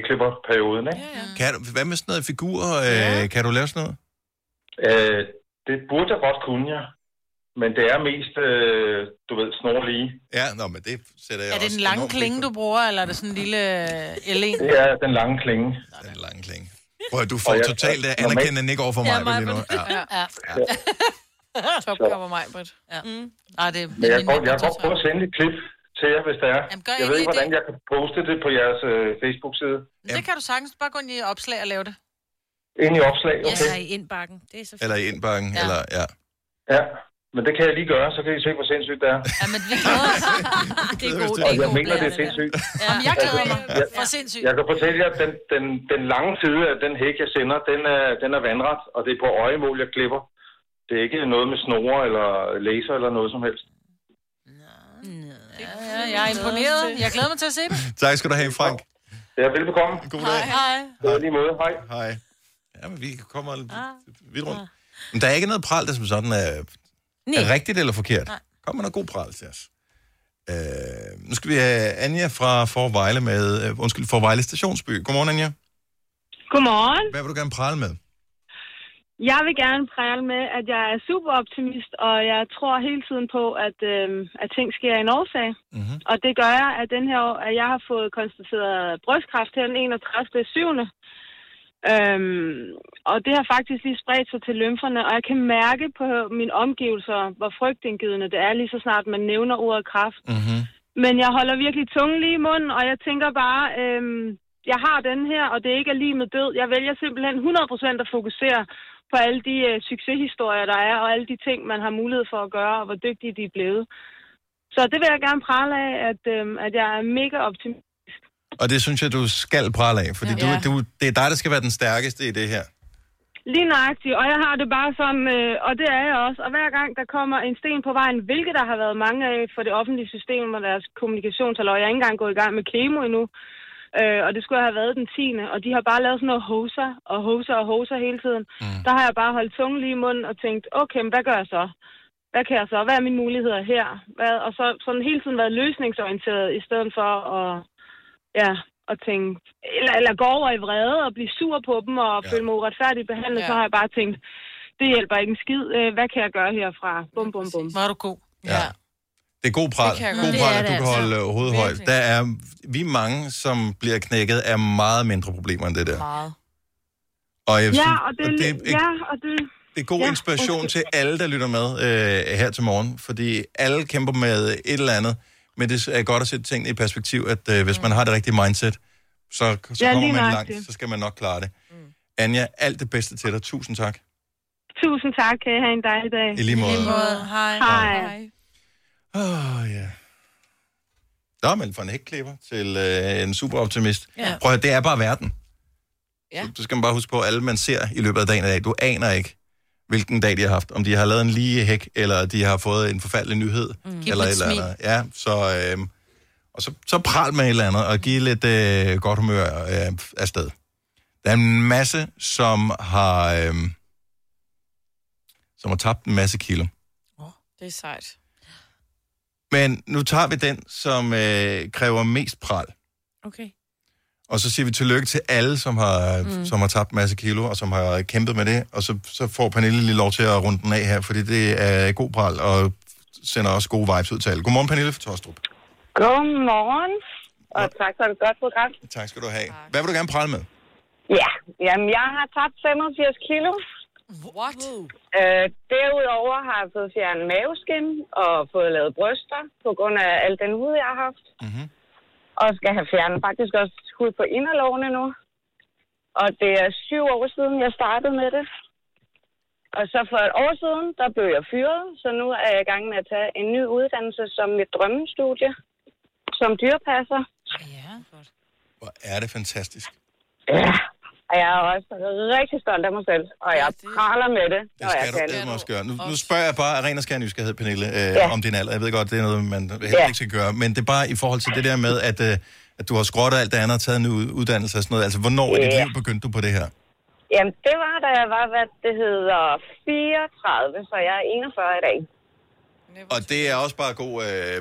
[SPEAKER 15] hækklipperperioden, ikke? Ja, ja.
[SPEAKER 1] Kan du, hvad med sådan noget figur? Øh, ja. Kan du lave sådan noget?
[SPEAKER 15] Øh, det burde jeg godt kunne, ja. Men det er mest, øh, du ved, snor lige.
[SPEAKER 1] Ja, nå, men det sætter jeg
[SPEAKER 3] Er det den lange klinge, du bruger, eller er det sådan en lille øh, L1?
[SPEAKER 15] Det er den lange klinge.
[SPEAKER 1] Den lange klinge. Prøv at du får totalt øh, anerkendende ikke over for mig ja, lige nu. Ja.
[SPEAKER 3] ja. (laughs)
[SPEAKER 4] ja. Topkammer mig, Britt.
[SPEAKER 3] Ja. Mm. Nej, det er
[SPEAKER 15] Men jeg kan godt, jeg kan godt prøve at sende et klip til jer, hvis det er. Jamen,
[SPEAKER 3] gør
[SPEAKER 15] jeg ved
[SPEAKER 3] endelig
[SPEAKER 15] ikke, hvordan jeg kan poste det på jeres øh, Facebook-side.
[SPEAKER 3] Det kan du sagtens. Bare gå ind i opslag og lave det.
[SPEAKER 15] Ind i opslag, okay?
[SPEAKER 2] Eller i indbakken. Det er så
[SPEAKER 3] (laughs)
[SPEAKER 1] (laughs) Eller i indbakken, ja. eller ja.
[SPEAKER 15] Ja, men det kan jeg lige gøre, så kan I se, hvor sindssygt det er.
[SPEAKER 3] Ja, men vi glæder os. det er god, det
[SPEAKER 15] Og
[SPEAKER 3] er
[SPEAKER 15] jeg
[SPEAKER 3] god.
[SPEAKER 15] mener, det er sindssygt.
[SPEAKER 3] Ja. Jeg glæder mig.
[SPEAKER 15] Jeg,
[SPEAKER 3] For sindssygt.
[SPEAKER 15] jeg kan fortælle jer, at den, den, den lange side af den hæk, jeg sender, den er, den er vandret, og det er på øjemål, jeg klipper. Det er ikke noget med snore eller laser eller noget som helst.
[SPEAKER 3] Ja, jeg er imponeret. Jeg glæder mig til at se det.
[SPEAKER 1] Tak skal du have, Frank.
[SPEAKER 15] Ja, velbekomme.
[SPEAKER 1] God dag.
[SPEAKER 3] Hej.
[SPEAKER 15] Hej. Lige måde. Hej.
[SPEAKER 1] Hej. Jamen, vi kommer vidt rundt. Men der er ikke noget pral, der som sådan er, er rigtigt eller forkert. Nej. Kom med noget god pral til os. Øh, nu skal vi have Anja fra Forvejle med, øh, undskyld, Forvejle Stationsby. Godmorgen, Anja.
[SPEAKER 18] Godmorgen.
[SPEAKER 1] Hvad vil du gerne prale med?
[SPEAKER 18] Jeg vil gerne prale med, at jeg er super optimist, og jeg tror hele tiden på, at, øh, at ting sker i en årsag. Mm-hmm. Og det gør jeg, at, den her år, at jeg har fået konstateret brystkræft her den 31. 7. Øhm, og det har faktisk lige spredt sig til lymferne, og jeg kan mærke på mine omgivelser, hvor frygtindgivende det er, lige så snart man nævner ordet kræft.
[SPEAKER 1] Mm-hmm.
[SPEAKER 18] Men jeg holder virkelig tungen lige i munden, og jeg tænker bare, øhm, jeg har den her, og det ikke er lige med død. Jeg vælger simpelthen 100% at fokusere på alle de øh, succeshistorier, der er, og alle de ting, man har mulighed for at gøre, og hvor dygtige de er blevet. Så det vil jeg gerne prale af, at, øhm, at jeg er mega optimist.
[SPEAKER 1] Og det synes jeg, du skal prale af, fordi ja.
[SPEAKER 18] Ja.
[SPEAKER 1] du, du, det er dig, der skal være den stærkeste i det her.
[SPEAKER 18] Lige nøjagtigt, og jeg har det bare sådan, øh, og det er jeg også. Og hver gang der kommer en sten på vejen, hvilket der har været mange af for det offentlige system og deres kommunikationsaløg, jeg er ikke engang gået i gang med kemo endnu, øh, og det skulle jeg have været den 10. Og de har bare lavet sådan noget hoser og hoser og hoser hele tiden. Mm. Der har jeg bare holdt tungen lige i munden og tænkt, okay, men hvad gør jeg så? Hvad kan jeg så? Hvad er mine muligheder her? Hvad? Og så sådan hele tiden været løsningsorienteret, i stedet for at, ja, at tænke, eller, eller gå over i vrede og blive sur på dem og ja. føle mig uretfærdigt behandlet, ja. så har jeg bare tænkt, det hjælper ikke en skid. Øh, Hvad kan jeg gøre herfra? Bum, bum, bum.
[SPEAKER 3] Var du god?
[SPEAKER 1] Ja. Det er god pral.
[SPEAKER 18] Det kan jeg
[SPEAKER 1] God
[SPEAKER 18] godt.
[SPEAKER 1] pral,
[SPEAKER 18] Det er
[SPEAKER 1] at du
[SPEAKER 18] det
[SPEAKER 1] kan
[SPEAKER 18] altså.
[SPEAKER 1] holde øh, hovedet højt. Der er, vi er mange, som bliver knækket af meget mindre problemer end det der.
[SPEAKER 18] Meget.
[SPEAKER 1] Og jeg
[SPEAKER 18] Ja,
[SPEAKER 1] synes,
[SPEAKER 18] og det,
[SPEAKER 1] og
[SPEAKER 18] det,
[SPEAKER 1] er-
[SPEAKER 18] ja, og det,
[SPEAKER 1] Det er god
[SPEAKER 18] Ja,
[SPEAKER 1] ja, inspiration
[SPEAKER 18] undskyld.
[SPEAKER 1] til alle, der lytter med øh, her til morgen, fordi alle kæmper med et eller andet, men det er godt at sætte tingene i perspektiv, at øh, hvis man har det rigtige mindset, så, så
[SPEAKER 18] Mm. Ja,
[SPEAKER 1] ja, kommer
[SPEAKER 18] lige
[SPEAKER 1] man
[SPEAKER 18] nøjagtigt.
[SPEAKER 1] langt, så skal man nok klare det. Mm. Anja, alt det bedste til dig. Tusind tak.
[SPEAKER 18] tusind tak. Kan I have en dejlig dag.
[SPEAKER 1] I lige måde. I lige måde.
[SPEAKER 18] Hej.
[SPEAKER 1] Åh, oh, ja. Nå, men fra en hækklipper til øh, en superoptimist.
[SPEAKER 4] Ja.
[SPEAKER 1] Prøv at høre, det er bare verden.
[SPEAKER 4] Ja.
[SPEAKER 1] Så skal man bare huske på, at alle man ser i løbet af dagen i dag, du aner ikke, hvilken dag de har haft. Om de har lavet en lige hæk, eller de har fået en forfærdelig nyhed. Mm.
[SPEAKER 6] Giv
[SPEAKER 1] Eller
[SPEAKER 6] dem et
[SPEAKER 1] eller
[SPEAKER 6] smil.
[SPEAKER 1] andet. Ja, så, øh, og så, så pral med et eller andet, og give lidt øh, godt humør øh, afsted. Der er en masse, som har, øh, som har tabt en masse kilo.
[SPEAKER 4] Det er sejt.
[SPEAKER 1] Men nu tager vi den, som øh, kræver mest pral.
[SPEAKER 2] Okay.
[SPEAKER 1] Og så siger vi tillykke til alle, som har,
[SPEAKER 2] Mm.
[SPEAKER 1] mm. som har tabt en masse kilo, og som har kæmpet med det. Og så, så får Pernille lige lov til at runde den af her, fordi det er god pral, og sender også gode vibes ud til alle. Godmorgen, Pernille fra Tostrup.
[SPEAKER 19] Godmorgen, og tak for et godt program.
[SPEAKER 1] Tak skal du have. Hvad vil du gerne prale med?
[SPEAKER 19] Ja, jamen jeg har tabt 85 kilo.
[SPEAKER 4] What?
[SPEAKER 19] Øh, derudover har jeg fået fjernet maveskin og fået lavet bryster på grund af al den hud, jeg har haft. Mm-hmm. Og skal have fjernet faktisk også hud på inderlovene nu. Og det er syv år siden, jeg startede med det. Og så for et år siden, der blev jeg fyret, så nu er jeg i gang med at tage en ny uddannelse som mit drømmestudie, som dyrepasser.
[SPEAKER 1] Er det fantastisk?
[SPEAKER 19] Ja, og jeg er også rigtig stolt af mig selv, og jeg praler med det, når jeg
[SPEAKER 1] Skal
[SPEAKER 19] kan.
[SPEAKER 1] du det også gøre? Nu, nu spørger jeg bare af ren og skær nysgerrighed, Pernille, øh,
[SPEAKER 19] Ja.
[SPEAKER 1] om din alder. Jeg ved godt, det er noget, man helst
[SPEAKER 19] Ja.
[SPEAKER 1] ikke skal gøre, men det er bare i forhold til det der med, at, øh, at du har skrottet alt det andet og taget en ud- uddannelse og sådan noget. Altså, hvornår i dit
[SPEAKER 19] Ja.
[SPEAKER 1] liv begyndte du på det her?
[SPEAKER 19] Jamen, det var, da jeg var, hvad det hedder, 34, så jeg er 41 i dag.
[SPEAKER 1] Og det er også bare god... Øh,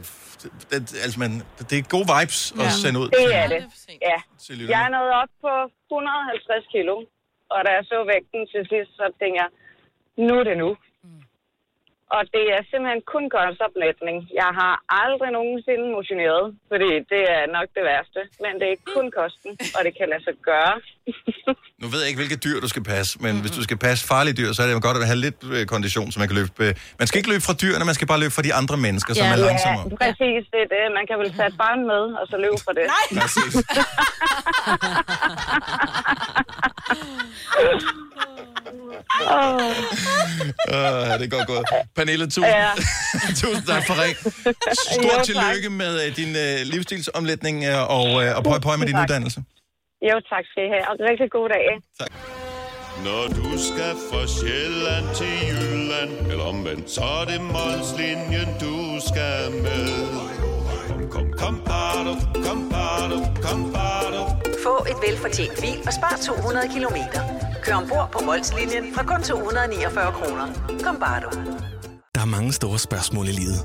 [SPEAKER 1] det, altså, man, det er gode vibes ja. at sende ud.
[SPEAKER 19] Det er det, ja.
[SPEAKER 1] Til lytterne.
[SPEAKER 19] Jeg er nået op på 150 kilo, og da jeg så vægten til sidst, så tænkte jeg, nu er det nu. Og det er simpelthen kun kostoplætning. Jeg har aldrig nogensinde motioneret, fordi det er nok det værste. Men det er kun kosten, og det kan lade sig gøre.
[SPEAKER 1] Nu ved jeg ikke, hvilke dyr du skal passe, men mm-hmm. hvis du skal passe farlige dyr, så er det jo godt at have lidt øh, kondition, så man kan løbe... Øh, man skal ikke løbe fra dyrene, man skal bare løbe fra de andre mennesker, som er langsommere.
[SPEAKER 19] Ja, præcis. Det er det. Man kan vel tage et barn med, og så løbe for det. Nej!
[SPEAKER 1] Præcis.
[SPEAKER 19] oh.
[SPEAKER 1] Uh, det er godt gået. Pernille, tusind,
[SPEAKER 19] Ja.
[SPEAKER 1] ja. (laughs) tusind tak for ring.
[SPEAKER 19] Jo,
[SPEAKER 1] Stort
[SPEAKER 19] tak.
[SPEAKER 1] tillykke med øh, din øh, livsstilsomlægning øh, og, øh, og prøv, prøv med din
[SPEAKER 19] Tak.
[SPEAKER 1] uddannelse.
[SPEAKER 19] Jo, tak skal I have, og rigtig god dag.
[SPEAKER 20] Når du skal fra Sjælland til Jylland, eller omvendt, så er det Molslinjen, du skal med. Kom, kom, kom, bado, kom, bado, kom, bado.
[SPEAKER 21] Få et velfortjent bil og spar 200 kilometer. Kør ombord på Molslinjen fra kun 249 kroner. Kom bare du.
[SPEAKER 22] (laughs) Der er mange store spørgsmål i livet.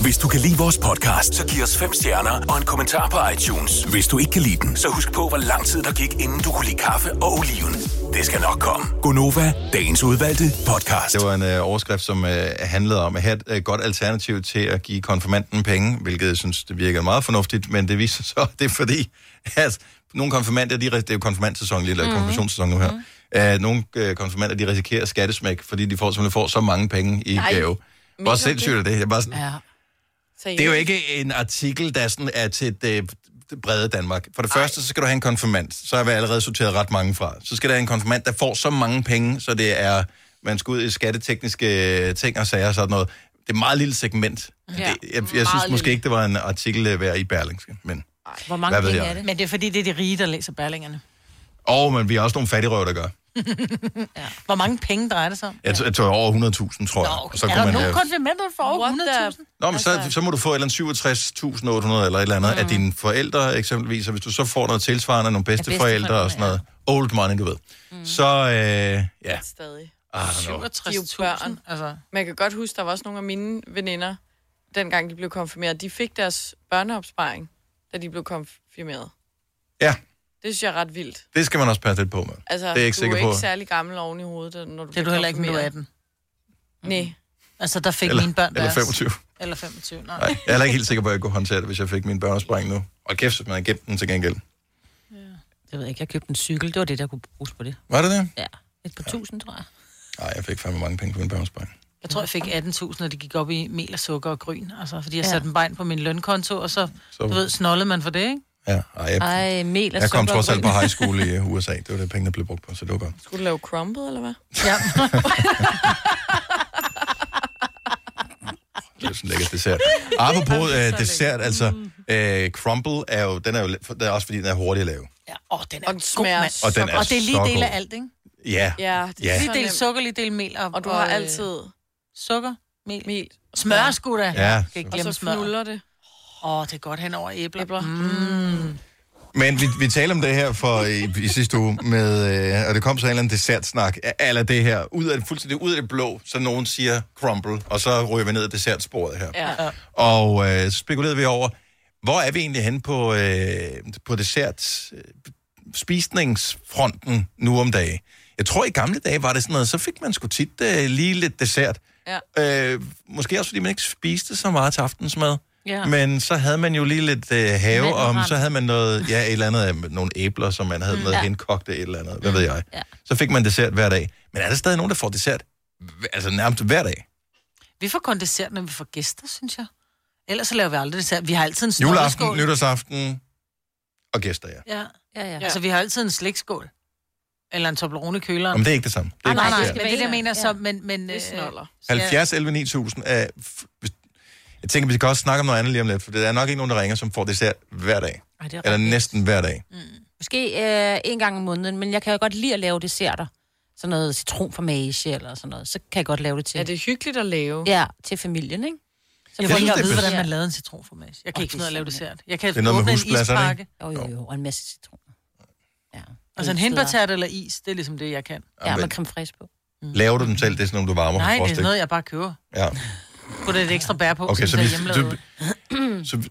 [SPEAKER 5] Hvis du kan lide vores podcast, så giv os fem stjerner og en kommentar på iTunes. Hvis du ikke kan lide den, så husk på, hvor lang tid der gik, inden du kunne lide kaffe og oliven. Det skal nok komme.
[SPEAKER 1] Gonova, dagens udvalgte podcast. Det var en øh, overskrift, som øh, handlede om at have et øh, godt alternativ til at give konfirmanden penge, hvilket jeg synes, det virker meget fornuftigt, men det viser sig (laughs) så, at det er fordi, at nogle konfirmander, de, ris- det er jo konfirmandsæson lige, eller
[SPEAKER 23] Mhm.
[SPEAKER 1] mm. konfirmationssæson nu her, mm. nogle øh, konfirmander, de risikerer skattesmæk, fordi de får, simpelthen får så mange penge i
[SPEAKER 4] Ej,
[SPEAKER 1] Ej, gave.
[SPEAKER 4] mener
[SPEAKER 1] Hvor sindssygt
[SPEAKER 4] du
[SPEAKER 1] er
[SPEAKER 4] det?
[SPEAKER 1] det? Jeg er bare sådan,
[SPEAKER 4] Ja. Seriøst.
[SPEAKER 1] det er jo ikke en artikel, der sådan er til det øh, det brede Danmark. For det første, så skal du have en konfirmand. Så har vi allerede sorteret ret mange fra. Så skal der have en konfirmand, der får så mange penge, så det er, man skal ud i skattetekniske øh, ting og sager og sådan noget. Det er et meget lille segment.
[SPEAKER 3] Ja,
[SPEAKER 1] Jeg, jeg synes måske ikke, det var en artikel øh, værd i Berlingske. Men,
[SPEAKER 3] Hvor
[SPEAKER 1] mange Hvad ved penge jeg? er det?
[SPEAKER 3] Men det er fordi, det er de rige, der læser Berlingerne.
[SPEAKER 1] og, men vi har også nogle fattigrøver, der gør.
[SPEAKER 3] ja. Hvor mange penge drejer det sig om?
[SPEAKER 1] Jeg, t- jeg tror over 100.000, tror jeg. Og så
[SPEAKER 3] er der
[SPEAKER 1] kunne man øh,
[SPEAKER 3] nogen
[SPEAKER 1] have...
[SPEAKER 3] konfirmander for over 100.000?
[SPEAKER 1] Nå, men så, så må du få et eller andet 67.800 eller et eller andet mm. af dine forældre eksempelvis, og hvis du så får noget tilsvarende, nogle bedsteforældre og sådan noget, old money, du ved, mm. så øh, ja,
[SPEAKER 4] Stadig.
[SPEAKER 1] I don't know.
[SPEAKER 4] 67.000.
[SPEAKER 3] Altså.
[SPEAKER 4] Men jeg kan godt huske, der var også nogle af mine veninder, dengang de blev konfirmeret, de fik deres børneopsparing da de blev konfirmeret.
[SPEAKER 1] Ja.
[SPEAKER 4] Det synes jeg er ret vildt.
[SPEAKER 1] Det skal man også passe lidt på med.
[SPEAKER 4] Altså,
[SPEAKER 1] det er jeg ikke
[SPEAKER 4] du er
[SPEAKER 1] sikker
[SPEAKER 4] ikke
[SPEAKER 1] på.
[SPEAKER 4] særlig gammel oven i hovedet, da- når du
[SPEAKER 3] Det er du heller ikke, når du er 18.
[SPEAKER 4] Nej.
[SPEAKER 3] Altså, der fik
[SPEAKER 1] Eller-
[SPEAKER 3] mine børn
[SPEAKER 1] eller
[SPEAKER 3] deres.
[SPEAKER 1] 25.
[SPEAKER 3] Eller 25, nej.
[SPEAKER 1] Nej, jeg er heller ikke helt sikker på, at jeg kunne håndtere det, hvis jeg fik min børnespring nu. Og kæft, hvis man havde gemt den til gengæld.
[SPEAKER 2] Jeg ved ikke, jeg købte en cykel. Det var det, der kunne bruges på det.
[SPEAKER 1] Var det det?
[SPEAKER 2] Ja, et par tusind, tror jeg.
[SPEAKER 1] Nej, jeg fik fandme mange penge på min børnespring.
[SPEAKER 3] Jeg tror, jeg fik 18.000, og det gik op i mel og sukker og gryn. Altså, fordi jeg
[SPEAKER 2] Ja.
[SPEAKER 3] satte en bein på min lønkonto, og så,
[SPEAKER 1] Så-
[SPEAKER 3] du ved, snollede man for det, ikke?
[SPEAKER 1] Ja, ej, jeg,
[SPEAKER 3] Ej, mel og
[SPEAKER 1] jeg kom
[SPEAKER 3] sukker
[SPEAKER 1] trods
[SPEAKER 3] og
[SPEAKER 1] alt på
[SPEAKER 3] gryn.
[SPEAKER 1] high school i øh, USA. Det var det, pengene der blev brugt på, så det var godt.
[SPEAKER 4] Skulle du lave crumpet, eller hvad? (laughs)
[SPEAKER 3] Ja.
[SPEAKER 1] Det er sådan en lækker dessert. Apropos øh, dessert, altså,
[SPEAKER 3] Mm.
[SPEAKER 1] øh, crumble er jo, den er jo, det er også fordi, den er hurtig at lave.
[SPEAKER 3] Åh, oh, den er og den
[SPEAKER 4] smager
[SPEAKER 3] god,
[SPEAKER 1] så Og den er
[SPEAKER 3] og det er lige
[SPEAKER 1] så
[SPEAKER 3] del af
[SPEAKER 1] god.
[SPEAKER 3] alt, ikke?
[SPEAKER 1] Ja.
[SPEAKER 3] det er lige del sukker, lige del mel. Og,
[SPEAKER 4] Og du har
[SPEAKER 3] øh,
[SPEAKER 4] altid...
[SPEAKER 3] Sukker, mel.
[SPEAKER 4] mel.
[SPEAKER 3] Smør sgu da.
[SPEAKER 1] Ja.
[SPEAKER 3] Kan ikke
[SPEAKER 4] Og
[SPEAKER 3] glemme
[SPEAKER 4] så
[SPEAKER 3] smør.
[SPEAKER 4] fnuller det.
[SPEAKER 3] Åh, oh, det er godt hen over æbler. æbler. Mm.
[SPEAKER 1] Men vi, vi talte om det her for øh, i, i sidste uge, med, øh, og det kom så en eller anden dessertsnak, a- eller det her, ud af, det- fuldstændig ud af det blå, så nogen siger crumble, og så ryger vi ned ad dessertsporet her.
[SPEAKER 4] Ja.
[SPEAKER 1] Og øh, så spekulerede vi over, hvor er vi egentlig henne på, øh, på dessert øh, spisningsfronten nu om dagen? Jeg tror, i gamle dage var det sådan noget, så fik man sgu tit øh, lige lidt dessert.
[SPEAKER 4] Ja.
[SPEAKER 1] Øh, måske også, fordi man ikke spiste så meget til aftensmad.
[SPEAKER 4] Ja.
[SPEAKER 1] Men så havde man jo lige lidt øh, have om,
[SPEAKER 4] Mandelbrand.
[SPEAKER 1] så havde man noget, ja, et eller andet, øh, nogle æbler, som man havde
[SPEAKER 4] Mm.
[SPEAKER 1] med
[SPEAKER 4] Ja.
[SPEAKER 1] henkogte et eller andet, hvad ved jeg. Så fik man dessert hver dag. Men er der stadig nogen, der får dessert hv- altså nærmest hver dag?
[SPEAKER 3] Vi får kun dessert, når vi får gæster, synes jeg. Ellers så laver vi aldrig dessert. Vi har altid en
[SPEAKER 1] Juleaften,
[SPEAKER 3] snolleskål.
[SPEAKER 1] nytårsaften og gæster, ja.
[SPEAKER 3] Ja.
[SPEAKER 2] Ja, ja.
[SPEAKER 3] Altså, vi har altid en slikskål. Eller en Toblerone køler.
[SPEAKER 1] Om det er ikke det samme. Det er
[SPEAKER 3] Nej, Ah, nej,
[SPEAKER 1] ikke
[SPEAKER 3] nej,
[SPEAKER 1] dessert.
[SPEAKER 3] men det er det, jeg mener så, men... men øh, det snoller.
[SPEAKER 1] 70, 11, 9000 er... f- hvis- Jeg tænker, vi kan også snakke om noget andet lige om lidt, for der er nok ikke nogen, der ringer, som får dessert hver dag.
[SPEAKER 2] Ej, det er
[SPEAKER 1] Eller næsten hver dag.
[SPEAKER 2] Måske øh, en gang om måneden, men jeg kan jo godt lide at lave desserter. Sådan noget citronformage eller sådan noget. Så kan jeg godt lave det til.
[SPEAKER 4] Er det hyggeligt at lave?
[SPEAKER 2] Ja, til familien, ikke? Så
[SPEAKER 3] Jeg
[SPEAKER 2] får
[SPEAKER 3] får ikke
[SPEAKER 2] de
[SPEAKER 3] at vide, hvordan
[SPEAKER 2] dessert.
[SPEAKER 3] man lavede en citronformage. Jeg kan
[SPEAKER 2] Åh, det
[SPEAKER 3] ikke finde ud af at lave
[SPEAKER 2] er simpelthen-
[SPEAKER 3] dessert. Jeg kan
[SPEAKER 1] Det er noget med
[SPEAKER 3] åbne en
[SPEAKER 1] husblasserne, ikke?
[SPEAKER 3] ispakke.
[SPEAKER 2] Jo, jo, jo, og en masse citroner. Ja.
[SPEAKER 3] Altså en hindbærtert eller is, det er ligesom det, jeg kan.
[SPEAKER 1] Ja, men- med
[SPEAKER 2] creme fraiche på.
[SPEAKER 1] Laver du dem selv? Det er sådan nogle, du
[SPEAKER 3] Mm.
[SPEAKER 1] varmer
[SPEAKER 3] Nej,
[SPEAKER 1] for
[SPEAKER 3] det er
[SPEAKER 1] frosting.
[SPEAKER 3] sådan noget, jeg bare køber.
[SPEAKER 1] Ja.
[SPEAKER 3] Put et ekstra bær på,
[SPEAKER 1] Okay,
[SPEAKER 3] okay,
[SPEAKER 1] så
[SPEAKER 3] som
[SPEAKER 1] vi,
[SPEAKER 3] vi,
[SPEAKER 1] så, så,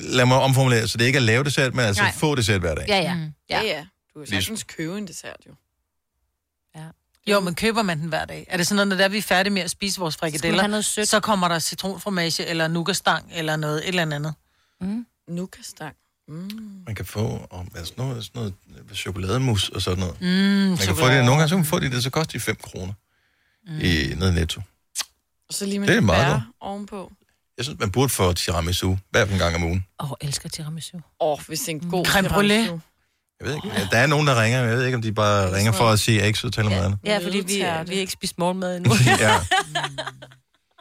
[SPEAKER 1] lad mig omformulere, så det ikke er lave dessert, men (clears throat) altså
[SPEAKER 4] Nej.
[SPEAKER 1] få dessert hver dag.
[SPEAKER 2] Ja, ja.
[SPEAKER 3] Mm.
[SPEAKER 4] Ja, ja. Du kan
[SPEAKER 1] Ligesom-
[SPEAKER 4] sagtens købe en dessert, jo.
[SPEAKER 3] Jo, men køber man den hver dag? Er det sådan noget, når der vi er færdige med at spise vores frikadeller,
[SPEAKER 2] have noget
[SPEAKER 3] så, så kommer der citronformage eller nougatstang eller noget et eller andet?
[SPEAKER 2] Mm.
[SPEAKER 4] Nougatstang. Mm.
[SPEAKER 1] Man kan få om, altså noget, sådan noget øh, chokolademus og sådan noget.
[SPEAKER 3] Mm,
[SPEAKER 1] man kan få det,
[SPEAKER 3] chokolade.
[SPEAKER 1] nogle gange så kan man få det, det så koster de 5 kroner mm. i nede i netto.
[SPEAKER 4] Og så lige med
[SPEAKER 1] Det er
[SPEAKER 4] lidt
[SPEAKER 1] meget
[SPEAKER 4] bær
[SPEAKER 1] godt.
[SPEAKER 4] ovenpå.
[SPEAKER 1] Jeg synes, man burde få tiramisu hver en gang om ugen.
[SPEAKER 2] Åh, oh, elsker tiramisu.
[SPEAKER 4] Åh, oh, hvis det er en god
[SPEAKER 3] Creme brûlée.
[SPEAKER 4] tiramisu.
[SPEAKER 1] Jeg ved ikke, ja, der er nogen, der ringer, men jeg ved ikke, om de bare ringer for at sige, at jeg ikke så taler med andet.
[SPEAKER 2] Ja, fordi vi, vi har ikke spist morgenmad endnu.
[SPEAKER 1] (laughs) Ja.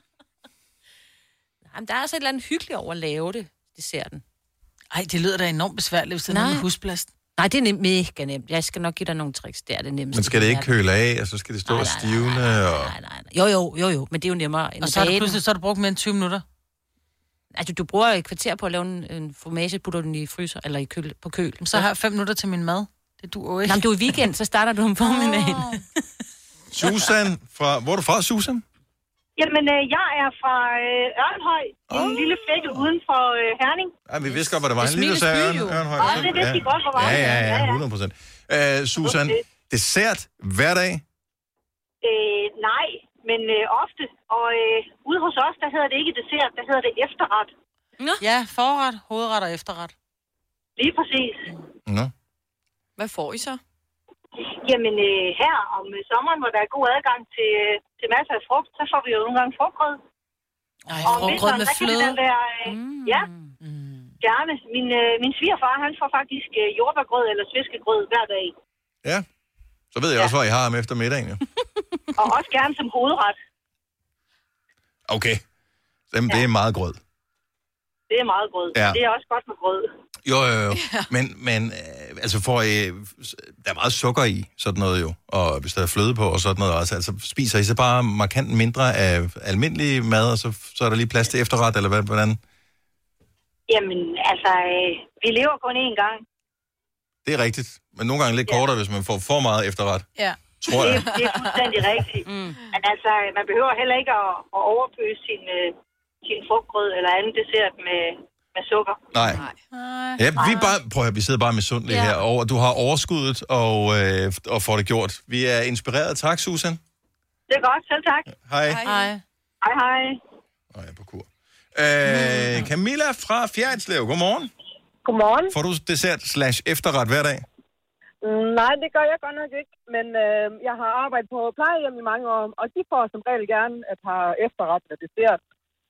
[SPEAKER 2] (laughs) Jamen, der er altså et eller andet hyggeligt over at lave det, desserten.
[SPEAKER 3] Ej, det lyder da enormt besværligt, hvis det er noget med husblast.
[SPEAKER 2] Nej, det er nem- mega nemt. Jeg skal nok give dig nogle tricks. Det er det nemmeste.
[SPEAKER 1] Men skal det ikke
[SPEAKER 2] i verden.
[SPEAKER 1] køle af, og så skal det stå og stivne, og...
[SPEAKER 2] Jo, jo, jo, jo. Men det er jo nemmere end
[SPEAKER 3] Og så er det
[SPEAKER 2] bagen.
[SPEAKER 3] pludselig så er du brugt mere end 20 minutter.
[SPEAKER 2] Altså, du bruger et kvarter på at lave en, en formage, putter den i fryser eller i køl, på køl.
[SPEAKER 3] Så har jeg 5 minutter til min mad. Det du ikke.
[SPEAKER 2] Nå, men du er i weekend, så starter du om formiddagen.
[SPEAKER 3] (laughs)
[SPEAKER 1] Susan fra... Hvor er du fra, Susan?
[SPEAKER 17] Jamen, øh, jeg er fra øh, Ørnhøj, oh. en lille flække uden for øh, Herning.
[SPEAKER 1] Ja, vi vidste godt, hvad det var.
[SPEAKER 17] Det
[SPEAKER 1] En lille
[SPEAKER 17] smiles
[SPEAKER 1] sag,
[SPEAKER 17] by,
[SPEAKER 1] Ørn,
[SPEAKER 17] jo.
[SPEAKER 1] Ørnhøj.
[SPEAKER 17] Ja, det vidste I godt, hvor var
[SPEAKER 1] ja,
[SPEAKER 17] det.
[SPEAKER 1] ja,
[SPEAKER 17] Ja,
[SPEAKER 1] ja,
[SPEAKER 17] ja.
[SPEAKER 1] 100 procent. Uh, Susan,
[SPEAKER 17] Okay.
[SPEAKER 1] dessert hver dag?
[SPEAKER 17] Øh, nej, men øh, ofte. Og øh, ude hos os, der hedder det ikke dessert, der hedder det efterret.
[SPEAKER 2] Nå.
[SPEAKER 3] Ja, forret, hovedret og efterret.
[SPEAKER 17] Lige præcis.
[SPEAKER 1] Nå.
[SPEAKER 4] Hvad får I så?
[SPEAKER 17] Jamen øh, her om øh, sommeren, hvor der er god adgang til, øh, til masser af frugt, så får vi jo nogle gange frugtgrød.
[SPEAKER 3] Ej,
[SPEAKER 17] Og om
[SPEAKER 3] frugtgrød
[SPEAKER 17] vinteren,
[SPEAKER 3] med
[SPEAKER 17] der kan det
[SPEAKER 3] fløde.
[SPEAKER 17] den være, øh, mm. ja, gerne. Min, øh, min svigerfar, han får faktisk øh, jordbærgrød eller sviskegrød hver dag.
[SPEAKER 1] Ja. Så ved jeg også, hvor I har om eftermiddagen, jo.
[SPEAKER 17] Og også gerne som hovedret.
[SPEAKER 1] Okay. Jamen, det er meget grød.
[SPEAKER 17] Det er meget grød.
[SPEAKER 1] Ja.
[SPEAKER 17] Det er også godt med grød.
[SPEAKER 1] Jo, jo, jo. Men, men øh, altså får I, der er meget sukker i, sådan noget jo, og hvis der er fløde på og sådan noget også, altså spiser I så bare markant mindre af almindelig mad, og så, så er der lige plads til efterret, eller hvad, hvordan?
[SPEAKER 17] Jamen, altså, øh, vi lever kun én gang.
[SPEAKER 1] Det er rigtigt, men nogle gange lidt kortere, hvis man får for meget efterret.
[SPEAKER 17] Ja.
[SPEAKER 1] Tror jeg.
[SPEAKER 17] Det, det er fuldstændig rigtigt. Mm. Men altså, man behøver heller ikke at, at overpøse sin, øh, sin frugtgrød eller anden dessert med, med med sukker.
[SPEAKER 1] Nej. Ja, vi, er bare, prøv at høre, vi sidder bare med sundt
[SPEAKER 17] Ja.
[SPEAKER 1] her, og du har overskuddet og, øh, og får det gjort. Vi er inspireret. Tak, Susan.
[SPEAKER 17] Det er godt, selv tak.
[SPEAKER 1] Hej.
[SPEAKER 17] Hej. Hej, hej.
[SPEAKER 1] Øh, Camilla fra Fjernslev, godmorgen.
[SPEAKER 13] Godmorgen.
[SPEAKER 1] Får du dessert slash efterret hver dag?
[SPEAKER 13] Mm, Nej, det gør jeg godt nok ikke, men øh, jeg har arbejdet på plejehjem i mange år, og de får som regel gerne et par efterret med dessert.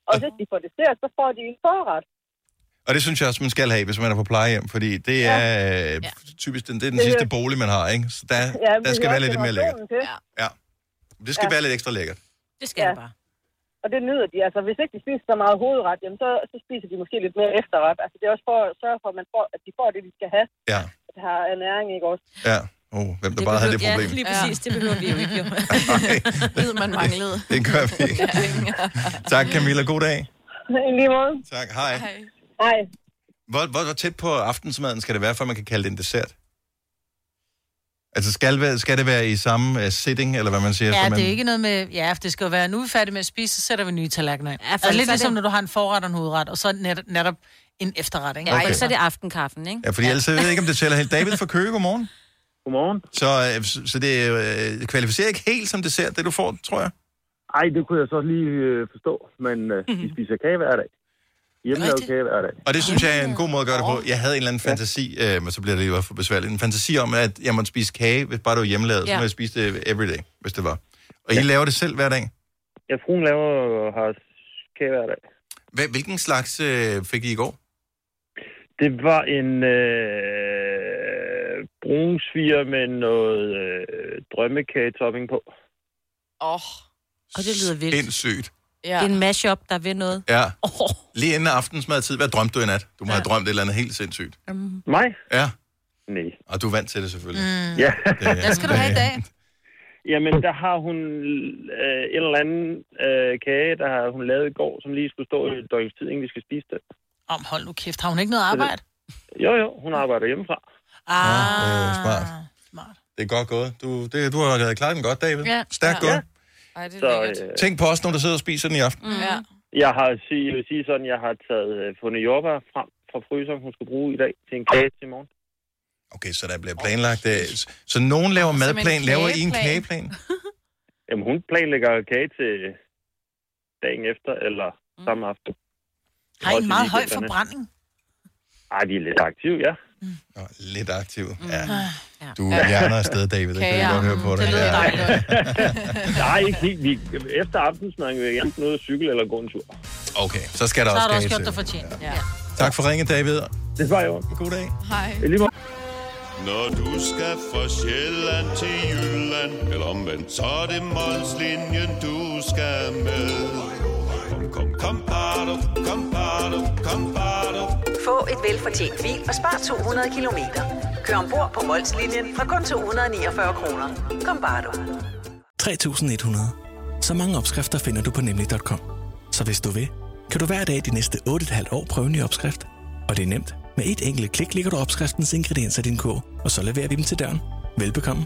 [SPEAKER 13] Og hvis de får dessert, så får de en forret.
[SPEAKER 1] Og det synes jeg også, man skal have, hvis man er på plejehjem, fordi det er ja. typisk den, det er den
[SPEAKER 13] Det er-
[SPEAKER 1] sidste bolig, man har, ikke? Så der,
[SPEAKER 13] Ja,
[SPEAKER 1] ja,
[SPEAKER 13] men
[SPEAKER 1] der
[SPEAKER 13] det
[SPEAKER 1] skal
[SPEAKER 13] er
[SPEAKER 1] være
[SPEAKER 13] også
[SPEAKER 1] lidt mere lækkert.
[SPEAKER 13] generationen til.
[SPEAKER 1] Ja. Det skal ja.
[SPEAKER 13] Ja.
[SPEAKER 1] være lidt ekstra lækkert.
[SPEAKER 2] Det skal ja. bare.
[SPEAKER 13] Og det nyder de. Altså, hvis ikke de spiser så meget hovedret, jamen, så, så spiser de måske lidt mere efterret. Altså, det er også for at sørge for, at, man får, at de får det, de skal have.
[SPEAKER 1] Ja.
[SPEAKER 13] At Det har øh, næring, ikke også?
[SPEAKER 1] Ja. Oh, hvem der bare havde det problem.
[SPEAKER 2] Ja, lige præcis. Det behøver vi jo ikke,
[SPEAKER 1] (laughs)
[SPEAKER 2] jo. (laughs)
[SPEAKER 24] Ved man manglede.
[SPEAKER 1] Det gør vi ikke. (laughs) tak, Camilla. God dag.
[SPEAKER 13] I lige måde.
[SPEAKER 1] Tak. Hej.
[SPEAKER 13] Hej.
[SPEAKER 1] Hvor, hvor, hvor tæt på aftensmaden skal det være, før man kan kalde det en dessert? Altså, skal, være- skal det være i samme uh, sitting, eller hvad man siger?
[SPEAKER 3] Ja,
[SPEAKER 1] så man...
[SPEAKER 3] det er ikke noget med... Ja, for det skal jo være, nu er vi færdige med at spise, så sætter vi nye tallerkener ind. Ja,
[SPEAKER 2] for
[SPEAKER 3] altså, lidt
[SPEAKER 2] så er
[SPEAKER 3] ligesom,
[SPEAKER 2] det-
[SPEAKER 3] når du har en forret og en hovedret, og så net, netop en efterret, ikke?
[SPEAKER 1] Ja, Okay. ellers
[SPEAKER 2] Så er det aftenkaffen, ikke?
[SPEAKER 1] Ja, fordi ellers jeg ved jeg ikke, om det tæller helt. David fra Køge, godmorgen. Godmorgen. Så, øh, så- så det øh, kvalificerer ikke helt som dessert, det du får, tror jeg.
[SPEAKER 14] Ej, det kunne jeg så lige øh, forstå, men øh, vi spiser kage hver dag. Hjemmelavet kage hver dag.
[SPEAKER 1] Og det synes jeg er en god måde at gøre det på. Jeg havde en eller anden fantasi, øh, men så bliver det jo for besværligt. En fantasi om, at jeg måtte spise kage, hvis bare det var hjemmelavet. Ja. Så
[SPEAKER 14] Ja.
[SPEAKER 1] må jeg spise det everyday, hvis det var. Og I laver det selv hver dag?
[SPEAKER 14] Ja, fruen laver og har kage hver dag.
[SPEAKER 1] Hvad, hvilken slags øh, fik I i går?
[SPEAKER 14] Det var en øh, brun sviger med noget øh, drømmekage-topping på.
[SPEAKER 24] Åh, oh,
[SPEAKER 2] Og det lyder vildt.
[SPEAKER 1] Sindssygt.
[SPEAKER 24] ja.
[SPEAKER 2] Det er en mashup, der vil noget.
[SPEAKER 1] Ja. Oh. Lige inden aftensmadtid, hvad drømte du i nat? Du må ja. have drømt et eller andet helt sindssygt.
[SPEAKER 2] Mm.
[SPEAKER 14] Mig?
[SPEAKER 1] Ja.
[SPEAKER 14] Nej.
[SPEAKER 1] Og du er vant til det selvfølgelig.
[SPEAKER 14] Mm. Ja.
[SPEAKER 1] Det- Hvad skal du have i dag?
[SPEAKER 14] (laughs) Jamen, der har hun øh, en eller anden øh, kage, der har hun lavet i går, som lige skulle stå i et døgns tid, inden vi skal spise den.
[SPEAKER 3] Om, hold nu kæft, har hun ikke noget arbejde?
[SPEAKER 14] Jo, jo, hun arbejder hjemmefra.
[SPEAKER 3] Ah,
[SPEAKER 1] Øh, smart. Det er godt gået. Du, det, du har klaret den godt, David.
[SPEAKER 14] Ja.
[SPEAKER 1] Stærkt
[SPEAKER 14] Ja.
[SPEAKER 1] gået.
[SPEAKER 24] Ej, det er
[SPEAKER 14] Så,
[SPEAKER 24] lækkert.
[SPEAKER 14] øh,
[SPEAKER 1] Tænk på os, når du sidder og spiser den i aften.
[SPEAKER 24] Mm. Ja.
[SPEAKER 14] Jeg har at sige, jeg vil sige sådan, jeg har taget øh, fundet jordbær frem fra fryseren, hun skulle bruge i dag til en kage til i morgen.
[SPEAKER 1] Okay, så der bliver planlagt. øh, s- Så nogen laver
[SPEAKER 14] Som en
[SPEAKER 1] madplan, laver I en
[SPEAKER 14] kageplan.
[SPEAKER 1] kageplan?
[SPEAKER 14] Jamen, hun planlægger kage til dagen efter eller samme aften.
[SPEAKER 3] Mm. har I en
[SPEAKER 14] Også i
[SPEAKER 3] meget høj
[SPEAKER 14] weekenderne.
[SPEAKER 3] forbrænding?
[SPEAKER 14] Ej, de er lidt aktive, ja.
[SPEAKER 1] Nå, lidt aktiv. Ja.
[SPEAKER 3] Mm. Ah, Ja. Mm,
[SPEAKER 1] Du hjerner afsted, David. Det kan jeg
[SPEAKER 14] Kager.
[SPEAKER 1] godt høre på dig.
[SPEAKER 14] Det lyder
[SPEAKER 1] Ja.
[SPEAKER 14] (laughs) Nej, ikke helt. Vi, efter aftensmaden vil jeg gerne ud og cykle eller gå en tur.
[SPEAKER 1] Okay, så skal der
[SPEAKER 3] Så har
[SPEAKER 1] også
[SPEAKER 3] du også
[SPEAKER 1] kage
[SPEAKER 3] gjort
[SPEAKER 1] til.
[SPEAKER 3] dig fortjent. Ja.
[SPEAKER 1] Tak for ringet, David.
[SPEAKER 14] Det var jo.
[SPEAKER 1] God dag.
[SPEAKER 24] Hej.
[SPEAKER 20] Når du skal fra Sjælland til Jylland, eller omvendt, så er det Molslinjen, du skal med. Kom, kom, kom, bado, kom, bado, kom, bado.
[SPEAKER 21] Få et velfortjent bil og spar 200 kilometer. Kør ombord på Molslinjen fra kun 249 kroner. Kom bare du.
[SPEAKER 22] 3100. Så mange opskrifter finder du på nemlig.com. Så hvis du vil, kan du hver dag de næste 8,5 år prøve en ny opskrift. Og det er nemt. Med et enkelt klik ligger du opskriftens ingredienser i din kog, og så leverer vi dem til døren. Velbekomme.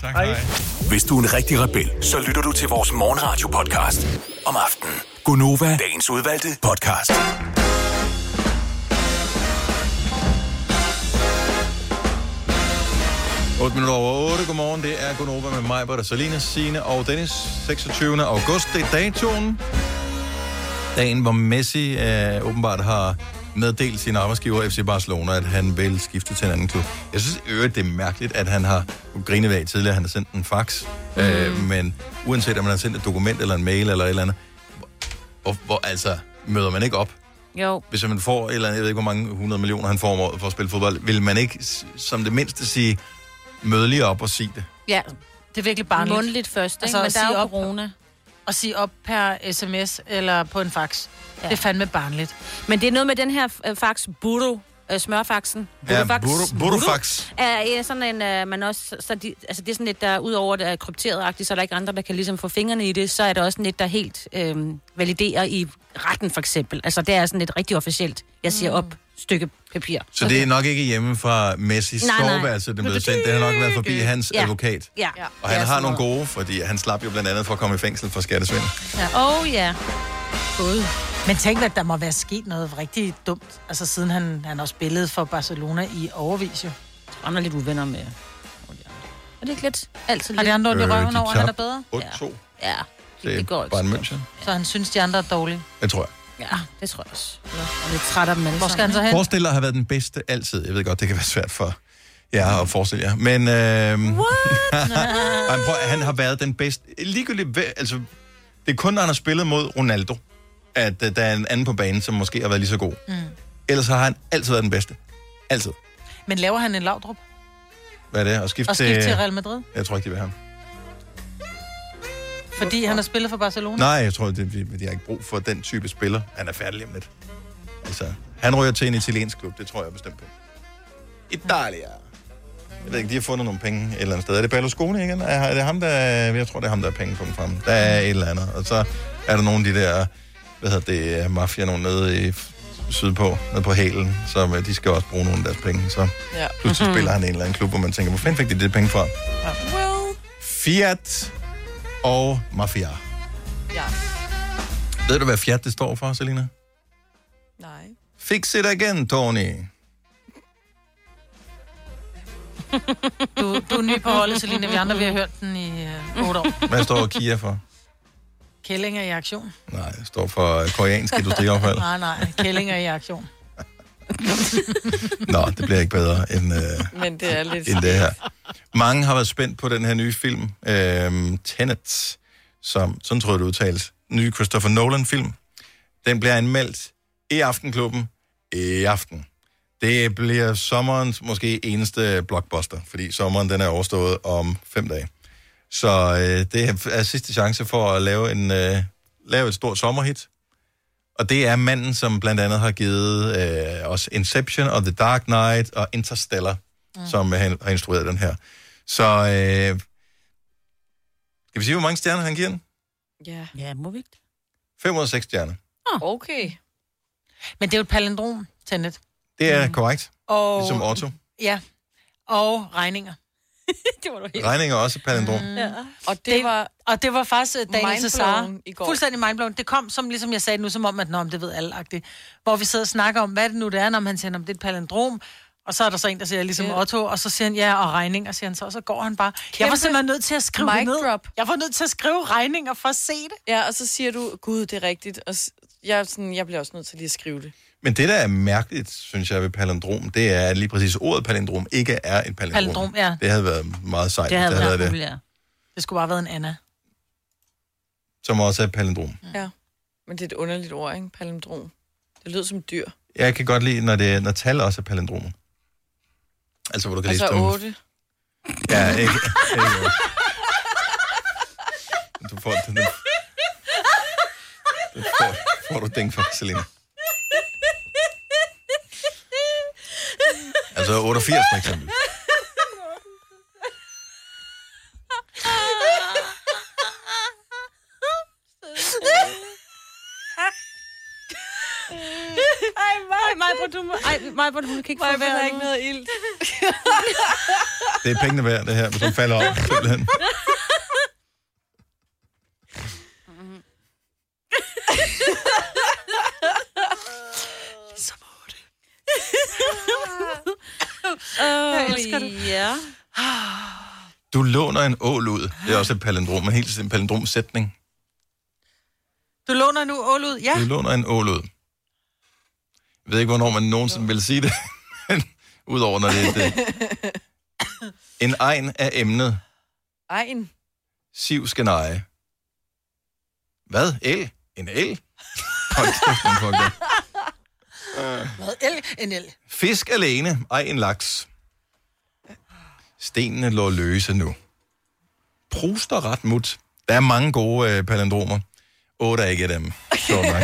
[SPEAKER 1] Tak,
[SPEAKER 22] hej.
[SPEAKER 5] Hvis du er en rigtig rebel, så lytter du til vores morgenradio-podcast om aftenen. Gunova, dagens udvalgte podcast.
[SPEAKER 1] Ja. 8 minutter over 8. Godmorgen. Det er Gunova med mig, Britta Salina, Signe og Dennis. 26. august. Det er datoen. Dagen, hvor Messi øh, åbenbart har meddelt sin arbejdsgiver FC Barcelona, at han vil skifte til en anden klub. Jeg synes i øvrigt, det er mærkeligt, at han har nu grinet af tidligere, han har sendt en fax. Mm. Øh, men uanset om man har sendt et dokument eller en mail eller et eller andet, hvor, hvor altså møder man ikke op
[SPEAKER 2] Jo.
[SPEAKER 1] hvis man får et eller andet, jeg ved ikke, hvor mange 100 millioner han får om året for at spille fodbold, vil man ikke s- som det mindste sige, møde lige op og sige det.
[SPEAKER 3] ja. Det er virkelig barnligt.
[SPEAKER 2] Mundtligt først, ikke?
[SPEAKER 3] Altså,
[SPEAKER 2] Men
[SPEAKER 3] at
[SPEAKER 2] der er
[SPEAKER 3] sige
[SPEAKER 2] jo
[SPEAKER 3] op.
[SPEAKER 2] corona.
[SPEAKER 3] at sige op per sms eller på en fax. Ja. Det er fandme barnligt.
[SPEAKER 2] Men det er noget med den her øh, fax, burro, øh, smørfaxen.
[SPEAKER 1] Ja,
[SPEAKER 2] Burofax.
[SPEAKER 1] burro- burrofax.
[SPEAKER 2] Burro Er, er sådan en, øh, man også, så de, altså det er sådan lidt, der udover det er krypteret så er der ikke andre, der kan ligesom få fingrene i det, så er der også net, der helt øh, validerer i retten for eksempel. Altså det er sådan et rigtig officielt, jeg
[SPEAKER 3] Mm.
[SPEAKER 2] siger op, stykke papir.
[SPEAKER 1] Så det er nok altså, ikke hjemme fra Messis
[SPEAKER 2] Nej, nej.
[SPEAKER 1] soveværelse, den blev sendt. Den har nok været forbi hans
[SPEAKER 2] Ja.
[SPEAKER 1] advokat.
[SPEAKER 2] Ja.
[SPEAKER 1] Og han
[SPEAKER 2] Ja,
[SPEAKER 1] har
[SPEAKER 2] sådan
[SPEAKER 1] nogle gode, fordi han slap jo blandt andet for at komme i fængsel for skattesvind.
[SPEAKER 2] Ja. Oh ja.
[SPEAKER 3] God. Men tænk, at der må være sket noget rigtig dumt. Altså siden han, han har spillet for Barcelona i overvis jo.
[SPEAKER 2] Han er lidt uvenner med. Er det ikke lidt? Altid
[SPEAKER 3] Har de andre ondt i
[SPEAKER 1] Øh,
[SPEAKER 3] røven
[SPEAKER 1] de
[SPEAKER 3] over, at han er
[SPEAKER 1] tabte
[SPEAKER 3] bedre?
[SPEAKER 1] 8-2.
[SPEAKER 2] Ja.
[SPEAKER 1] Det, det går ikke. Bayern München.
[SPEAKER 3] Så han synes, de andre er dårlige.
[SPEAKER 1] Jeg tror jeg.
[SPEAKER 2] Ja, det tror jeg også. Og lidt træt af dem alle
[SPEAKER 3] Hvor skal han så
[SPEAKER 2] sammen,
[SPEAKER 3] hen?
[SPEAKER 2] ikke?
[SPEAKER 1] Forestil dig at have været den bedste altid. Jeg ved godt, det kan være svært for jer at forestille jer. Men, (laughs) øh... han, prøv, han har været den bedste. Ligegyldigt, hvad- altså, det er kun, når han har spillet mod Ronaldo, at øh, der er en anden på banen, som måske har været lige så god.
[SPEAKER 3] Mm.
[SPEAKER 1] Ellers har han altid været den bedste. Altid.
[SPEAKER 3] Men laver han en lavdrup?
[SPEAKER 1] Hvad er det? Og skifte,
[SPEAKER 3] Og skifte til Real Madrid?
[SPEAKER 1] Jeg tror ikke, de vil have ham.
[SPEAKER 3] Fordi han har spillet for Barcelona?
[SPEAKER 1] Nej, jeg tror, det, de har ikke brug for den type spiller. Han er færdig om lidt. Altså, han ryger til en italiensk klub, det tror jeg bestemt på. Italia. Jeg ved ikke, de har fundet nogle penge et eller andet sted. Er det Berlusconi igen? Er, er det ham, der... Jeg tror, det er ham, der er penge på den frem. Der er et eller andet. Og så er der nogle af de der, hvad hedder det, øh, mafia nogen nede i sydpå, nede på hælen, som øh, de skal også bruge nogle af deres penge. Så
[SPEAKER 4] Ja.
[SPEAKER 1] pludselig mm-hmm. spiller han i en eller anden klub, hvor man tænker, hvor fanden fik de det penge fra?
[SPEAKER 4] Well,
[SPEAKER 1] Fiat og Mafia.
[SPEAKER 4] ja. (laughs)
[SPEAKER 1] Ved du, hvad Fiat det står for, Selina?
[SPEAKER 4] Nej.
[SPEAKER 1] Fix it again, Tony.
[SPEAKER 3] Du, du er ny på holdet, Selina. Vi andre vi har hørt den i øh, 8 år.
[SPEAKER 1] Hvad står Kia for?
[SPEAKER 3] Kællinger i aktion.
[SPEAKER 1] Nej, det står for koreansk industriaffald.
[SPEAKER 3] (laughs) nej, nej. Kællinger i aktion.
[SPEAKER 1] Nå, det bliver ikke bedre end, øh,
[SPEAKER 4] Men det er lidt...
[SPEAKER 1] end det her. Mange har været spændt på den her nye film, øh, Tenet, som, sådan tror jeg, det udtales, nye Christopher Nolan-film. Den bliver anmeldt i Aftenklubben i aften. Det bliver sommerens måske eneste blockbuster, fordi sommeren den er overstået om fem dage. Så øh, det er sidste chance for at lave, en, øh, lave et stort sommerhit. Og det er manden, som blandt andet har givet øh, os Inception og The Dark Knight og Interstellar, mm. som øh, han har instrueret den her. Så øh, skal vi sige, hvor mange stjerner han giver den?
[SPEAKER 4] Ja.
[SPEAKER 2] Ja, må vi ikke?
[SPEAKER 1] 506 stjerner.
[SPEAKER 4] Oh. Okay.
[SPEAKER 3] Men det er jo et palindrom, Tenet.
[SPEAKER 1] Det er mm. korrekt.
[SPEAKER 3] Og,
[SPEAKER 1] Ligesom Otto.
[SPEAKER 3] Ja. Og regninger.
[SPEAKER 2] det var du
[SPEAKER 1] Regning er også et palindrom. Mm.
[SPEAKER 3] Ja.
[SPEAKER 4] Og det, det var...
[SPEAKER 3] Og det var faktisk øh, Daniel
[SPEAKER 4] Mindblown
[SPEAKER 3] Cesar.
[SPEAKER 4] i går.
[SPEAKER 3] Fuldstændig mindblown. Det kom, som, ligesom jeg sagde nu, som om, at Nå, men det ved alle -agtigt. Hvor vi sidder og snakker om, hvad det nu det er, når han siger, om det er et palindrom. Og så er der så en, der siger, ligesom
[SPEAKER 4] Ja.
[SPEAKER 3] Otto, og så siger han, ja, og regning, og siger han så, og så går han bare. jeg var simpelthen nødt til at skrive det
[SPEAKER 4] mic
[SPEAKER 3] ned.
[SPEAKER 4] drop.
[SPEAKER 3] Jeg var nødt til at skrive regninger for at se det.
[SPEAKER 4] Ja, og så siger du, gud, det er rigtigt. Og s- jeg, er sådan, jeg bliver også nødt til lige at skrive det.
[SPEAKER 1] Men det, der er mærkeligt, synes jeg, ved palindrom, det er, at lige præcis ordet palindrom ikke er et palindrom.
[SPEAKER 3] Palindrom, ja.
[SPEAKER 1] Det havde været meget sejt.
[SPEAKER 3] Det havde
[SPEAKER 1] hvis
[SPEAKER 3] været
[SPEAKER 1] det,
[SPEAKER 3] populært. Det skulle bare have været en Anna.
[SPEAKER 1] som også er et palindrom.
[SPEAKER 4] Ja. Men det er et underligt ord, ikke? Palindrom. Det lyder som dyr.
[SPEAKER 1] Jeg kan godt lide, når, det, når tal også er palindromer. Altså, hvor du kan
[SPEAKER 4] Altså
[SPEAKER 1] læse dem.
[SPEAKER 4] 8.
[SPEAKER 1] Ja, ikke, ikke. Du får den. Den får, får du dænk for, Selina. Altså 88 for eksempel.
[SPEAKER 2] Ej, Maj, Maj, du, må, ej, Maj, hun kan ikke
[SPEAKER 4] Maj-Brit
[SPEAKER 2] få vejret
[SPEAKER 4] har ikke
[SPEAKER 2] nu.
[SPEAKER 4] noget
[SPEAKER 2] (laughs)
[SPEAKER 4] ilt.
[SPEAKER 1] Det er pengene værd, det her, hvis hun falder om. Simpelthen.
[SPEAKER 3] Ligesom
[SPEAKER 2] 8. jeg elsker det. Ja.
[SPEAKER 1] Du låner en ål ud. Det er også et palindrom, men helt en palindromsætning.
[SPEAKER 3] Du låner nu ål ud, ja.
[SPEAKER 1] Du låner en ål ud. Jeg ved ikke, hvornår man nogensinde vil sige det. (laughs) men Udover når det er det.
[SPEAKER 4] (laughs)
[SPEAKER 1] En egen af emnet.
[SPEAKER 4] Ej, en
[SPEAKER 1] Siv skal neje. Hvad? El? En el? Hold kæft, den fuck det. Øh.
[SPEAKER 3] Hvad? El? En el.
[SPEAKER 1] Fisk alene, ej en laks. Stenene lå løse nu. Pruster ret mut. Der er mange gode øh, palindromer. Otte er ikke af dem.
[SPEAKER 3] (laughs)
[SPEAKER 1] Sjovt nok.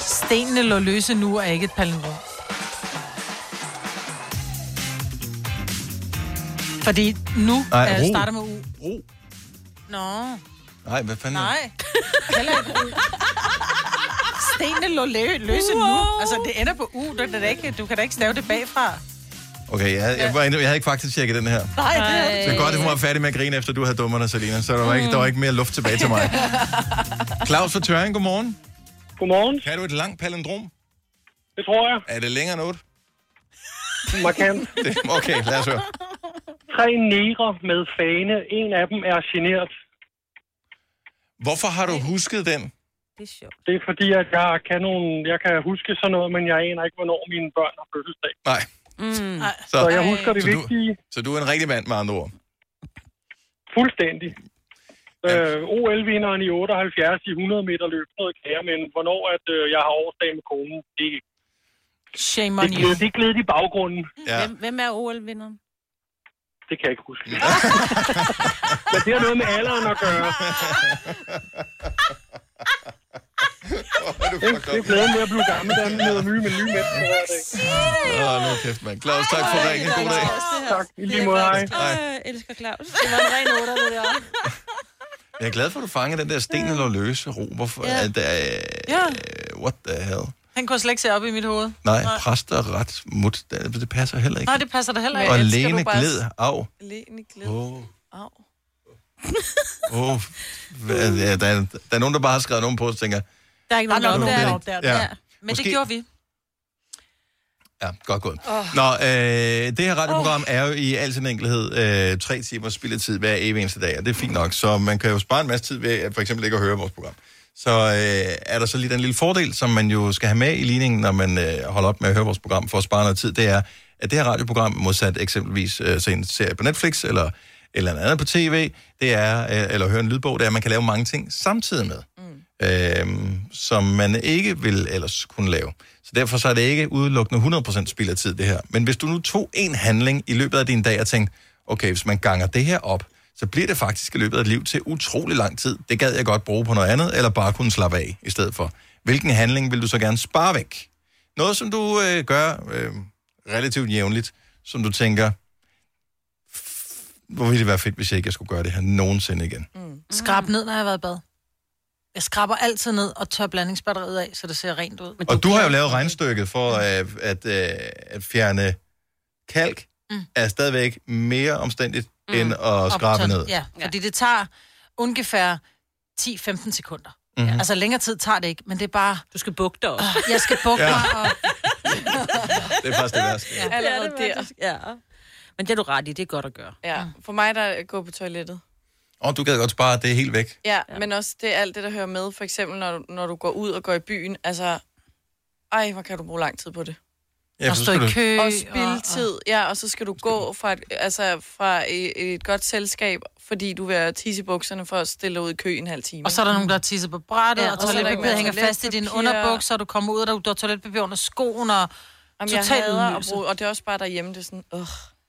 [SPEAKER 3] Stenene lå løse nu er ikke et palindrom. Fordi nu
[SPEAKER 1] Nej,
[SPEAKER 3] Nej,
[SPEAKER 1] ro.
[SPEAKER 3] starter med U.
[SPEAKER 1] Ro.
[SPEAKER 3] Nå,
[SPEAKER 1] Nej, hvad fanden?
[SPEAKER 3] nej. Heller ikke U. Stenene lå lø- løse nu. Altså, det ender på U. Det er da ikke, du kan da ikke stave det bagfra.
[SPEAKER 1] Okay, jeg, jeg, var inde, jeg havde ikke faktisk tjekket den her.
[SPEAKER 3] Nej, det er
[SPEAKER 1] Så godt, at hun var færdig med at grine, efter du havde dummet dig, Selina. Så der var, ikke, der var ikke mere luft tilbage til
[SPEAKER 3] (laughs)
[SPEAKER 1] mig. Claus fra Tøring, godmorgen.
[SPEAKER 7] Godmorgen.
[SPEAKER 1] Kan du et langt palindrom?
[SPEAKER 7] Det tror jeg.
[SPEAKER 1] Er det længere end 8?
[SPEAKER 7] Markant.
[SPEAKER 1] Det, okay, lad os høre.
[SPEAKER 7] Tre negre med fane. En af dem er generet.
[SPEAKER 1] Hvorfor har du husket den?
[SPEAKER 7] Det er sjovt. Det er fordi, at jeg kan, nogle, jeg kan huske sådan noget, men jeg aner ikke, hvornår mine børn har fødselsdag.
[SPEAKER 1] Nej.
[SPEAKER 7] Mm. Så jeg husker det
[SPEAKER 1] så du,
[SPEAKER 7] vigtige
[SPEAKER 1] Så du er en rigtig mand, med andre ord.
[SPEAKER 7] fuldstændig. Øh, OL-vinderen i 78 i 100 meter løb, noget kære, men hvornår at, øh, jeg har årsdag med konen, det,
[SPEAKER 3] Shame
[SPEAKER 7] det,
[SPEAKER 3] on you.
[SPEAKER 7] glæder, det glæder i baggrunden.
[SPEAKER 2] Hvem, hvem er OL-vinderen?
[SPEAKER 7] Det kan jeg ikke huske. (laughs) Men det har noget med alderen at gøre. det, det er glæden med at blive gammel, der er noget nye med nye mennesker hver dag.
[SPEAKER 1] Åh, nu kæft, mand. Claus, tak for ringen. God dag.
[SPEAKER 7] Tak, i lige måde, hej.
[SPEAKER 2] Jeg elsker Claus. Det var en ren otter, det der.
[SPEAKER 1] Jeg er glad for, at du fanger den der sten eller løse ro. Hvorfor
[SPEAKER 3] Ja.
[SPEAKER 1] er det... øh,
[SPEAKER 3] Ja,
[SPEAKER 1] What the hell?
[SPEAKER 3] han kunne slet ikke se op i mit hoved.
[SPEAKER 1] Nej, præster ret mut. Det det passer heller ikke.
[SPEAKER 3] Nej, det passer da heller ikke.
[SPEAKER 1] Og
[SPEAKER 3] Elsker du
[SPEAKER 1] Lene
[SPEAKER 3] bare-
[SPEAKER 1] gled af.
[SPEAKER 4] Lene gled.
[SPEAKER 1] Åh,
[SPEAKER 4] Au.
[SPEAKER 1] åh. Hvad er det? Der, er, der er nogen, der bare har skrevet nogen på, og tænker,
[SPEAKER 3] Der er ikke nogen,
[SPEAKER 1] Der er
[SPEAKER 3] der
[SPEAKER 1] nok
[SPEAKER 3] opdager
[SPEAKER 1] nogen,
[SPEAKER 3] op
[SPEAKER 1] der
[SPEAKER 3] der.
[SPEAKER 1] ikke- Ja.
[SPEAKER 3] Ja. Men
[SPEAKER 1] Måske-
[SPEAKER 3] det gjorde vi.
[SPEAKER 1] Ja, godt gået.
[SPEAKER 3] Åh.
[SPEAKER 1] Oh. Nå, øh, det her radioprogram er jo i al sin enkelhed øh, tre timers spilletid hver evig eneste dag, og det er fint nok. Så man kan jo spare en masse tid ved at for eksempel ikke at høre vores program. Så øh, er der så lige den lille fordel, som man jo skal have med i ligningen, når man øh, holder op med at høre vores program for at spare noget tid, det er, at det her radioprogram, modsat eksempelvis øh, se en serie på Netflix eller et eller andet på tv, det er, øh, eller høre en lydbog, det er, at man kan lave mange ting samtidig med øh, som man ikke vil ellers kunne lave. Så derfor så er det ikke udelukkende 100% spild af tid, det her. Men hvis du nu tog en handling i løbet af din dag og tænkte, okay, hvis man ganger det her op, så bliver det faktisk i løbet af et liv til utrolig lang tid. Det gad jeg godt bruge på noget andet, eller bare kunne slappe af i stedet for. Hvilken handling vil du så gerne spare væk? Noget, som du øh, gør øh, relativt jævnligt, som du tænker, "F- hvor ville det være fedt, hvis jeg ikke jeg skulle gøre det her nogensinde igen.
[SPEAKER 3] Skrab ned, når jeg har været i bad. Jeg skraber altid ned og tør blandingsbatteriet af, så det ser rent ud.
[SPEAKER 1] Og du har jo lavet regnstykket for øh, at, øh, at fjerne kalk, mm. er stadigvæk mere omstændigt mm. end at skrabe
[SPEAKER 3] Optørt.
[SPEAKER 1] ned.
[SPEAKER 3] Ja, fordi det tager ungefær 10-15 sekunder.
[SPEAKER 1] Mhm.
[SPEAKER 3] Mm-hmm. Altså længere tid tager det ikke, men det er bare...
[SPEAKER 2] Du skal bugte dig også.
[SPEAKER 3] Jeg skal bugte
[SPEAKER 1] Ja.
[SPEAKER 3] ja. mig, og
[SPEAKER 1] Det er faktisk det værste.
[SPEAKER 4] Ja, allerede
[SPEAKER 2] det er det
[SPEAKER 4] der.
[SPEAKER 2] faktisk. Ja. Men det er du ret i, det er godt at gøre.
[SPEAKER 4] Ja, for mig der er at gå på toilettet.
[SPEAKER 1] Og du gad godt spare, det er helt væk.
[SPEAKER 4] Ja, ja, men også det er alt det, der hører med. For eksempel, når, du- når du går ud og går i byen. Altså, ej, hvor kan du bruge lang tid på det.
[SPEAKER 1] Ja, for så skal du-
[SPEAKER 4] Og spildtid, ja, og så skal du gå fra et, altså, fra et, et godt selskab, fordi du vil have tisse i bukserne for at stille dig ud i kø i en halv time.
[SPEAKER 3] og så er der nogen, der tisser på brættet,
[SPEAKER 4] Ja,
[SPEAKER 3] ja,
[SPEAKER 4] og
[SPEAKER 3] og
[SPEAKER 4] så er der ikke
[SPEAKER 3] toiletpapiret
[SPEAKER 4] mere
[SPEAKER 3] hænger fast i din
[SPEAKER 4] toiletpapir.
[SPEAKER 3] underbukser, så du kommer ud, og du, du har toiletpapir under skoen, og
[SPEAKER 4] Jamen, jeg
[SPEAKER 3] totalt
[SPEAKER 4] hader at
[SPEAKER 3] ydmygelse.
[SPEAKER 4] bruge, og det er også bare derhjemme, det er sådan, øh,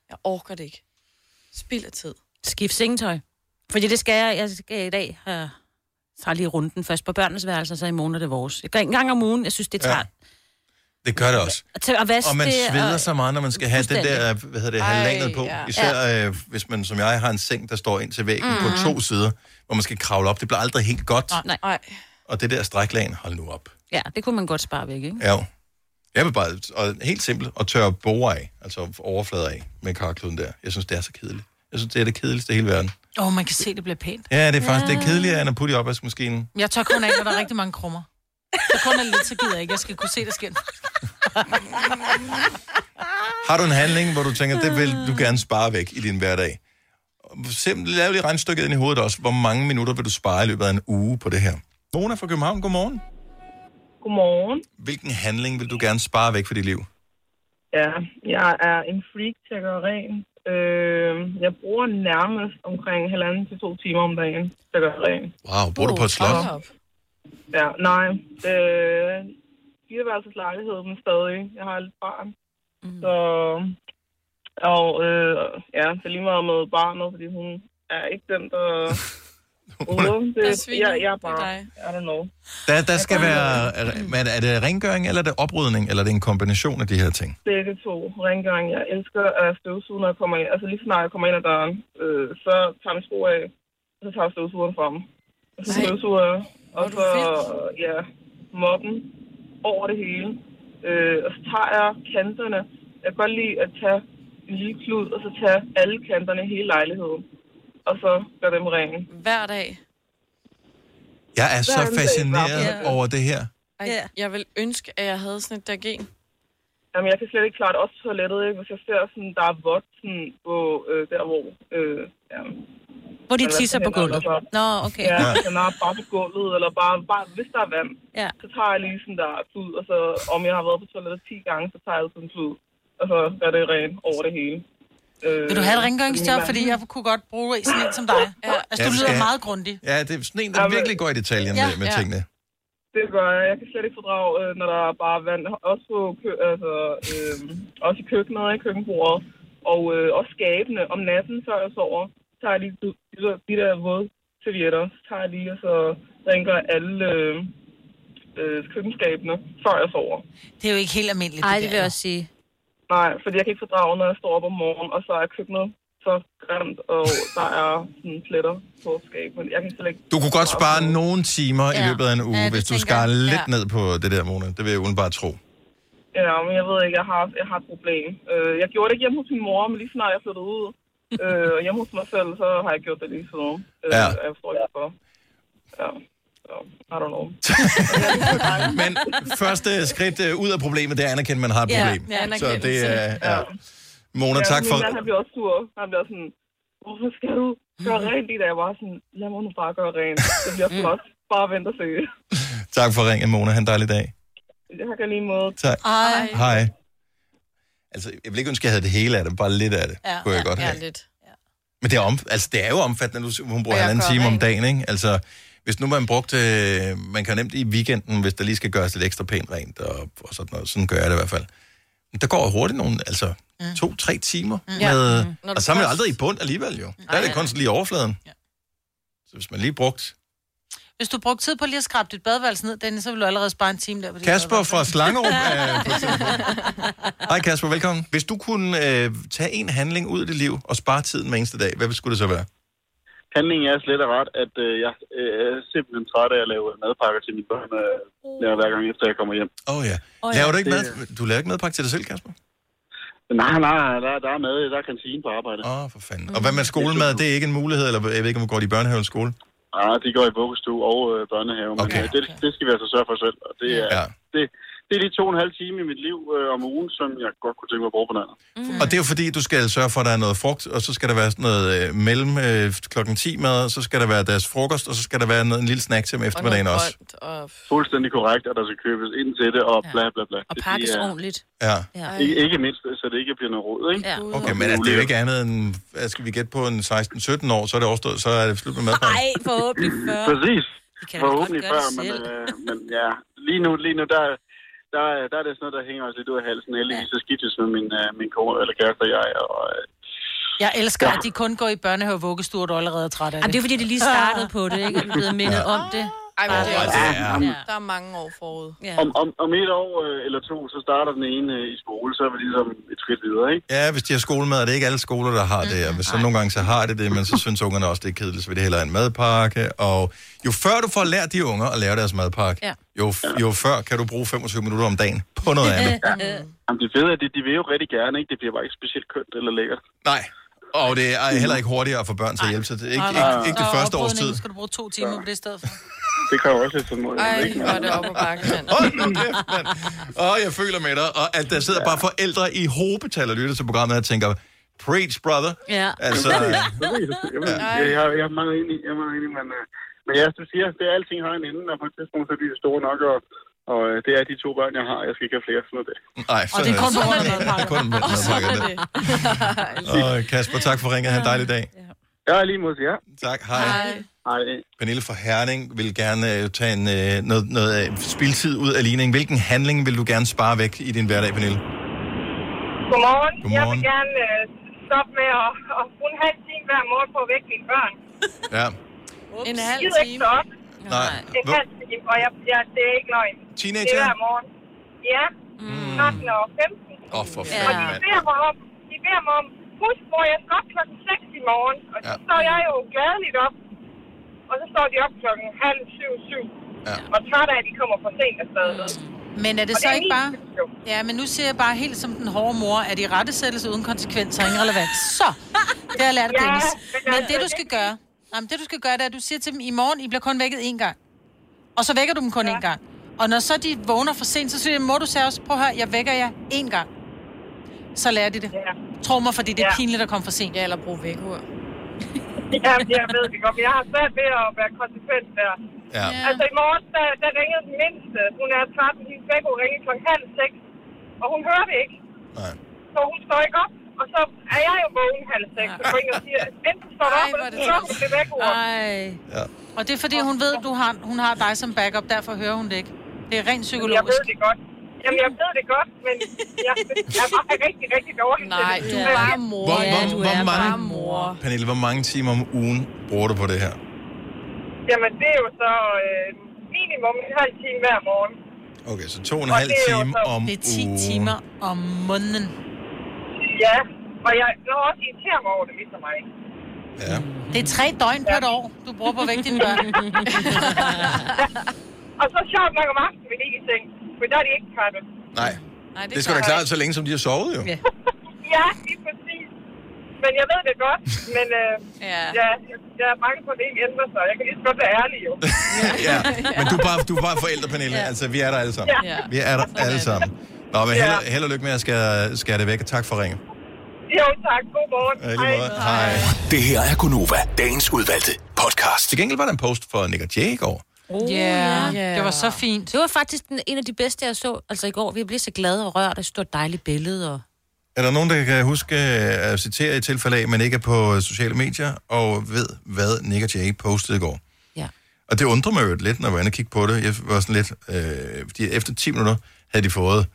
[SPEAKER 4] jeg orker det ikke. Spild af tid.
[SPEAKER 2] Skift sengetøj. Fordi det skal jeg, jeg skal i dag. Jeg tager lige runden først på børnenes værelse, og så i morgen er det vores. Jeg gør en gang om ugen, jeg synes, det er
[SPEAKER 1] Ja.
[SPEAKER 2] træt.
[SPEAKER 1] Det gør det også.
[SPEAKER 2] Og til at vaske
[SPEAKER 1] og man
[SPEAKER 2] det,
[SPEAKER 1] sveder
[SPEAKER 2] og-
[SPEAKER 1] så meget, når man skal have det der,
[SPEAKER 2] Fuldstændig.
[SPEAKER 1] hvad hedder det,
[SPEAKER 2] Ej,
[SPEAKER 1] halvandet på.
[SPEAKER 2] ja.
[SPEAKER 1] Især øh, hvis man, som jeg, har en seng, der står ind til væggen mm. på
[SPEAKER 2] Mhm.
[SPEAKER 1] to sider, hvor man skal kravle op. Det bliver aldrig helt godt.
[SPEAKER 2] Nej.
[SPEAKER 4] Nej.
[SPEAKER 1] Og det der stræklagen, hold nu op.
[SPEAKER 2] Ja, det kunne man godt spare væk, ikke?
[SPEAKER 1] Ja. Jeg vil bare, og helt simpelt, at tørre borer af, altså overflader af med karkluden der. Jeg synes, det er så kedeligt. Jeg synes, det er det kedeligste i hele verden.
[SPEAKER 3] Åh, oh, man kan se, det bliver pænt.
[SPEAKER 1] Ja, det er faktisk ja. det er kedeligere end at putte i opvaskemaskinen.
[SPEAKER 3] Jeg tør kun af, når der er rigtig mange krummer. Så kun er lidt, så gider jeg ikke. Jeg skal kunne se, der sker en
[SPEAKER 1] Har du en handling, hvor du tænker, det vil du gerne spare væk i din hverdag? Simpelthen lav lige regnstykket ind i hovedet også. Hvor mange minutter vil du spare i løbet af en uge på det her? Mona fra København, godmorgen.
[SPEAKER 8] Godmorgen.
[SPEAKER 1] Hvilken handling vil du gerne spare væk fra dit liv?
[SPEAKER 8] Ja, jeg er en freak til at gøre rent. Øh, jeg bruger nærmest omkring halvanden til to timer om dagen til at gøre rent.
[SPEAKER 1] Wow, bor du på et slot?
[SPEAKER 8] Ja, nej. Øh, fireværelses lejlighed, men stadig. Jeg har et barn. Mm. Så, og øh, ja, så lige meget med barnet, fordi hun er ikke den, der...
[SPEAKER 1] (laughs)
[SPEAKER 8] Åh, det,
[SPEAKER 4] Der sviner.
[SPEAKER 8] jeg, jeg er bare...
[SPEAKER 4] Det er dig.
[SPEAKER 8] I don't know.
[SPEAKER 1] Der, der skal være... Er, er det rengøring, eller er det oprydning, eller er det en kombination af de her ting?
[SPEAKER 8] Begge to. Rengøring. Jeg elsker at støvsuge, når jeg kommer ind. Altså lige så snart jeg kommer ind ad døren, øh, så tager min sko af, og så tager jeg støvsugeren frem. Og så støvsuger jeg. Og så, ja, mobben over det hele. Øh, og så tager jeg kanterne. Jeg kan godt lide at tage en lille klud, og så tage alle kanterne i hele lejligheden. Og så gør dem rene.
[SPEAKER 4] Hver dag.
[SPEAKER 1] Jeg er
[SPEAKER 4] Hvad er
[SPEAKER 1] så
[SPEAKER 4] det,
[SPEAKER 1] fascineret
[SPEAKER 4] der er?
[SPEAKER 1] over det her.
[SPEAKER 4] Ej, yeah. Jeg vil ønske, at jeg havde sådan et dergen.
[SPEAKER 8] Jamen, jeg kan slet ikke klare det. Også toilettet, ikke? Hvis jeg ser sådan, der er vådt sådan, på øh, der, hvor... Øh, ja.
[SPEAKER 2] Hvor de
[SPEAKER 8] Eller
[SPEAKER 2] tisser
[SPEAKER 8] sådan
[SPEAKER 2] på
[SPEAKER 8] et eller andet,
[SPEAKER 2] gulvet.
[SPEAKER 8] altså.
[SPEAKER 2] Nå, okay.
[SPEAKER 8] Ja,
[SPEAKER 3] (laughs)
[SPEAKER 25] Ah.
[SPEAKER 2] Ja.
[SPEAKER 8] den er bare på gulvet, eller bare, bare hvis der er vand,
[SPEAKER 2] ja.
[SPEAKER 8] så tager jeg lige sådan der klud, og så om jeg har været på toilettet 10 gange, så tager jeg sådan en klud, og så gør det rent over det hele. Øh,
[SPEAKER 3] Vil du have et rengøringsjob, fordi jeg kunne godt bruge en sådan en som dig? Ja. Altså,
[SPEAKER 1] Ja,
[SPEAKER 3] du
[SPEAKER 1] vi
[SPEAKER 3] lyder
[SPEAKER 1] skal-
[SPEAKER 3] meget grundig.
[SPEAKER 1] Ja, det er sådan en, der virkelig går i detaljen med, med tingene.
[SPEAKER 8] Det gør jeg. Jeg kan slet ikke fordrage, øh, når der er bare vand. Også, på kø, altså, øh, også i køkkenet, i køkkenbordet. Og øh, også skabene. Om natten, før jeg sover, tager jeg lige de, de, der- de der våde servietter. Så tager jeg lige, og så rengør alle øh, øh, køkkenskabene, før jeg sover.
[SPEAKER 3] Det er jo ikke helt almindeligt.
[SPEAKER 2] Ej, det vil jeg også sige.
[SPEAKER 8] Nej, fordi jeg kan ikke fordrage, når jeg står op om morgenen, og så er køkkenet så grimt, og der er sådan pletter på skabene. Jeg kan slet ikke...
[SPEAKER 1] Du kunne godt spare nogle timer ja. i løbet af en uge,
[SPEAKER 8] Ja,
[SPEAKER 1] ja,
[SPEAKER 8] det
[SPEAKER 1] hvis du
[SPEAKER 8] tænker
[SPEAKER 1] skar
[SPEAKER 8] jeg.
[SPEAKER 1] lidt
[SPEAKER 8] Ja.
[SPEAKER 1] ned på det der, Mona. Det vil jeg udenbart tro.
[SPEAKER 8] Ja, men jeg ved ikke, jeg har, jeg har et problem. Øh, jeg gjorde det ikke hjemme hos min mor, men lige snart jeg flyttede (laughs) ud øh, og hjemme hos mig selv, så har jeg gjort det lige siden. Øh,
[SPEAKER 1] Ja.
[SPEAKER 8] og Jeg forstår ikke, hvorfor. Ja. Så, I don't
[SPEAKER 1] (laughs)
[SPEAKER 8] know.
[SPEAKER 1] Men første skridt øh, ud af problemet, det er at anerkende, at man har et
[SPEAKER 8] Ja,
[SPEAKER 1] problem.
[SPEAKER 8] ja,
[SPEAKER 1] Så
[SPEAKER 8] anerkendelse.
[SPEAKER 1] det er... Ja. Mona,
[SPEAKER 8] ja,
[SPEAKER 1] tak
[SPEAKER 8] min
[SPEAKER 1] for...
[SPEAKER 8] Mand, han bliver også sur. Han bliver sådan, hvorfor skal du gøre
[SPEAKER 1] Mhm.
[SPEAKER 8] rent i dag? Jeg var sådan, lad mig nu bare gøre rent. Det bliver flot. Bare vent og se.
[SPEAKER 1] Tak for ringen, Mona. Ha' en dejlig dag.
[SPEAKER 8] Jeg har lige måde.
[SPEAKER 1] Tak.
[SPEAKER 3] Ej.
[SPEAKER 1] Hej. Altså, jeg vil ikke ønske, at jeg havde det hele af det. Bare lidt af det, ja, kunne jeg godt have.
[SPEAKER 4] lidt.
[SPEAKER 1] Men det er, om, altså, det er jo omfattende, at hun bruger
[SPEAKER 4] Og jeg
[SPEAKER 1] halvanden
[SPEAKER 4] gør
[SPEAKER 1] time om
[SPEAKER 4] rent.
[SPEAKER 1] dagen, ikke? Altså, hvis nu man brugte... øh, Man kan nemt i weekenden, hvis der lige skal gøres lidt ekstra pænt rent og, og sådan noget. Sådan gør jeg det i hvert fald. Men der går hurtigt nogle, altså to-tre timer.
[SPEAKER 4] Mm. Ja.
[SPEAKER 1] Med,
[SPEAKER 4] Mm. Når du
[SPEAKER 1] Og så er man jo
[SPEAKER 4] først-
[SPEAKER 1] aldrig i bund alligevel, jo. Der er det kun sådan lige overfladen. Så hvis man lige brugt...
[SPEAKER 3] Hvis du brugte tid på lige at skrabe dit badeværelse ned, Dennis, så ville du allerede spare en time der. På dit
[SPEAKER 1] Kasper
[SPEAKER 3] badeværelse.
[SPEAKER 1] fra Slangerup er på telefon. Hej Kasper, velkommen. Hvis du kunne øh, tage en handling ud af dit liv og spare tiden hver eneste dag, hvad skulle det så være?
[SPEAKER 9] Handlingen er slet og ret, at øh, jeg øh, er simpelthen træt af at lave madpakker til mine børn, øh, hver- hver gang efter jeg kommer hjem.
[SPEAKER 1] Åh oh, ja.
[SPEAKER 9] Åh,
[SPEAKER 1] Oh,
[SPEAKER 9] ja.
[SPEAKER 1] ja. Laver du ikke
[SPEAKER 9] Det-
[SPEAKER 1] mad? Du laver ikke madpakke til dig selv, Kasper?
[SPEAKER 9] Nej, nej, der, der er mad, der er kantine på arbejde.
[SPEAKER 1] Åh, oh, for fanden. Og hvad
[SPEAKER 9] Mm.
[SPEAKER 1] med skolemad? Det er ikke en mulighed, eller jeg ved ikke, om går de i børnehave eller skole?
[SPEAKER 9] Ah, de går i vuggestue og øh, børnehave, men okay. øh, det, det skal vi altså sørge for selv. Og det, er,
[SPEAKER 1] Ja.
[SPEAKER 9] det, det er de to og en halv time i mit liv øh, om ugen, som jeg godt kunne tænke mig at bruge på noget. andet.
[SPEAKER 1] Mm. Og det er jo fordi, du skal sørge for, at der er noget frugt, og så skal der være sådan noget øh, mellem øh, klokken 10 mad, og så skal der være deres frokost, og så skal der være noget, en lille snack til om eftermiddagen også.
[SPEAKER 9] Og... Fuldstændig korrekt, og der skal købes ind til det, og bla bla bla.
[SPEAKER 2] Og
[SPEAKER 9] Det-
[SPEAKER 2] pakkes
[SPEAKER 9] det er-
[SPEAKER 2] ordentligt.
[SPEAKER 1] Ja.
[SPEAKER 2] Ja.
[SPEAKER 9] Ikke, ikke mindst, så det ikke bliver noget råd, ikke?
[SPEAKER 2] Ja.
[SPEAKER 1] Okay, men er det er jo ikke andet end, hvad skal vi gætte på en 16-17 år, så er det overstået, så er det slut med madpakken.
[SPEAKER 2] Nej, forhåbentlig før.
[SPEAKER 9] (laughs) Præcis.
[SPEAKER 2] Vi kan da
[SPEAKER 9] Forhåbentlig
[SPEAKER 2] godt
[SPEAKER 9] før,
[SPEAKER 2] gøre det
[SPEAKER 9] men,
[SPEAKER 2] selv.
[SPEAKER 9] øh, men ja, lige nu, lige nu der, der, der er det sådan noget, der hænger os lidt ud af halsen. Heldigvis så skiftes med min, øh, min kone, eller kæreste og jeg, og øh,
[SPEAKER 3] (laughs) Jeg elsker, at de kun går i børnehave og vuggestue, og du allerede er træt af det.
[SPEAKER 2] Jamen, det er fordi, de lige startede på det, ikke? Og vi er blevet mindet om det.
[SPEAKER 9] Ej, men det er- Ja, det er-
[SPEAKER 4] Ja. Der er mange år forud. Ja.
[SPEAKER 9] om, om, om et år øh, eller to, så starter den ene øh, i skole, så er vi ligesom et skridt videre, ikke?
[SPEAKER 1] Ja, hvis de har skolemad, er det ikke alle skoler, der har det. Og hvis så nogle gange så har det det, men så synes ungerne også, det er kedeligt, så vil det hellere have en madpakke. Og jo før du får lært de unger at lave deres madpakke,
[SPEAKER 9] Ja.
[SPEAKER 1] jo, f- jo før kan du bruge 25 minutter om dagen på
[SPEAKER 13] (laughs)
[SPEAKER 1] noget andet.
[SPEAKER 9] Jamen, det fede er, at de, de vil jo rigtig gerne, ikke? Det bliver bare ikke specielt kønt eller lækkert.
[SPEAKER 1] Nej, og det er heller ikke hurtigere for børn til at hjælpe sig. Det er ikke,
[SPEAKER 9] Nej, nej.
[SPEAKER 1] ikke, ikke det
[SPEAKER 9] Der er
[SPEAKER 1] første års tid.
[SPEAKER 3] Skal du bruge to timer på det i stedet for?
[SPEAKER 9] Det kan jo også lidt sådan noget.
[SPEAKER 3] Ej, hvor er det
[SPEAKER 9] op og bakke,
[SPEAKER 1] Og jeg føler med dig, og at der sidder bare forældre i hobetal og lytter til programmet og tænker, preach, brother.
[SPEAKER 2] Ja.
[SPEAKER 9] (laughs)
[SPEAKER 1] Altså,
[SPEAKER 9] Jamen, jeg, jeg, jeg er meget enig, jeg er meget enig, men, øh, men ja, som du siger, det er alting har en ende, og på et tidspunkt, så bliver det store nok, og, og øh, det er de to børn, jeg har, jeg skal ikke have flere sådan noget der.
[SPEAKER 1] Nej, sådan
[SPEAKER 9] det er kun på grund af
[SPEAKER 1] det. Kun med
[SPEAKER 18] (laughs)
[SPEAKER 1] madpakker. Og Kasper, tak for ringet. Ha' en dejlig dag.
[SPEAKER 9] Ja, lige mod jer.
[SPEAKER 1] Tak, hej.
[SPEAKER 9] Hej. Hej.
[SPEAKER 1] Pernille fra Herning vil gerne øh, tage en, øh, noget, noget øh, spildtid ud af ligningen. Hvilken handling vil du gerne spare væk i din hverdag, Pernille?
[SPEAKER 13] Godmorgen. Jeg
[SPEAKER 1] Godmorgen.
[SPEAKER 13] vil gerne øh, stoppe med at, at bruge en halv time hver morgen på at vække mine børn.
[SPEAKER 1] Ja.
[SPEAKER 13] En halv time. Ikke stå op.
[SPEAKER 1] Nej.
[SPEAKER 13] Det er en halv time, og jeg, jeg, det er ikke løgn.
[SPEAKER 1] Teenager?
[SPEAKER 13] Det er hver morgen. Ja, mm. 13 og 15.
[SPEAKER 1] Åh, oh, for
[SPEAKER 13] Og
[SPEAKER 1] fanden,
[SPEAKER 13] de
[SPEAKER 1] mand.
[SPEAKER 13] beder mig om, de beder mig om, husk, hvor jeg skal op klokken 6 i morgen. Og så står jeg jo gladeligt op. Og så står de op klokken halv syv, syv.
[SPEAKER 1] Ja.
[SPEAKER 13] Og træt af, at de kommer for sent afsted.
[SPEAKER 3] Men er det
[SPEAKER 13] Og
[SPEAKER 3] så
[SPEAKER 13] det er
[SPEAKER 3] ikke
[SPEAKER 13] min
[SPEAKER 3] bare... Ja, men nu siger jeg bare helt som den hårde mor, at i rettesættelse uden konsekvenser og ingen relevans. Så, det har jeg lært af
[SPEAKER 13] (laughs) Ja,
[SPEAKER 3] Dennis.
[SPEAKER 13] men
[SPEAKER 3] Men
[SPEAKER 13] altså,
[SPEAKER 3] det du skal gøre, jamen, det du skal gøre, det er, at du siger til dem, i morgen, I bliver kun vækket én gang. Og så vækker du dem kun én gang. Og når så de vågner for sent, så siger jeg, mor, du sagde også, prøv at høre, jeg vækker jer én gang. Så lærer de det. Tro mig, fordi det er pinligt at komme for sent. Ja, eller bruge vækkeur.
[SPEAKER 13] (laughs) Ja, jeg ved det godt, men jeg har svært ved at være konsekvent der.
[SPEAKER 1] Ja.
[SPEAKER 13] Altså i morges, der, der ringede den mindste. Hun er 13, hendes væk, hun ringede klokken halv seks. Og hun hører det ikke.
[SPEAKER 1] Nej.
[SPEAKER 13] Så hun står ikke op. Og så er jeg jo vågen halv seks. Så går jeg ind og siger, enten står du op, eller så står hun det væk.
[SPEAKER 3] Ej.
[SPEAKER 1] Ja.
[SPEAKER 3] Og det er fordi, hun ved, at du har, hun har dig som backup, derfor hører hun det ikke. Det er rent psykologisk.
[SPEAKER 13] Jeg ved det godt. Jamen, jeg ved det godt, men jeg, jeg er bare rigtig, rigtig dårlig Nej,
[SPEAKER 4] du er bare mor.
[SPEAKER 1] Hvor, hvor, hvor mange,
[SPEAKER 13] mor.
[SPEAKER 1] Pernille, hvor mange timer om ugen bruger du på det her?
[SPEAKER 13] Jamen, det er jo så øh, minimum en halv time hver morgen.
[SPEAKER 1] Okay, så to og en
[SPEAKER 13] Og
[SPEAKER 1] halv
[SPEAKER 13] det er jo
[SPEAKER 1] time
[SPEAKER 13] så-
[SPEAKER 1] om
[SPEAKER 13] det er ti
[SPEAKER 1] ugen.
[SPEAKER 13] timer.
[SPEAKER 3] Om måneden.
[SPEAKER 13] Ja, og jeg når også irriterer mig over det, ligesom mig.
[SPEAKER 1] Ja.
[SPEAKER 3] Det er tre døgn på et år, du bruger på at vække dine
[SPEAKER 13] (laughs)
[SPEAKER 3] børn.
[SPEAKER 13] Og så sjovt nok om aftenen vil de ikke i seng, for der er de ikke trætte.
[SPEAKER 1] Nej,
[SPEAKER 13] Nej,
[SPEAKER 1] det skal da klare så længe, som de har sovet jo. Ja.
[SPEAKER 13] Ja, lige præcis. Men jeg ved det godt, men øh, ja. jeg, jeg er bange for, at det ikke ændrer sig. Jeg kan lige så godt være ærlig, jo.
[SPEAKER 1] ja. Men du er bare, du er bare forældre, Pernille. Ja. Altså, vi er der alle sammen.
[SPEAKER 13] Ja.
[SPEAKER 1] Vi er der alle sammen. Nå, men held, og- held og lykke med at skære, skære det væk, og tak for ringen.
[SPEAKER 13] (laughs) Jo, tak. God morgen.
[SPEAKER 1] Ja, i lige måde. Hej.
[SPEAKER 5] Det her er Gunova, dagens udvalgte podcast.
[SPEAKER 1] Til gengæld var der en post for Nick og Jay i går.
[SPEAKER 2] Oh,
[SPEAKER 3] Ja, det var så fint.
[SPEAKER 2] Det var faktisk den, en af de bedste, jeg så altså i går. Vi blev så glade og rørt, og stort dejligt billede. Og...
[SPEAKER 1] Er der nogen, der kan huske øh, at citere i tilfælde af, men ikke er på øh, sociale medier, og ved, hvad Nick og Jay postede i går?
[SPEAKER 2] Ja.
[SPEAKER 1] Og det undrer mig jo lidt, når jeg var inde og kigge på det. Jeg var sådan lidt... Øh, fordi efter 10 minutter havde de fået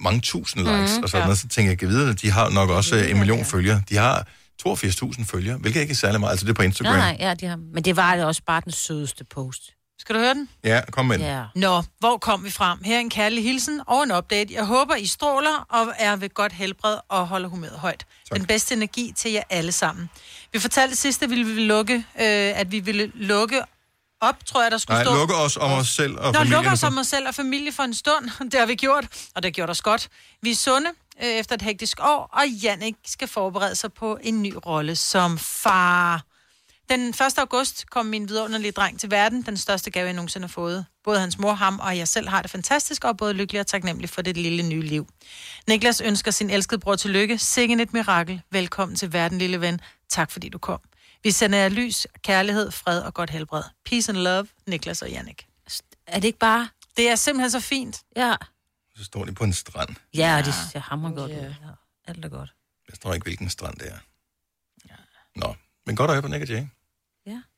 [SPEAKER 1] mange tusind likes,
[SPEAKER 11] Mhm,
[SPEAKER 1] mm, og sådan
[SPEAKER 11] ja.
[SPEAKER 1] ja. noget. Så tænkte jeg, kan vide, at de har nok også øh, en million følgere. De har 82.000 følgere, hvilket ikke er særlig meget. Altså det er på Instagram.
[SPEAKER 2] Nej, nej, ja, de har... Men det var da også bare den sødeste post.
[SPEAKER 3] Skal du høre den?
[SPEAKER 1] Ja, kom med den.
[SPEAKER 2] Ja.
[SPEAKER 3] Nå, hvor kom vi frem? Her er en kærlig hilsen og en update. Jeg håber, I stråler og er ved godt helbred og holder humøret højt. Tak. Den bedste energi til jer alle sammen. Vi fortalte sidst, at vi ville lukke, øh, at vi ville lukke op, tror jeg, der skulle
[SPEAKER 1] Nej,
[SPEAKER 3] stå.
[SPEAKER 1] lukke os om os selv
[SPEAKER 3] Nå,
[SPEAKER 1] og familien.
[SPEAKER 3] lukker os om os selv og familie for en stund. (laughs) Det har vi gjort, og det har gjort os godt. Vi er sunde øh, efter et hektisk år, og Jannik skal forberede sig på en ny rolle som far. Den 1. august kom min vidunderlige dreng til verden, den største gave, jeg nogensinde har fået. Både hans mor, ham og jeg selv har det fantastisk, og er både lykkelig og taknemmelig for det lille nye liv. Niklas ønsker sin elskede bror tillykke. Sikken et mirakel. Velkommen til verden, lille ven. Tak fordi du kom. Vi sender jer lys, kærlighed, fred og godt helbred. Peace and love, Niklas og Jannik.
[SPEAKER 2] Er det ikke bare...
[SPEAKER 3] Det er simpelthen så fint.
[SPEAKER 2] Ja,
[SPEAKER 1] Så står de på en strand.
[SPEAKER 2] ja og det ser hammer godt ud. Ja. Alt er godt.
[SPEAKER 1] Jeg tror ikke, hvilken strand det er. Nå, men godt øje på Nick og Jay.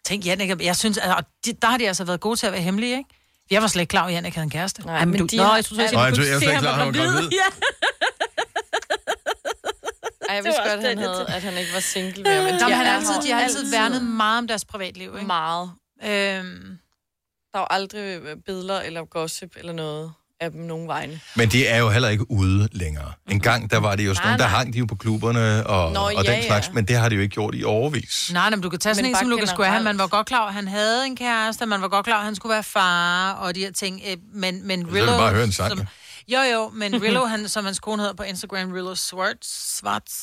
[SPEAKER 3] Tænk, Jannik, jeg synes, at og de- der har de altså været gode til at være hemmelige, ikke? Jeg var slet ikke klar over, at Jannik havde en kæreste. Nej,
[SPEAKER 2] men de
[SPEAKER 3] Nå,
[SPEAKER 2] har-
[SPEAKER 3] jeg troede,
[SPEAKER 2] Nå,
[SPEAKER 3] jeg
[SPEAKER 2] jeg troede,
[SPEAKER 3] skulle
[SPEAKER 2] jeg var slet ikke klar over, at han var (laughs) gravid.
[SPEAKER 4] Ej,
[SPEAKER 3] Det
[SPEAKER 4] jeg vidste
[SPEAKER 3] var
[SPEAKER 4] godt,
[SPEAKER 3] også
[SPEAKER 4] han
[SPEAKER 3] det, jeg
[SPEAKER 4] havde, at han ikke var single
[SPEAKER 3] Ja,
[SPEAKER 4] mere.
[SPEAKER 3] men
[SPEAKER 4] Men
[SPEAKER 3] de,
[SPEAKER 4] de,
[SPEAKER 3] Jamen, han
[SPEAKER 4] er-
[SPEAKER 3] altid, de har altid værnet meget om deres privatliv, ikke?
[SPEAKER 4] Meget.
[SPEAKER 3] Øhm.
[SPEAKER 4] Der er jo aldrig øh, billeder eller gossip eller noget af dem nogen vegne.
[SPEAKER 1] Men de er jo heller ikke ude længere. En gang, der var det jo sådan,
[SPEAKER 4] Nej,
[SPEAKER 1] nogle, der
[SPEAKER 4] nej.
[SPEAKER 1] hang de jo på klubberne og,
[SPEAKER 3] Nå,
[SPEAKER 1] Nå, og
[SPEAKER 3] ja,
[SPEAKER 1] den
[SPEAKER 3] ja.
[SPEAKER 1] slags, men det har de jo ikke gjort i overvis.
[SPEAKER 3] Nej, nej, men du kan tage sådan
[SPEAKER 1] Men
[SPEAKER 3] en
[SPEAKER 1] bare
[SPEAKER 3] som Lucas
[SPEAKER 1] generelt.
[SPEAKER 3] Graham. Man var godt klar over, at han havde en kæreste, man var godt klar over, at han skulle være far, og de her ting. øh, Men, men
[SPEAKER 1] Så kan du
[SPEAKER 3] Rillo...
[SPEAKER 1] bare høre en sang,
[SPEAKER 3] som,
[SPEAKER 1] jo.
[SPEAKER 3] jo, jo,
[SPEAKER 1] (laughs)
[SPEAKER 3] men Rillo, han, som hans kone hedder på Instagram, Rillo Swartz, Swartz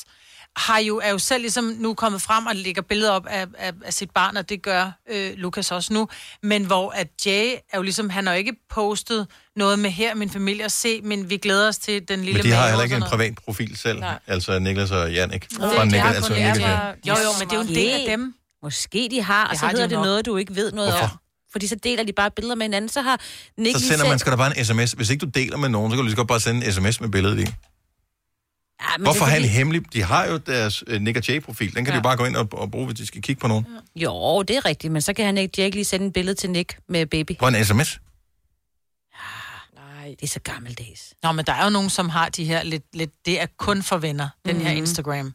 [SPEAKER 3] har jo, er jo selv ligesom nu kommet frem og lægger billeder op af, af, af sit barn, og det gør øh, Lukas også nu. Men hvor at Jay er jo ligesom, han har jo ikke postet noget med her, er min familie, og se, men vi glæder os til den lille
[SPEAKER 1] Men de
[SPEAKER 3] mave
[SPEAKER 1] har
[SPEAKER 3] og
[SPEAKER 1] heller ikke
[SPEAKER 3] sådan
[SPEAKER 1] en
[SPEAKER 3] noget.
[SPEAKER 1] privat profil selv,
[SPEAKER 3] Nej.
[SPEAKER 1] nej. altså Niklas og Jannik.
[SPEAKER 3] Nej.
[SPEAKER 1] Fra
[SPEAKER 3] Det- de
[SPEAKER 1] Niklas,
[SPEAKER 3] har
[SPEAKER 1] altså
[SPEAKER 3] kun-
[SPEAKER 1] Niklas.
[SPEAKER 3] ja,
[SPEAKER 1] Ja,
[SPEAKER 3] Jo, jo, men det er jo en del af dem.
[SPEAKER 2] Måske de har, og
[SPEAKER 3] Det
[SPEAKER 2] så
[SPEAKER 3] har de
[SPEAKER 2] hedder det
[SPEAKER 3] nok.
[SPEAKER 2] noget, du ikke ved noget
[SPEAKER 1] Hvorfor?
[SPEAKER 2] om. Fordi så deler de bare billeder med hinanden, så har Nick
[SPEAKER 1] Så
[SPEAKER 2] lige
[SPEAKER 1] sender man
[SPEAKER 2] sendt-
[SPEAKER 1] sgu da bare en sms. Hvis ikke du deler med nogen, så kan du lige så godt bare sende en sms med billedet i.
[SPEAKER 2] Ja, Ah, men det er
[SPEAKER 1] Hvorfor han
[SPEAKER 2] fordi-
[SPEAKER 1] hemmelig? De har jo deres øh, Nick og Jay-profil. Den kan ja. de jo bare gå ind og, og bruge, hvis de skal kigge på nogen. Ja.
[SPEAKER 2] Jo, det er rigtigt, men så kan han ikke, de ikke lige sende et billede til Nick med baby.
[SPEAKER 1] På en sms.
[SPEAKER 2] Nej. Det er så gammeldags.
[SPEAKER 3] Nå, men der
[SPEAKER 2] Mhm.
[SPEAKER 3] er jo nogen, som har de her lidt, lidt det er kun for venner, den her Instagram.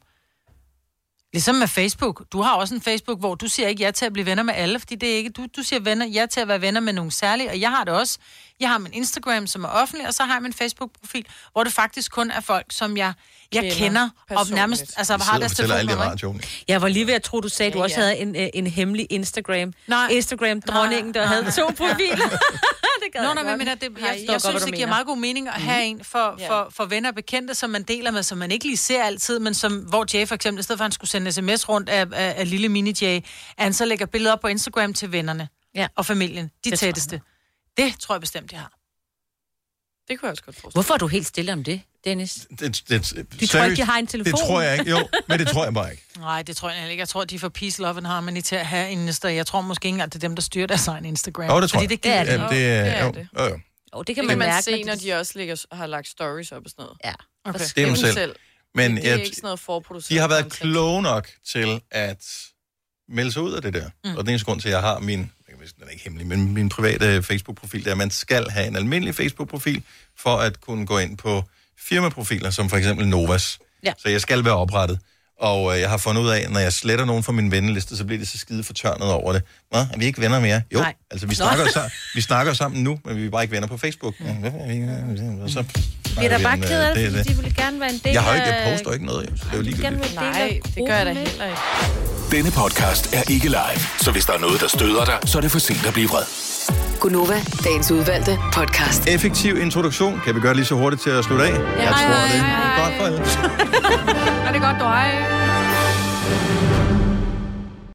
[SPEAKER 3] Ligesom med Facebook. Du har også en Facebook, hvor du siger ikke ja til at blive venner med alle, fordi det er ikke, du, du siger venner, ja til at være venner med nogle særlige, og jeg har det også. Jeg har min Instagram, som er offentlig, og så har jeg min Facebook-profil, hvor det faktisk kun er folk, som jeg, jeg kender,
[SPEAKER 2] Kender
[SPEAKER 3] kender og
[SPEAKER 2] personligt.
[SPEAKER 3] nærmest altså, har
[SPEAKER 1] Vi sidder og
[SPEAKER 3] deres
[SPEAKER 1] fortæller alt i
[SPEAKER 3] telefonnummer. ikke?
[SPEAKER 1] radioen.
[SPEAKER 2] Jeg var lige ved at tro, du sagde, at du
[SPEAKER 3] Ja,
[SPEAKER 2] også
[SPEAKER 3] ja.
[SPEAKER 2] havde en, øh, en hemmelig Instagram. Nej. Instagram-dronningen, der
[SPEAKER 3] Nej,
[SPEAKER 2] havde to
[SPEAKER 3] nej.
[SPEAKER 2] profiler. det gad
[SPEAKER 3] Nå,
[SPEAKER 2] jeg
[SPEAKER 3] nej, men
[SPEAKER 2] godt.
[SPEAKER 3] jeg mener, (laughs) det, jeg,
[SPEAKER 2] Hej,
[SPEAKER 3] jeg,
[SPEAKER 2] jeg
[SPEAKER 3] jeg
[SPEAKER 2] forstår godt,
[SPEAKER 3] synes, det
[SPEAKER 2] hvad du mener.
[SPEAKER 3] giver
[SPEAKER 2] Mhm.
[SPEAKER 3] meget god mening at have en for,
[SPEAKER 2] Ja.
[SPEAKER 3] for, for venner og bekendte, som man deler med, som man ikke lige ser altid, men som, hvor Jay for eksempel, i stedet for at han skulle sende sms rundt af, af, af lille mini-Jay, at han så lægger billeder op på Instagram til vennerne
[SPEAKER 2] ja.
[SPEAKER 3] og familien, de
[SPEAKER 2] Det tror jeg.
[SPEAKER 3] tætteste. Det tror jeg bestemt, jeg har.
[SPEAKER 4] Det kunne jeg også godt forstå.
[SPEAKER 2] Hvorfor er du helt stille om det, Dennis?
[SPEAKER 1] Det, det,
[SPEAKER 2] De tror ikke, de har en telefon.
[SPEAKER 1] Det tror jeg ikke, jo, men det tror jeg bare ikke.
[SPEAKER 3] (laughs) Nej, det tror jeg heller ikke. Jeg tror, de er for peace, love and harmony til at have en Insta. Jeg tror måske ikke engang, det er dem, der styrer deres egen Instagram.
[SPEAKER 1] Jo, det tror
[SPEAKER 3] Fordi
[SPEAKER 1] jeg.
[SPEAKER 3] Det, gider de
[SPEAKER 1] Jamen,
[SPEAKER 3] ikke.
[SPEAKER 1] det,
[SPEAKER 4] Det
[SPEAKER 1] er,
[SPEAKER 4] er
[SPEAKER 1] jo,
[SPEAKER 4] det.
[SPEAKER 1] jo, jo.
[SPEAKER 2] Oh,
[SPEAKER 4] Det kan man, det kan man se, når de også ligger, har lagt stories op og sådan noget.
[SPEAKER 2] Ja.
[SPEAKER 4] Okay.
[SPEAKER 1] Det er dem selv. Men
[SPEAKER 4] det, det er
[SPEAKER 1] jeg-
[SPEAKER 4] ikke sådan noget forproduceret.
[SPEAKER 1] De har været kloge nok til at melde sig ud af det der. Mm. Og den eneste grund til, at jeg har min, jeg kan vist- den er ikke hemmelig, men min private Facebook-profil, det er, at man skal have en almindelig Facebook-profil, for at kunne gå ind på firmaprofiler, som for eksempel Novas.
[SPEAKER 2] Ja.
[SPEAKER 1] Så jeg skal være oprettet. Og øh, jeg har fundet ud af, at når jeg sletter nogen fra min venneliste, så bliver det så skide fortørnet over det. Nå, er vi ikke venner mere? Jo, Nej.
[SPEAKER 2] Nej.
[SPEAKER 1] altså vi
[SPEAKER 2] Nå.
[SPEAKER 1] snakker, jo sammen, vi snakker jo sammen nu, men vi er bare ikke venner på Facebook. Mm. Ja, hvorfor er vi ikke- og så
[SPEAKER 2] Vi er
[SPEAKER 1] snakker
[SPEAKER 2] da bare
[SPEAKER 1] om, øh,
[SPEAKER 2] ked af
[SPEAKER 1] det
[SPEAKER 2] det,
[SPEAKER 1] og
[SPEAKER 2] fordi
[SPEAKER 1] det.
[SPEAKER 2] de ville gerne være en del
[SPEAKER 1] Jeg har jo ikke,
[SPEAKER 2] af-
[SPEAKER 1] jeg poster ikke noget, jo, så det er jo
[SPEAKER 2] gerne
[SPEAKER 1] ligegyldigt.
[SPEAKER 2] vil dele
[SPEAKER 4] Nej,
[SPEAKER 2] af
[SPEAKER 4] det gør jeg da
[SPEAKER 2] gruppen, ikke?
[SPEAKER 4] heller ikke.
[SPEAKER 5] Denne podcast er ikke live, så hvis der er noget, der støder dig, så er det for sent at blive vred.
[SPEAKER 11] Gunova, dagens udvalgte podcast.
[SPEAKER 1] Effektiv introduktion. Kan vi gøre det lige så hurtigt til at slutte af? Ja, jeg tror, det (laughs) er øh? godt for alle.
[SPEAKER 11] Er det godt, du er?